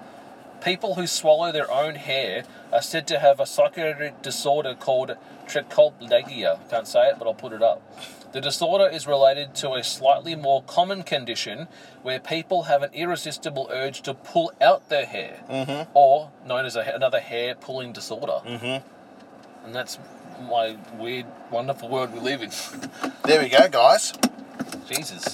G: People who swallow their own hair are said to have a psychiatric disorder called trichoplegia. Can't say it, but I'll put it up. The disorder is related to a slightly more common condition where people have an irresistible urge to pull out their hair,
E: Mm-hmm.
G: or known as a, another hair pulling disorder. Mm-hmm. And that's my weird, wonderful world we live in.
E: There we go, guys.
G: Jesus.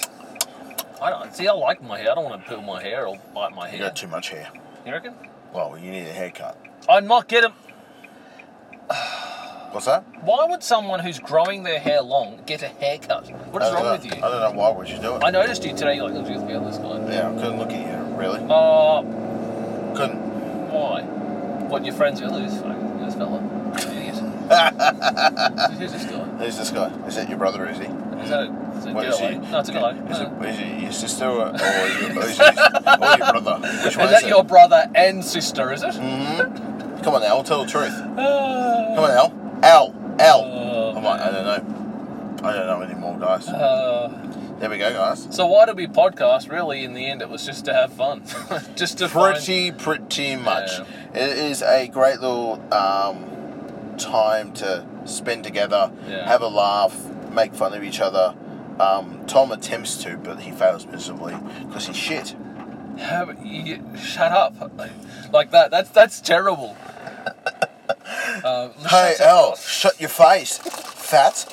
G: I don't see. I like my hair. I don't want to pull my hair or bite my
E: You
G: hair.
E: got too much hair.
G: You reckon?
E: Well, you need a haircut.
G: I'm not getting.
E: What's that?
G: Why would someone who's growing their hair long get a haircut? What is
E: I don't
G: wrong
E: know.
G: with you?
E: I don't know why would you do it.
G: I noticed you today. You're like, look at this guy.
E: yeah, I couldn't look at you, really.
G: Uh,
E: Couldn't.
G: why? What your friends are this fucking this fella? Idiot. Who's this guy?
E: Who's this guy? Is that your brother, is he?
G: Is that a, is it a
E: What
G: girl?
E: is he?
G: eh? No, it's a guy. Uh.
E: Is
G: No.
E: it, is it your sister or, or, your, or, is it- or your brother? Which one is,
G: Is that
E: it?
G: your brother and sister? Is it?
E: Mm. Come on, Al, tell the truth.
G: Uh,
E: Come on, Al. Al. Al.
G: Oh,
E: I'm like, I don't know. I don't know anymore, guys.
G: uh,
E: There we go, guys.
G: So why did we podcast? Really, in the end, it was just to have fun, just to find.
E: pretty pretty much it is a great little um, time to spend together
G: Yeah.
E: have a laugh make fun of each other um, tom attempts to but he fails miserably because he's shit
G: Have, you, shut up, like that. That's that's terrible. Uh,
E: hey al shut your face fat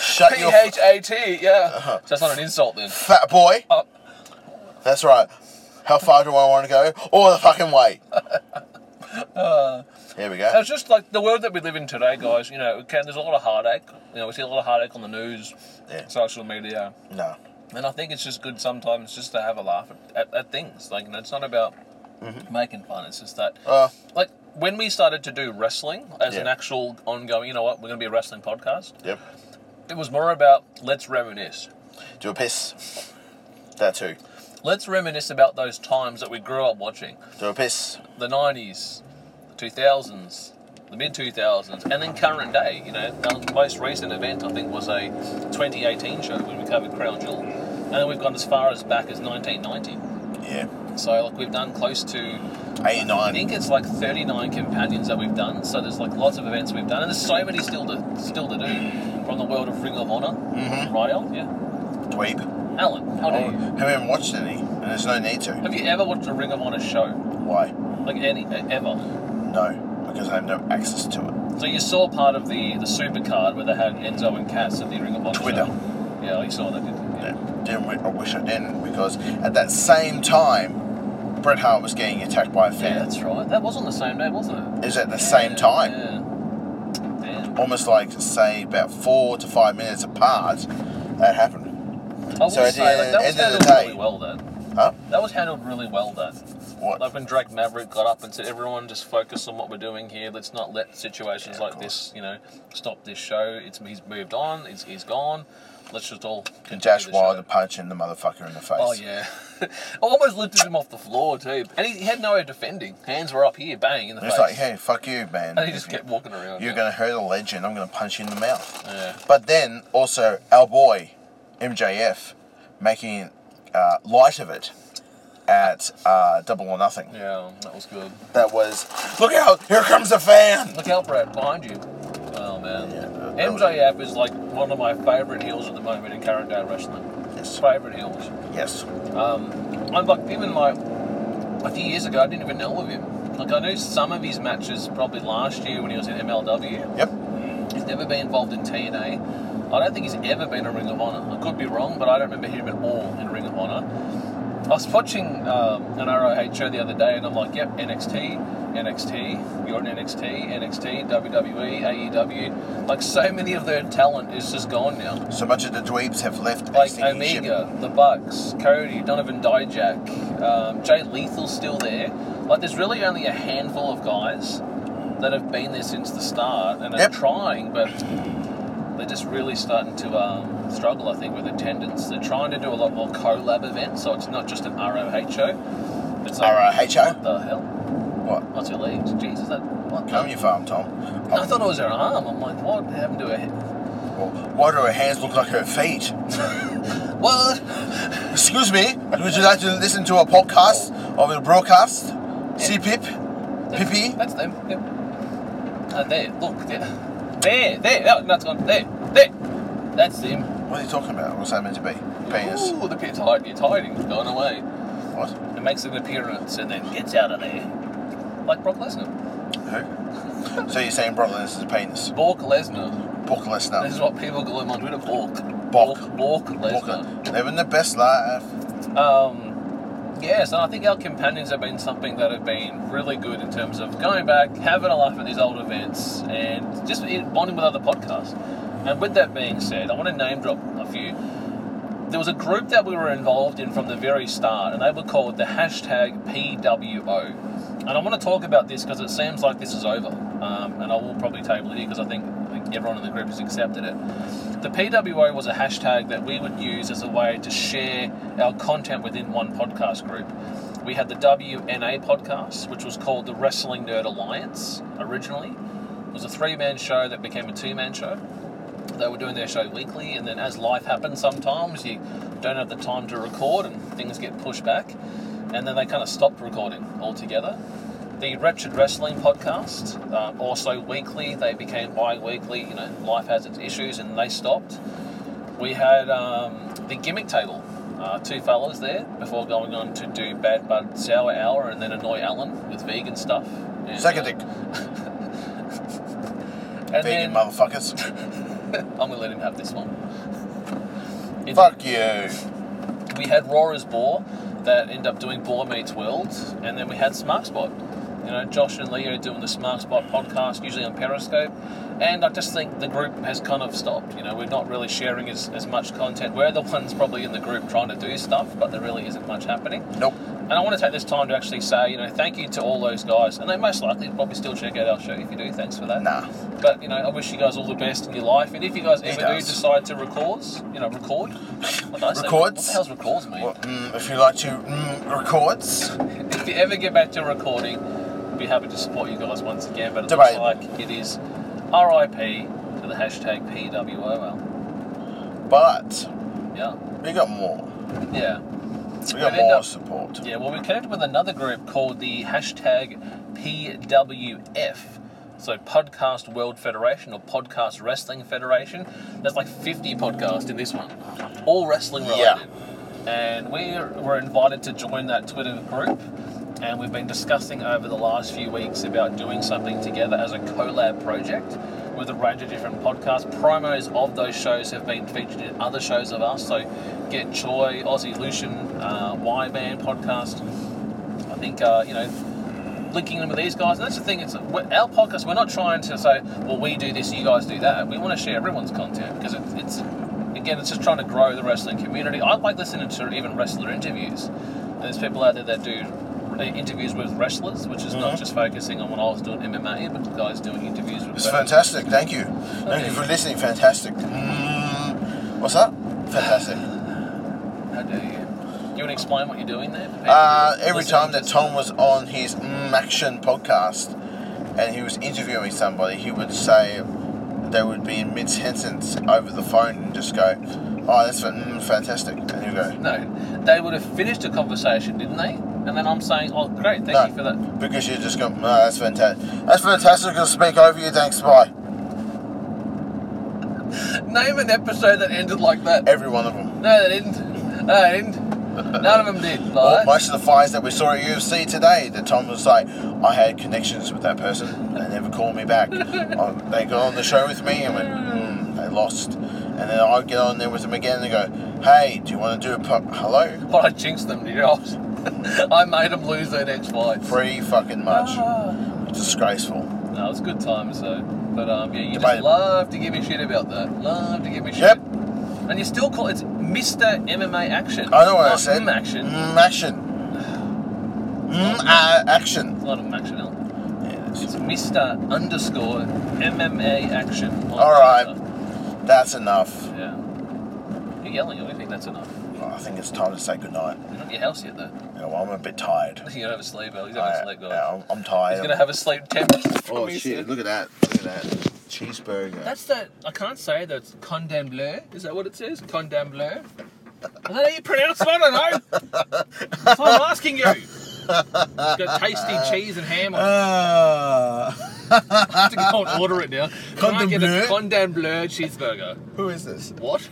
E: shut
G: P
E: your
G: H A T. Yeah,
E: Uh-huh.
G: so that's not an insult then.
E: fat boy
G: Oh.
E: that's right how far do i want to go all the fucking way here we go
G: It's just like the world that we live in today, guys. You know, it can, there's a lot of heartache. You know, we see a lot of heartache on the news,
E: Yeah.
G: social media,
E: no
G: and I think it's just good sometimes just to have a laugh at, at, at things. Like, you know, it's not about making fun. It's just that.
E: Mm-hmm. uh,
G: like when we started to do wrestling as an
E: Yeah.
G: actual ongoing, you know what, we're going to be a wrestling podcast.
E: yep
G: It was more about let's reminisce.
E: do a piss that too
G: Let's reminisce about those times that we grew up watching
E: do a piss
G: the 90s, the 2000s, the mid 2000s, and then current day. You know, the most recent event I think was a 2018 show when we covered Crown Jewel. And then we've gone as far as back as 1990.
E: yeah
G: So, like, we've done close to
E: 89
G: I think it's like 39 companions that we've done. So there's like lots of events we've done, and there's so many still to still to do from the world of Ring of Honor. Mm-hmm. Right, Al? Yeah.
E: Dweeb.
G: Alan, how do you?
E: Haven't even watched any, and there's no need to.
G: Have you ever watched a Ring of Honor show,
E: Why?
G: like any e-, ever?
E: No, because I have no access to it.
G: So you saw part of the the super card where they had Enzo and Cass at the Ring of Honor.
E: Twitter.
G: Show. Yeah, you saw that, didn't you?
E: Yeah. Didn't wi- I wish I didn't, because at that same time, Bret Hart was getting attacked by a
G: Yeah,
E: fan.
G: that's right. That was on the same day, wasn't it?
E: It was at the same time,
G: Yeah. Damn.
E: almost like say about four to five minutes apart. That happened.
G: I will
E: So at the
G: say, like, that was
E: end of the
G: handled
E: day-
G: really well. That
E: Huh?
G: that was handled really well. That
E: What?
G: Like when Drake Maverick got up and said, "Everyone, just focus on what we're doing here. Let's not let situations like this, you know, stop this show. It's he's moved on. It's, he's gone. Let's just all continue
E: Dash
G: the
E: wire
G: show."
E: the punch in the motherfucker in the face.
G: Oh yeah, almost lifted him off the floor too, and he, he had no defending. Hands were up here, bang in the
E: It's
G: face.
E: like, hey, fuck you, man.
G: and he
E: If
G: just
E: you-
G: kept walking around.
E: You're
G: yeah.
E: gonna hurt a legend. I'm gonna punch you in the mouth.
G: Yeah.
E: But then also our boy, MJF, making uh, light of it at uh, Double or Nothing.
G: Yeah, that was good.
E: That was look out! Here comes a fan.
G: Look out, Brad, behind you. Oh man.
E: Yeah, that- that was-
G: MJF is like one of my favourite heels at the moment in current day wrestling.
E: Yes.
G: Favourite heels.
E: Yes.
G: I'm like even like a few years ago I didn't even know of him. Like I knew some of his matches probably last year when he was in MLW.
E: Yep.
G: He's never been involved in TNA. I don't think he's ever been in Ring of Honor. I could be wrong, but I don't remember him at all in Ring of Honor. I was watching um, an ROH show the other day, and I'm like, "Yep, NXT, NXT, you're in NXT, NXT, WWE, AEW." E Like so many of their talent is just gone now
E: So much of the dweebs have left.
G: like
E: SDE ship.
G: Omega, the Bucks, Cody, Donovan Dijak, um, Jay Lethal's still there. Like, there's really only a handful of guys that have been there since the start and are
E: Yep.
G: trying, but they're just really starting to um, struggle, I think, with attendance. They're trying to do a lot more collab events, so it's not just an ROH show. It's like,
E: ROHO?
G: What the hell?
E: What?
G: What's your legs? Jesus, that. What?
E: Come you farm, Tom. Oh,
G: I thought it was her arm. I'm like, what happened to her?
E: Well, why do her hands look like her feet?
G: What?
E: Excuse me. Would you like to listen to a podcast of a broadcast? CPIP. Pippy.
G: That's them. Yep. Uh, there, look, there. There, there. That, that's gone. There, there. That's them.
E: What are you talking about? What's that meant to be? Penis.
G: Ooh, the pit's hiding. It's hiding. It's gone away.
E: What?
G: It makes an appearance and then gets out of there. Like Brock Lesnar.
E: Who? so you're saying Brock Lesnar's a penis?
G: Bork Lesnar.
E: Brock
G: This is
E: Lesnar.
G: what people call him on Twitter. Bork.
E: Bork.
G: Bork Lesnar.
E: Walker. Living the best life.
G: Um, yes, and I think our companions have been something that have been really good in terms of going back, having a laugh at these old events, and just in- bonding with other podcasts. And with that being said, I want to name drop a few. There was a group that we were involved in from the very start, and they were called the hashtag PWO. And I want to talk about this because it seems like this is over, um, and I will probably table it here because I think everyone in the group has accepted it. The PWO was a hashtag that we would use as a way to share our content within one podcast group. We had the WNA podcast, which was called the Wrestling Nerd Alliance originally. It was a three man show that became a two man show. They were doing their show weekly, and then as life happens, sometimes you don't have the time to record and things get pushed back. And then they kind of stopped recording altogether. The Wretched Wrestling podcast, um, also weekly, they became bi weekly. You know, life has its issues, and they stopped. We had um, the gimmick table, uh, two fellas there before going on to do Bad Bud Sour Hour and then annoy Alan with vegan stuff. And,
E: Suck a
G: uh,
E: dick.
G: and
E: Vegan
G: then,
E: motherfuckers.
G: I'm gonna let him have this one. It's-
E: Fuck you.
G: We had Raw as Boar that ended up doing Boar Meets World, and then we had Smart Spot. You know, Josh and Leo doing the Smart Spot podcast, usually on Periscope. And I just think the group has kind of stopped. You know, we're not really sharing as, as much content. We're the ones probably in the group trying to do stuff, but there really isn't much happening.
E: Nope.
G: And I want to take this time to actually say, you know, thank you to all those guys. And they most likely probably still check out our show if you do. Thanks for that.
E: Nah.
G: But you know, I wish you guys all the best in your life. And if you guys ever do
E: does.
G: decide to records, you know, record. What did I say?
E: Records?
G: What the hell's records mean?
E: Well, mm, if you like to mm, records,
G: If you ever get back to recording, we'll be happy to support you guys once again. But it
E: Debate.
G: looks like it is R.I.P. to the hashtag PWOL.
E: but
G: Yeah,
E: we got more.
G: yeah,
E: We got
G: We've
E: more
G: ended up-
E: support.
G: yeah. Well, we connected with another group called the hashtag PWF. So, Podcast World Federation or Podcast Wrestling Federation. There's like 50 podcasts in this one, all wrestling
E: Yeah.
G: related. and we were invited to join that Twitter group. And we've been discussing over the last few weeks about doing something together as a collab project with a range of different podcasts. Promos of those shows have been featured in other shows of us. So, Get Choi, Aussie Lucian, uh, Y Man podcast. I think, uh, you know, linking them with these guys. And that's the thing. It's we're- our podcast. We're not trying to say, well, we do this, you guys do that. We want to share everyone's content because it, it's again, it's just trying to grow the wrestling community. I like listening to even wrestler interviews. And there's people out there that do uh, interviews with wrestlers, which is
E: Mm-hmm.
G: not just focusing on what I was doing MMA, but guys doing interviews with
E: It's
G: wrestlers.
E: fantastic. Thank you.
G: Okay.
E: Thank you for listening. Fantastic. Mm, what's that? Fantastic.
G: How do you? Do you want to explain what you're doing there?
E: Uh, every
G: Listening
E: time
G: to
E: that Tom was on his mm, Action podcast and he was interviewing somebody, he would say they would be in mid sentence over the phone and just go, "Oh, that's fan- mm, fantastic," and you go,
G: No, they would have finished a conversation, didn't they? And then I'm saying, oh, great, thank
E: No.
G: you for that.
E: because you just go, "No, that's fantastic. That's fantastic." I'll speak over you. Thanks. Bye.
G: Name an episode that ended like that.
E: Every one of them.
G: No, they didn't. No, they didn't. None of them did.
E: Or
G: Like that.
E: most of the fires that we saw at UFC today, that Tom was like, I had connections with that person. They never called me back. I, they got on the show with me and went, mm, they lost. And then I get on there with them again and go, hey, do you want to do a pub? Hello?
G: But I jinxed them, you know. I made them lose their next fight.
E: Pretty fucking much.
G: Ah.
E: Disgraceful.
G: No, it was good times though. But um, yeah, you just
E: Debatable.
G: love to give me shit about that. Love to give me shit.
E: Yep.
G: And you still call it's Mr. MMA Action.
E: I know what I
G: Not
E: said.
G: M action.
E: Mm, action. Mm, uh, action.
G: It's not M action. Al.
E: Yeah,
G: It's Mr. Underscore MMA Action. on
E: All right.
G: Twitter.
E: that's enough.
G: Yeah. You're yelling. I don't think that's enough.
E: I think it's time to say goodnight.
G: You're not at your house yet though.
E: Yeah, well, I'm a bit tired.
G: You're gonna have a sleep. Al. He's having
E: I,
G: a sleep, guys.
E: am I'm tired.
G: He's gonna have a sleep ten minutes.
E: oh,
G: Mister.
E: shit. Look at that. Look at that. Cheeseburger.
G: That's the. I can't say that's condamn bleu. Is that what it says? Condamn bleu. Is that how you pronounce it? I don't know. That's what I'm asking you. It's got tasty cheese and ham. on it.
E: Ah,
G: I have to go and order it now. Can I
E: Condamn
G: get a
E: bleu?
G: condamn bleu cheeseburger?
E: who is this?
G: What?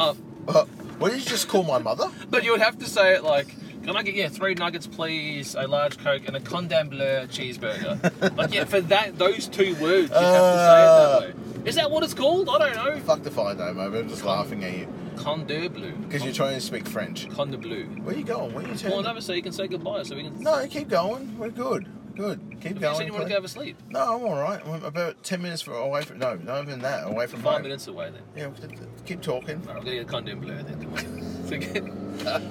G: Uh,
E: Uh, what did you just call my mother?
G: but you would have to say it like, can I get yeah three nuggets please, a large coke, and a condamn bleu cheeseburger? like yeah, for that those two words you
E: Uh.
G: have to say it that way. Is that what it's called? I don't know.
E: Fuck the fire name, mate. I'm just laughing at you
G: Condé bleu.
E: because you're trying to speak French.
G: Condé bleu.
E: Where are you going? Where are you
G: Well,
E: turning?
G: another so you can say goodbye, so we can.
E: No, keep going. We're good. Good. Keep
G: If you
E: going.
G: said you want to
E: please.
G: go have a sleep,
E: No, I'm all right. I'm about ten minutes from, away from. No, not even that. Away from
G: five
E: home.
G: minutes away then.
E: Yeah, we could- keep talking.
G: Alright, I'm gonna get a condom blur then. Forget.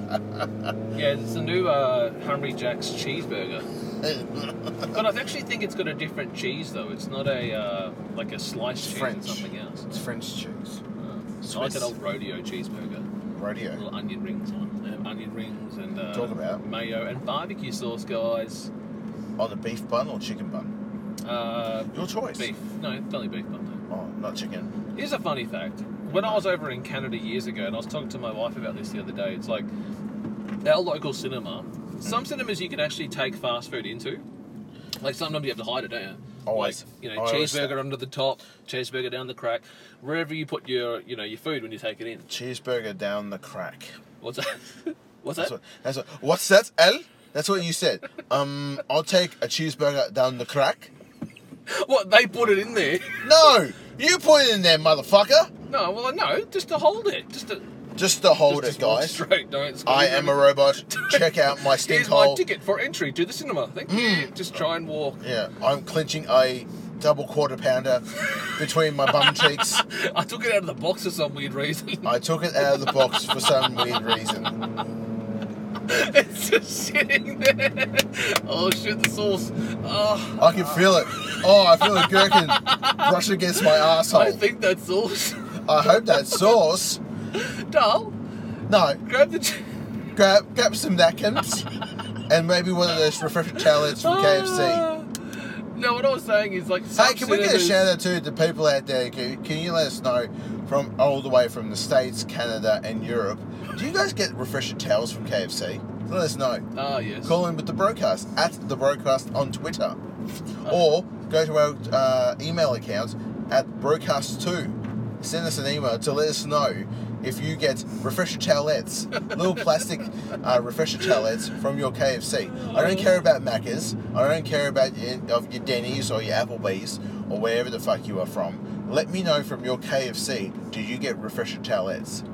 G: yeah, it's the new uh, Hungry Jack's cheeseburger. But I actually think it's got a different cheese though. It's not a uh, like a sliced cheese
E: French.
G: or something else.
E: It's French cheese.
G: It's Uh, like
E: Swiss.
G: an old rodeo cheeseburger.
E: Radio.
G: Little onion rings on. it. They have onion rings and uh,
E: Talk about.
G: mayo and barbecue sauce, guys.
E: On a Oh, beef bun or chicken bun?
G: Uh,
E: Your choice.
G: beef. No, belly beef bun. though.
E: Oh, not chicken.
G: Here's a funny fact. When I was over in Canada years ago, and I was talking to my wife about this the other day, it's like our local cinema. Some cinemas you can actually take fast food into. Like sometimes you have to hide it, don't you?
E: Always.
G: Like, you know,
E: I always
G: cheeseburger
E: say-
G: under the top, cheeseburger down the crack, wherever you put your, you know, your food when you take it in.
E: Cheeseburger down the crack.
G: What's that? What's
E: That's
G: that?
E: what. That's what. What's that, L? That's what you said. Um, I'll take a cheeseburger down the crack.
G: What they put it in there?
E: No, you put it in there, motherfucker.
G: No, well, no, just to hold it, just to
E: Just to hold
G: just
E: it,
G: to walk
E: guys.
G: Straight, don't. squeeze
E: I am a
G: anything.
E: robot. Check out my stink
G: Here's my
E: hole.
G: ticket for entry to the cinema. Thank you.
E: Hmm.
G: Just try and walk.
E: Yeah, I'm clinching a double quarter pounder between my bum cheeks.
G: I took it out of the box for some weird reason.
E: I took it out of the box for some weird reason.
G: it's just sitting there. Oh shit, the sauce. Oh,
E: I can feel it. Oh, I feel a gherkin brush against my
G: I
E: asshole.
G: think that's sauce.
E: I hope that sauce.
G: Dal,
E: No,
G: grab the. Ch-
E: grab grab some napkins and maybe one of those refreshment towelettes from KFC.
G: Ah. No, what I was saying is like.
E: Hey,
G: some
E: can we get a
G: cinemas-
E: shout out to the people out there? Can, can you let us know from all the way from the States, Canada, and Europe? Do you guys get refreshment towels from KFC? Let us know.
G: Ah yes.
E: Call in with the broadcast at the broadcast on Twitter, or go to our uh, email account at broadcast2. Send us an email to let us know if you get refresher towelettes, little plastic uh, refresher towelettes from your KFC. I don't care about Macca's. I don't care about your, of your Denny's or your Applebee's or wherever the fuck you are from. Let me know from your KFC. Do you get refresher towelettes?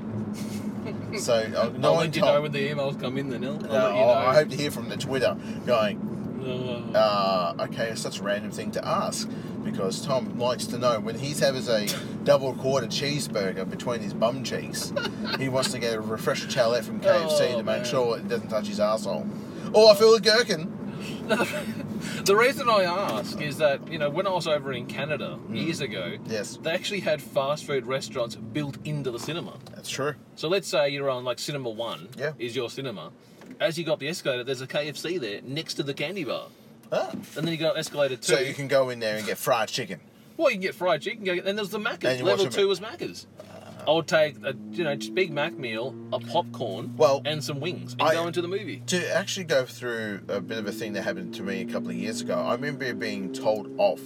E: So uh, no
G: I'll
E: one
G: let Oh, you
E: told-
G: know when the emails come in. Then I'll,
E: no,
G: I'll let you know.
E: Oh, I hope to hear from the Twitter going,
G: Oh.
E: uh, okay, it's such a random thing to ask because Tom likes to know when he's having a double quarter cheeseburger between his bum cheeks, he wants to get a refresher towelette from KFC to
G: Oh,
E: make
G: man.
E: sure it doesn't touch his asshole. Oh, I feel a gherkin.
G: The reason I ask is that, you know, when I was over in Canada years ago,
E: Hmm. Yes.
G: they actually had fast food restaurants built into the cinema.
E: That's true.
G: So let's say you're on like cinema one,
E: Yeah.
G: is your cinema. As you go up the escalator, there's a KFC there next to the candy bar.
E: Ah.
G: And then you go up escalator two.
E: So you can go in there and get fried chicken.
G: well, you can get fried chicken. you can Go, and there's the
E: And
G: Macca's.
E: you
G: Level
E: watch them-
G: two was Macca's. I would take a you know just big Mac meal, a popcorn,
E: Well,
G: and some wings, and
E: I-
G: go into the movie.
E: To actually go through a bit of a thing that happened to me a couple of years ago, I remember being told off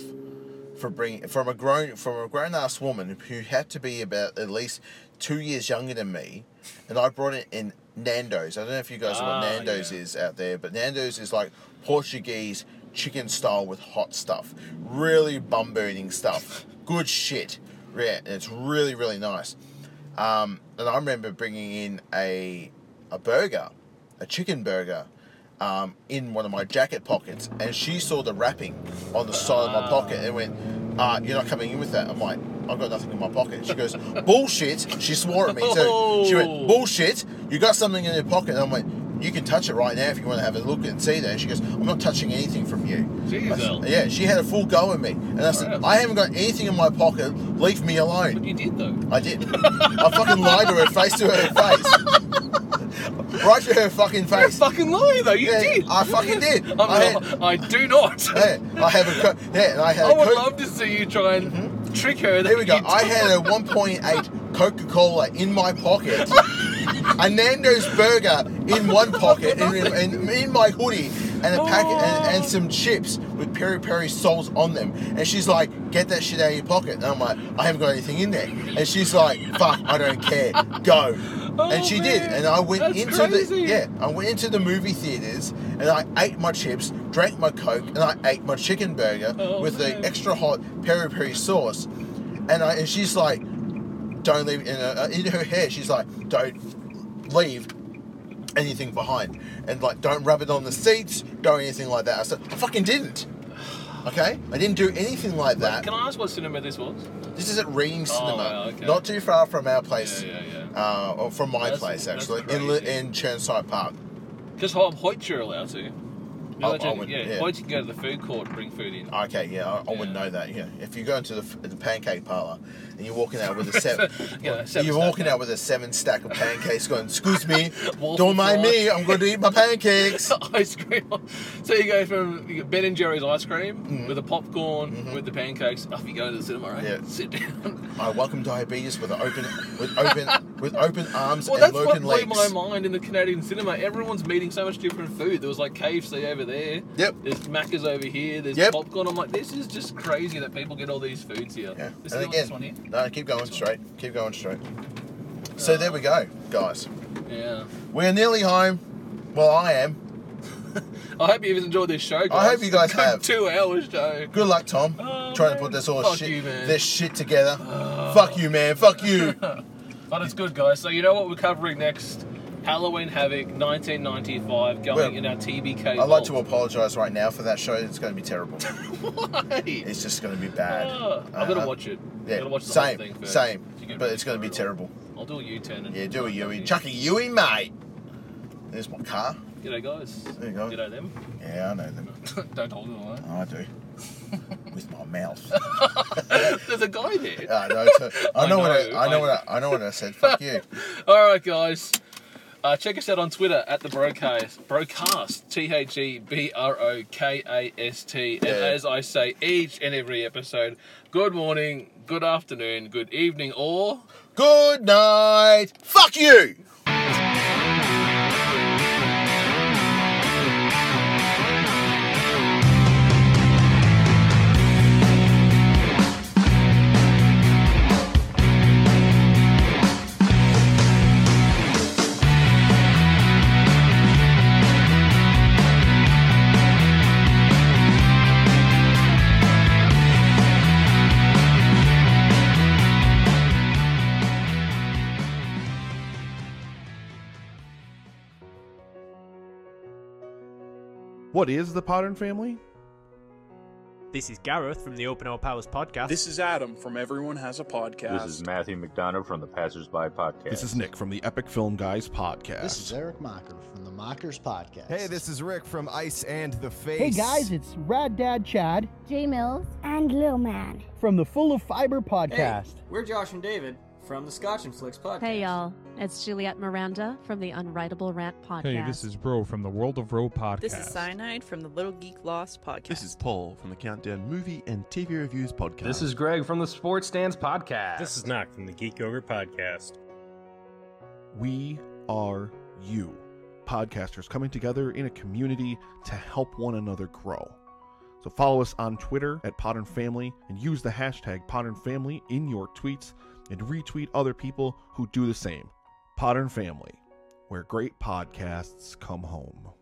E: for bringing from a grown from a grown ass woman who had to be about at least two years younger than me, and I brought it in Nando's. I don't know if you guys know
G: Ah,
E: what Nando's
G: yeah.
E: is out there, but Nando's is like Portuguese chicken style with hot stuff, really bum burning stuff, good shit. Yeah, and it's really really nice. Um, and I remember bringing in a a burger, a chicken burger, um, in one of my jacket pockets, and she saw the wrapping on the side of my pocket and went, uh, "You're not coming in with that." I'm like, "I've got nothing in my pocket." She goes, "Bullshit!" She swore at me too. She went, "Bullshit! You got something in your pocket?" And I went. You can touch it right now if you want to have a look and see that. And she goes, I'm not touching anything from you.
G: Jeez,
E: Yeah, she had a full go at me. And I said,
G: Wow.
E: I haven't got anything in my pocket. Leave me alone.
G: but you did though.
E: I did. I fucking lied to her face to her face. right to her fucking
G: You're a
E: face.
G: fucking liar though. You
E: Yeah,
G: did.
E: I fucking did.
G: I'm
E: I had-
G: not- I do not.
E: Yeah, I have a co- yeah, and I had
G: I
E: a
G: would
E: Coke-
G: love to see you try and trick her. that
E: Mm-hmm. Here we go.
G: you
E: I had a 1.8 Coca-Cola in my pocket, a Nando's burger in one pocket, and in, and in my hoodie, and a packet and,
G: Oh.
E: and some chips with peri peri sauce on them. And she's like, "Get that shit out of your pocket." And I'm like, "I haven't got anything in there." And she's like, "Fuck, I don't care. Go." and she did.
G: Oh, man.
E: And I went
G: That's
E: into the
G: crazy.
E: yeah, I went into the movie theaters and I ate my chips, drank my coke, and I ate my chicken burger
G: Oh,
E: with
G: man.
E: the extra hot peri peri sauce. And I and she's like, "Don't leave." In her, in her hair, she's like, "Don't leave." Anything behind, and like, don't rub it on the seats, don't anything like that. I said, I fucking didn't. Okay, I didn't do anything like that.
G: Can I ask what cinema this was?
E: This is at Reading Cinema,
G: wow, okay.
E: not too far from our place,
G: Yeah, yeah,
E: Uh, or from my
G: That's-
E: place
G: that's
E: actually, in, Li-
G: crazy.
E: in Churnside Park.
G: Because I'm Hoyt you're allowed to. You're
E: Oh,
G: allowed to-
E: I would-
G: yeah,
E: yeah.
G: Hoyt can go to the food court and bring food in.
E: Okay, yeah, I, I wouldn't
G: Yeah.
E: know that. Yeah, if you go into the, f- the pancake parlor and you're walking out with a seven,
G: Yeah, seven
E: you're
G: stack,
E: walking out with a seven stack of pancakes, going, "Excuse me,
G: Waffle
E: don't mind
G: fries."
E: me, I'm going to eat my pancakes."
G: ice cream. So you go from you get Ben and Jerry's ice cream with the popcorn, with the pancakes. Off you go to the cinema, right?
E: Mm-hmm. Yeah.
G: Sit down.
E: I Uh, welcome diabetes with open, with open, with open arms
G: Well,
E: and
G: that's what
E: open
G: blew
E: legs.
G: my mind in the Canadian cinema. Everyone's meeting so much different food. There was like KFC over there.
E: Yep.
G: There's Macca's over here. There's
E: Yep.
G: popcorn. I'm like, this is just crazy that people get all these foods here.
E: Yeah,
G: This
E: and
G: is this
E: again,
G: one here.
E: no, keep going straight, keep going straight.
G: Uh,
E: So there we go, guys.
G: Yeah.
E: We're nearly home. Well, I am.
G: I hope you've enjoyed this show. Guys.
E: I hope you guys
G: Good
E: have.
G: Two hours show.
E: Good luck, Tom.
G: Oh,
E: trying
G: man.
E: to put this all
G: Fuck
E: shit,
G: you, man. Uh,
E: this shit together. Fuck you, man. Fuck you.
G: But it's good, guys. So you know what we're covering next? Halloween Havoc 1995 going
E: Well,
G: in our TBK.
E: I'd like to
G: vault.
E: apologise right now for that show. It's going to be terrible. It's just going to be bad.
G: Ah, I'm
E: Uh,
G: gonna watch it.
E: Yeah,
G: I'm gonna watch the
E: same,
G: whole thing first.
E: same.
G: You can
E: But it's going to be
G: brutal.
E: terrible.
G: I'll do a U-turn. And
E: Yeah, do a Yui.
G: Yeah.
E: Chuck a Yui, mate. There's my car.
G: G'day, guys.
E: There you go.
G: G'day them.
E: Yeah, I know them.
G: Don't hold them away.
E: I do. With my mouth.
G: There's a guy there.
E: I know. it's a- I
G: I
E: know what I,
G: know,
E: I know
G: I-
E: what I, I know what I said. Fuck you.
G: All right, guys. Uh, check us out on Twitter at the Brocast. Brocast. T H E B R O K A S T. And
E: Yeah.
G: as I say each and every episode, good morning, good afternoon, good evening, or.
E: Good night. Fuck you.
B: What is the Podern family?
A: This is Gareth from the Open Air Powers podcast.
G: This is Adam from Everyone Has a Podcast.
H: This is Matthew McDonough from the Passersby Podcast.
I: This is Nick from the Epic Film Guys podcast.
B: This is Eric Mocker from the Mockers podcast.
E: Hey, this is Rick from Ice and the Face.
J: Hey guys, it's Rad Dad Chad,
K: J Mills, and Lil Man
J: from the Full of Fiber podcast.
L: Hey, we're Josh and David from the Scotch and Flicks podcast.
M: Hey y'all, it's Juliet Miranda from the Unwritable Rant podcast.
N: Hey, this is Bro from the World of Row podcast.
C: This is Cyanide from the Little Geek Lost podcast.
O: This is Paul from the Countdown Movie and TV Reviews podcast.
P: This is Greg from the Sports Stands podcast.
D: This is Knock from the Geek Yogurt podcast.
I: We are you, podcasters coming together in a community to help one another grow. So follow us on Twitter at Pod and Family and use the hashtag Pod and Family in your tweets and retweet other people who do the same. Podern Family, where great podcasts come home.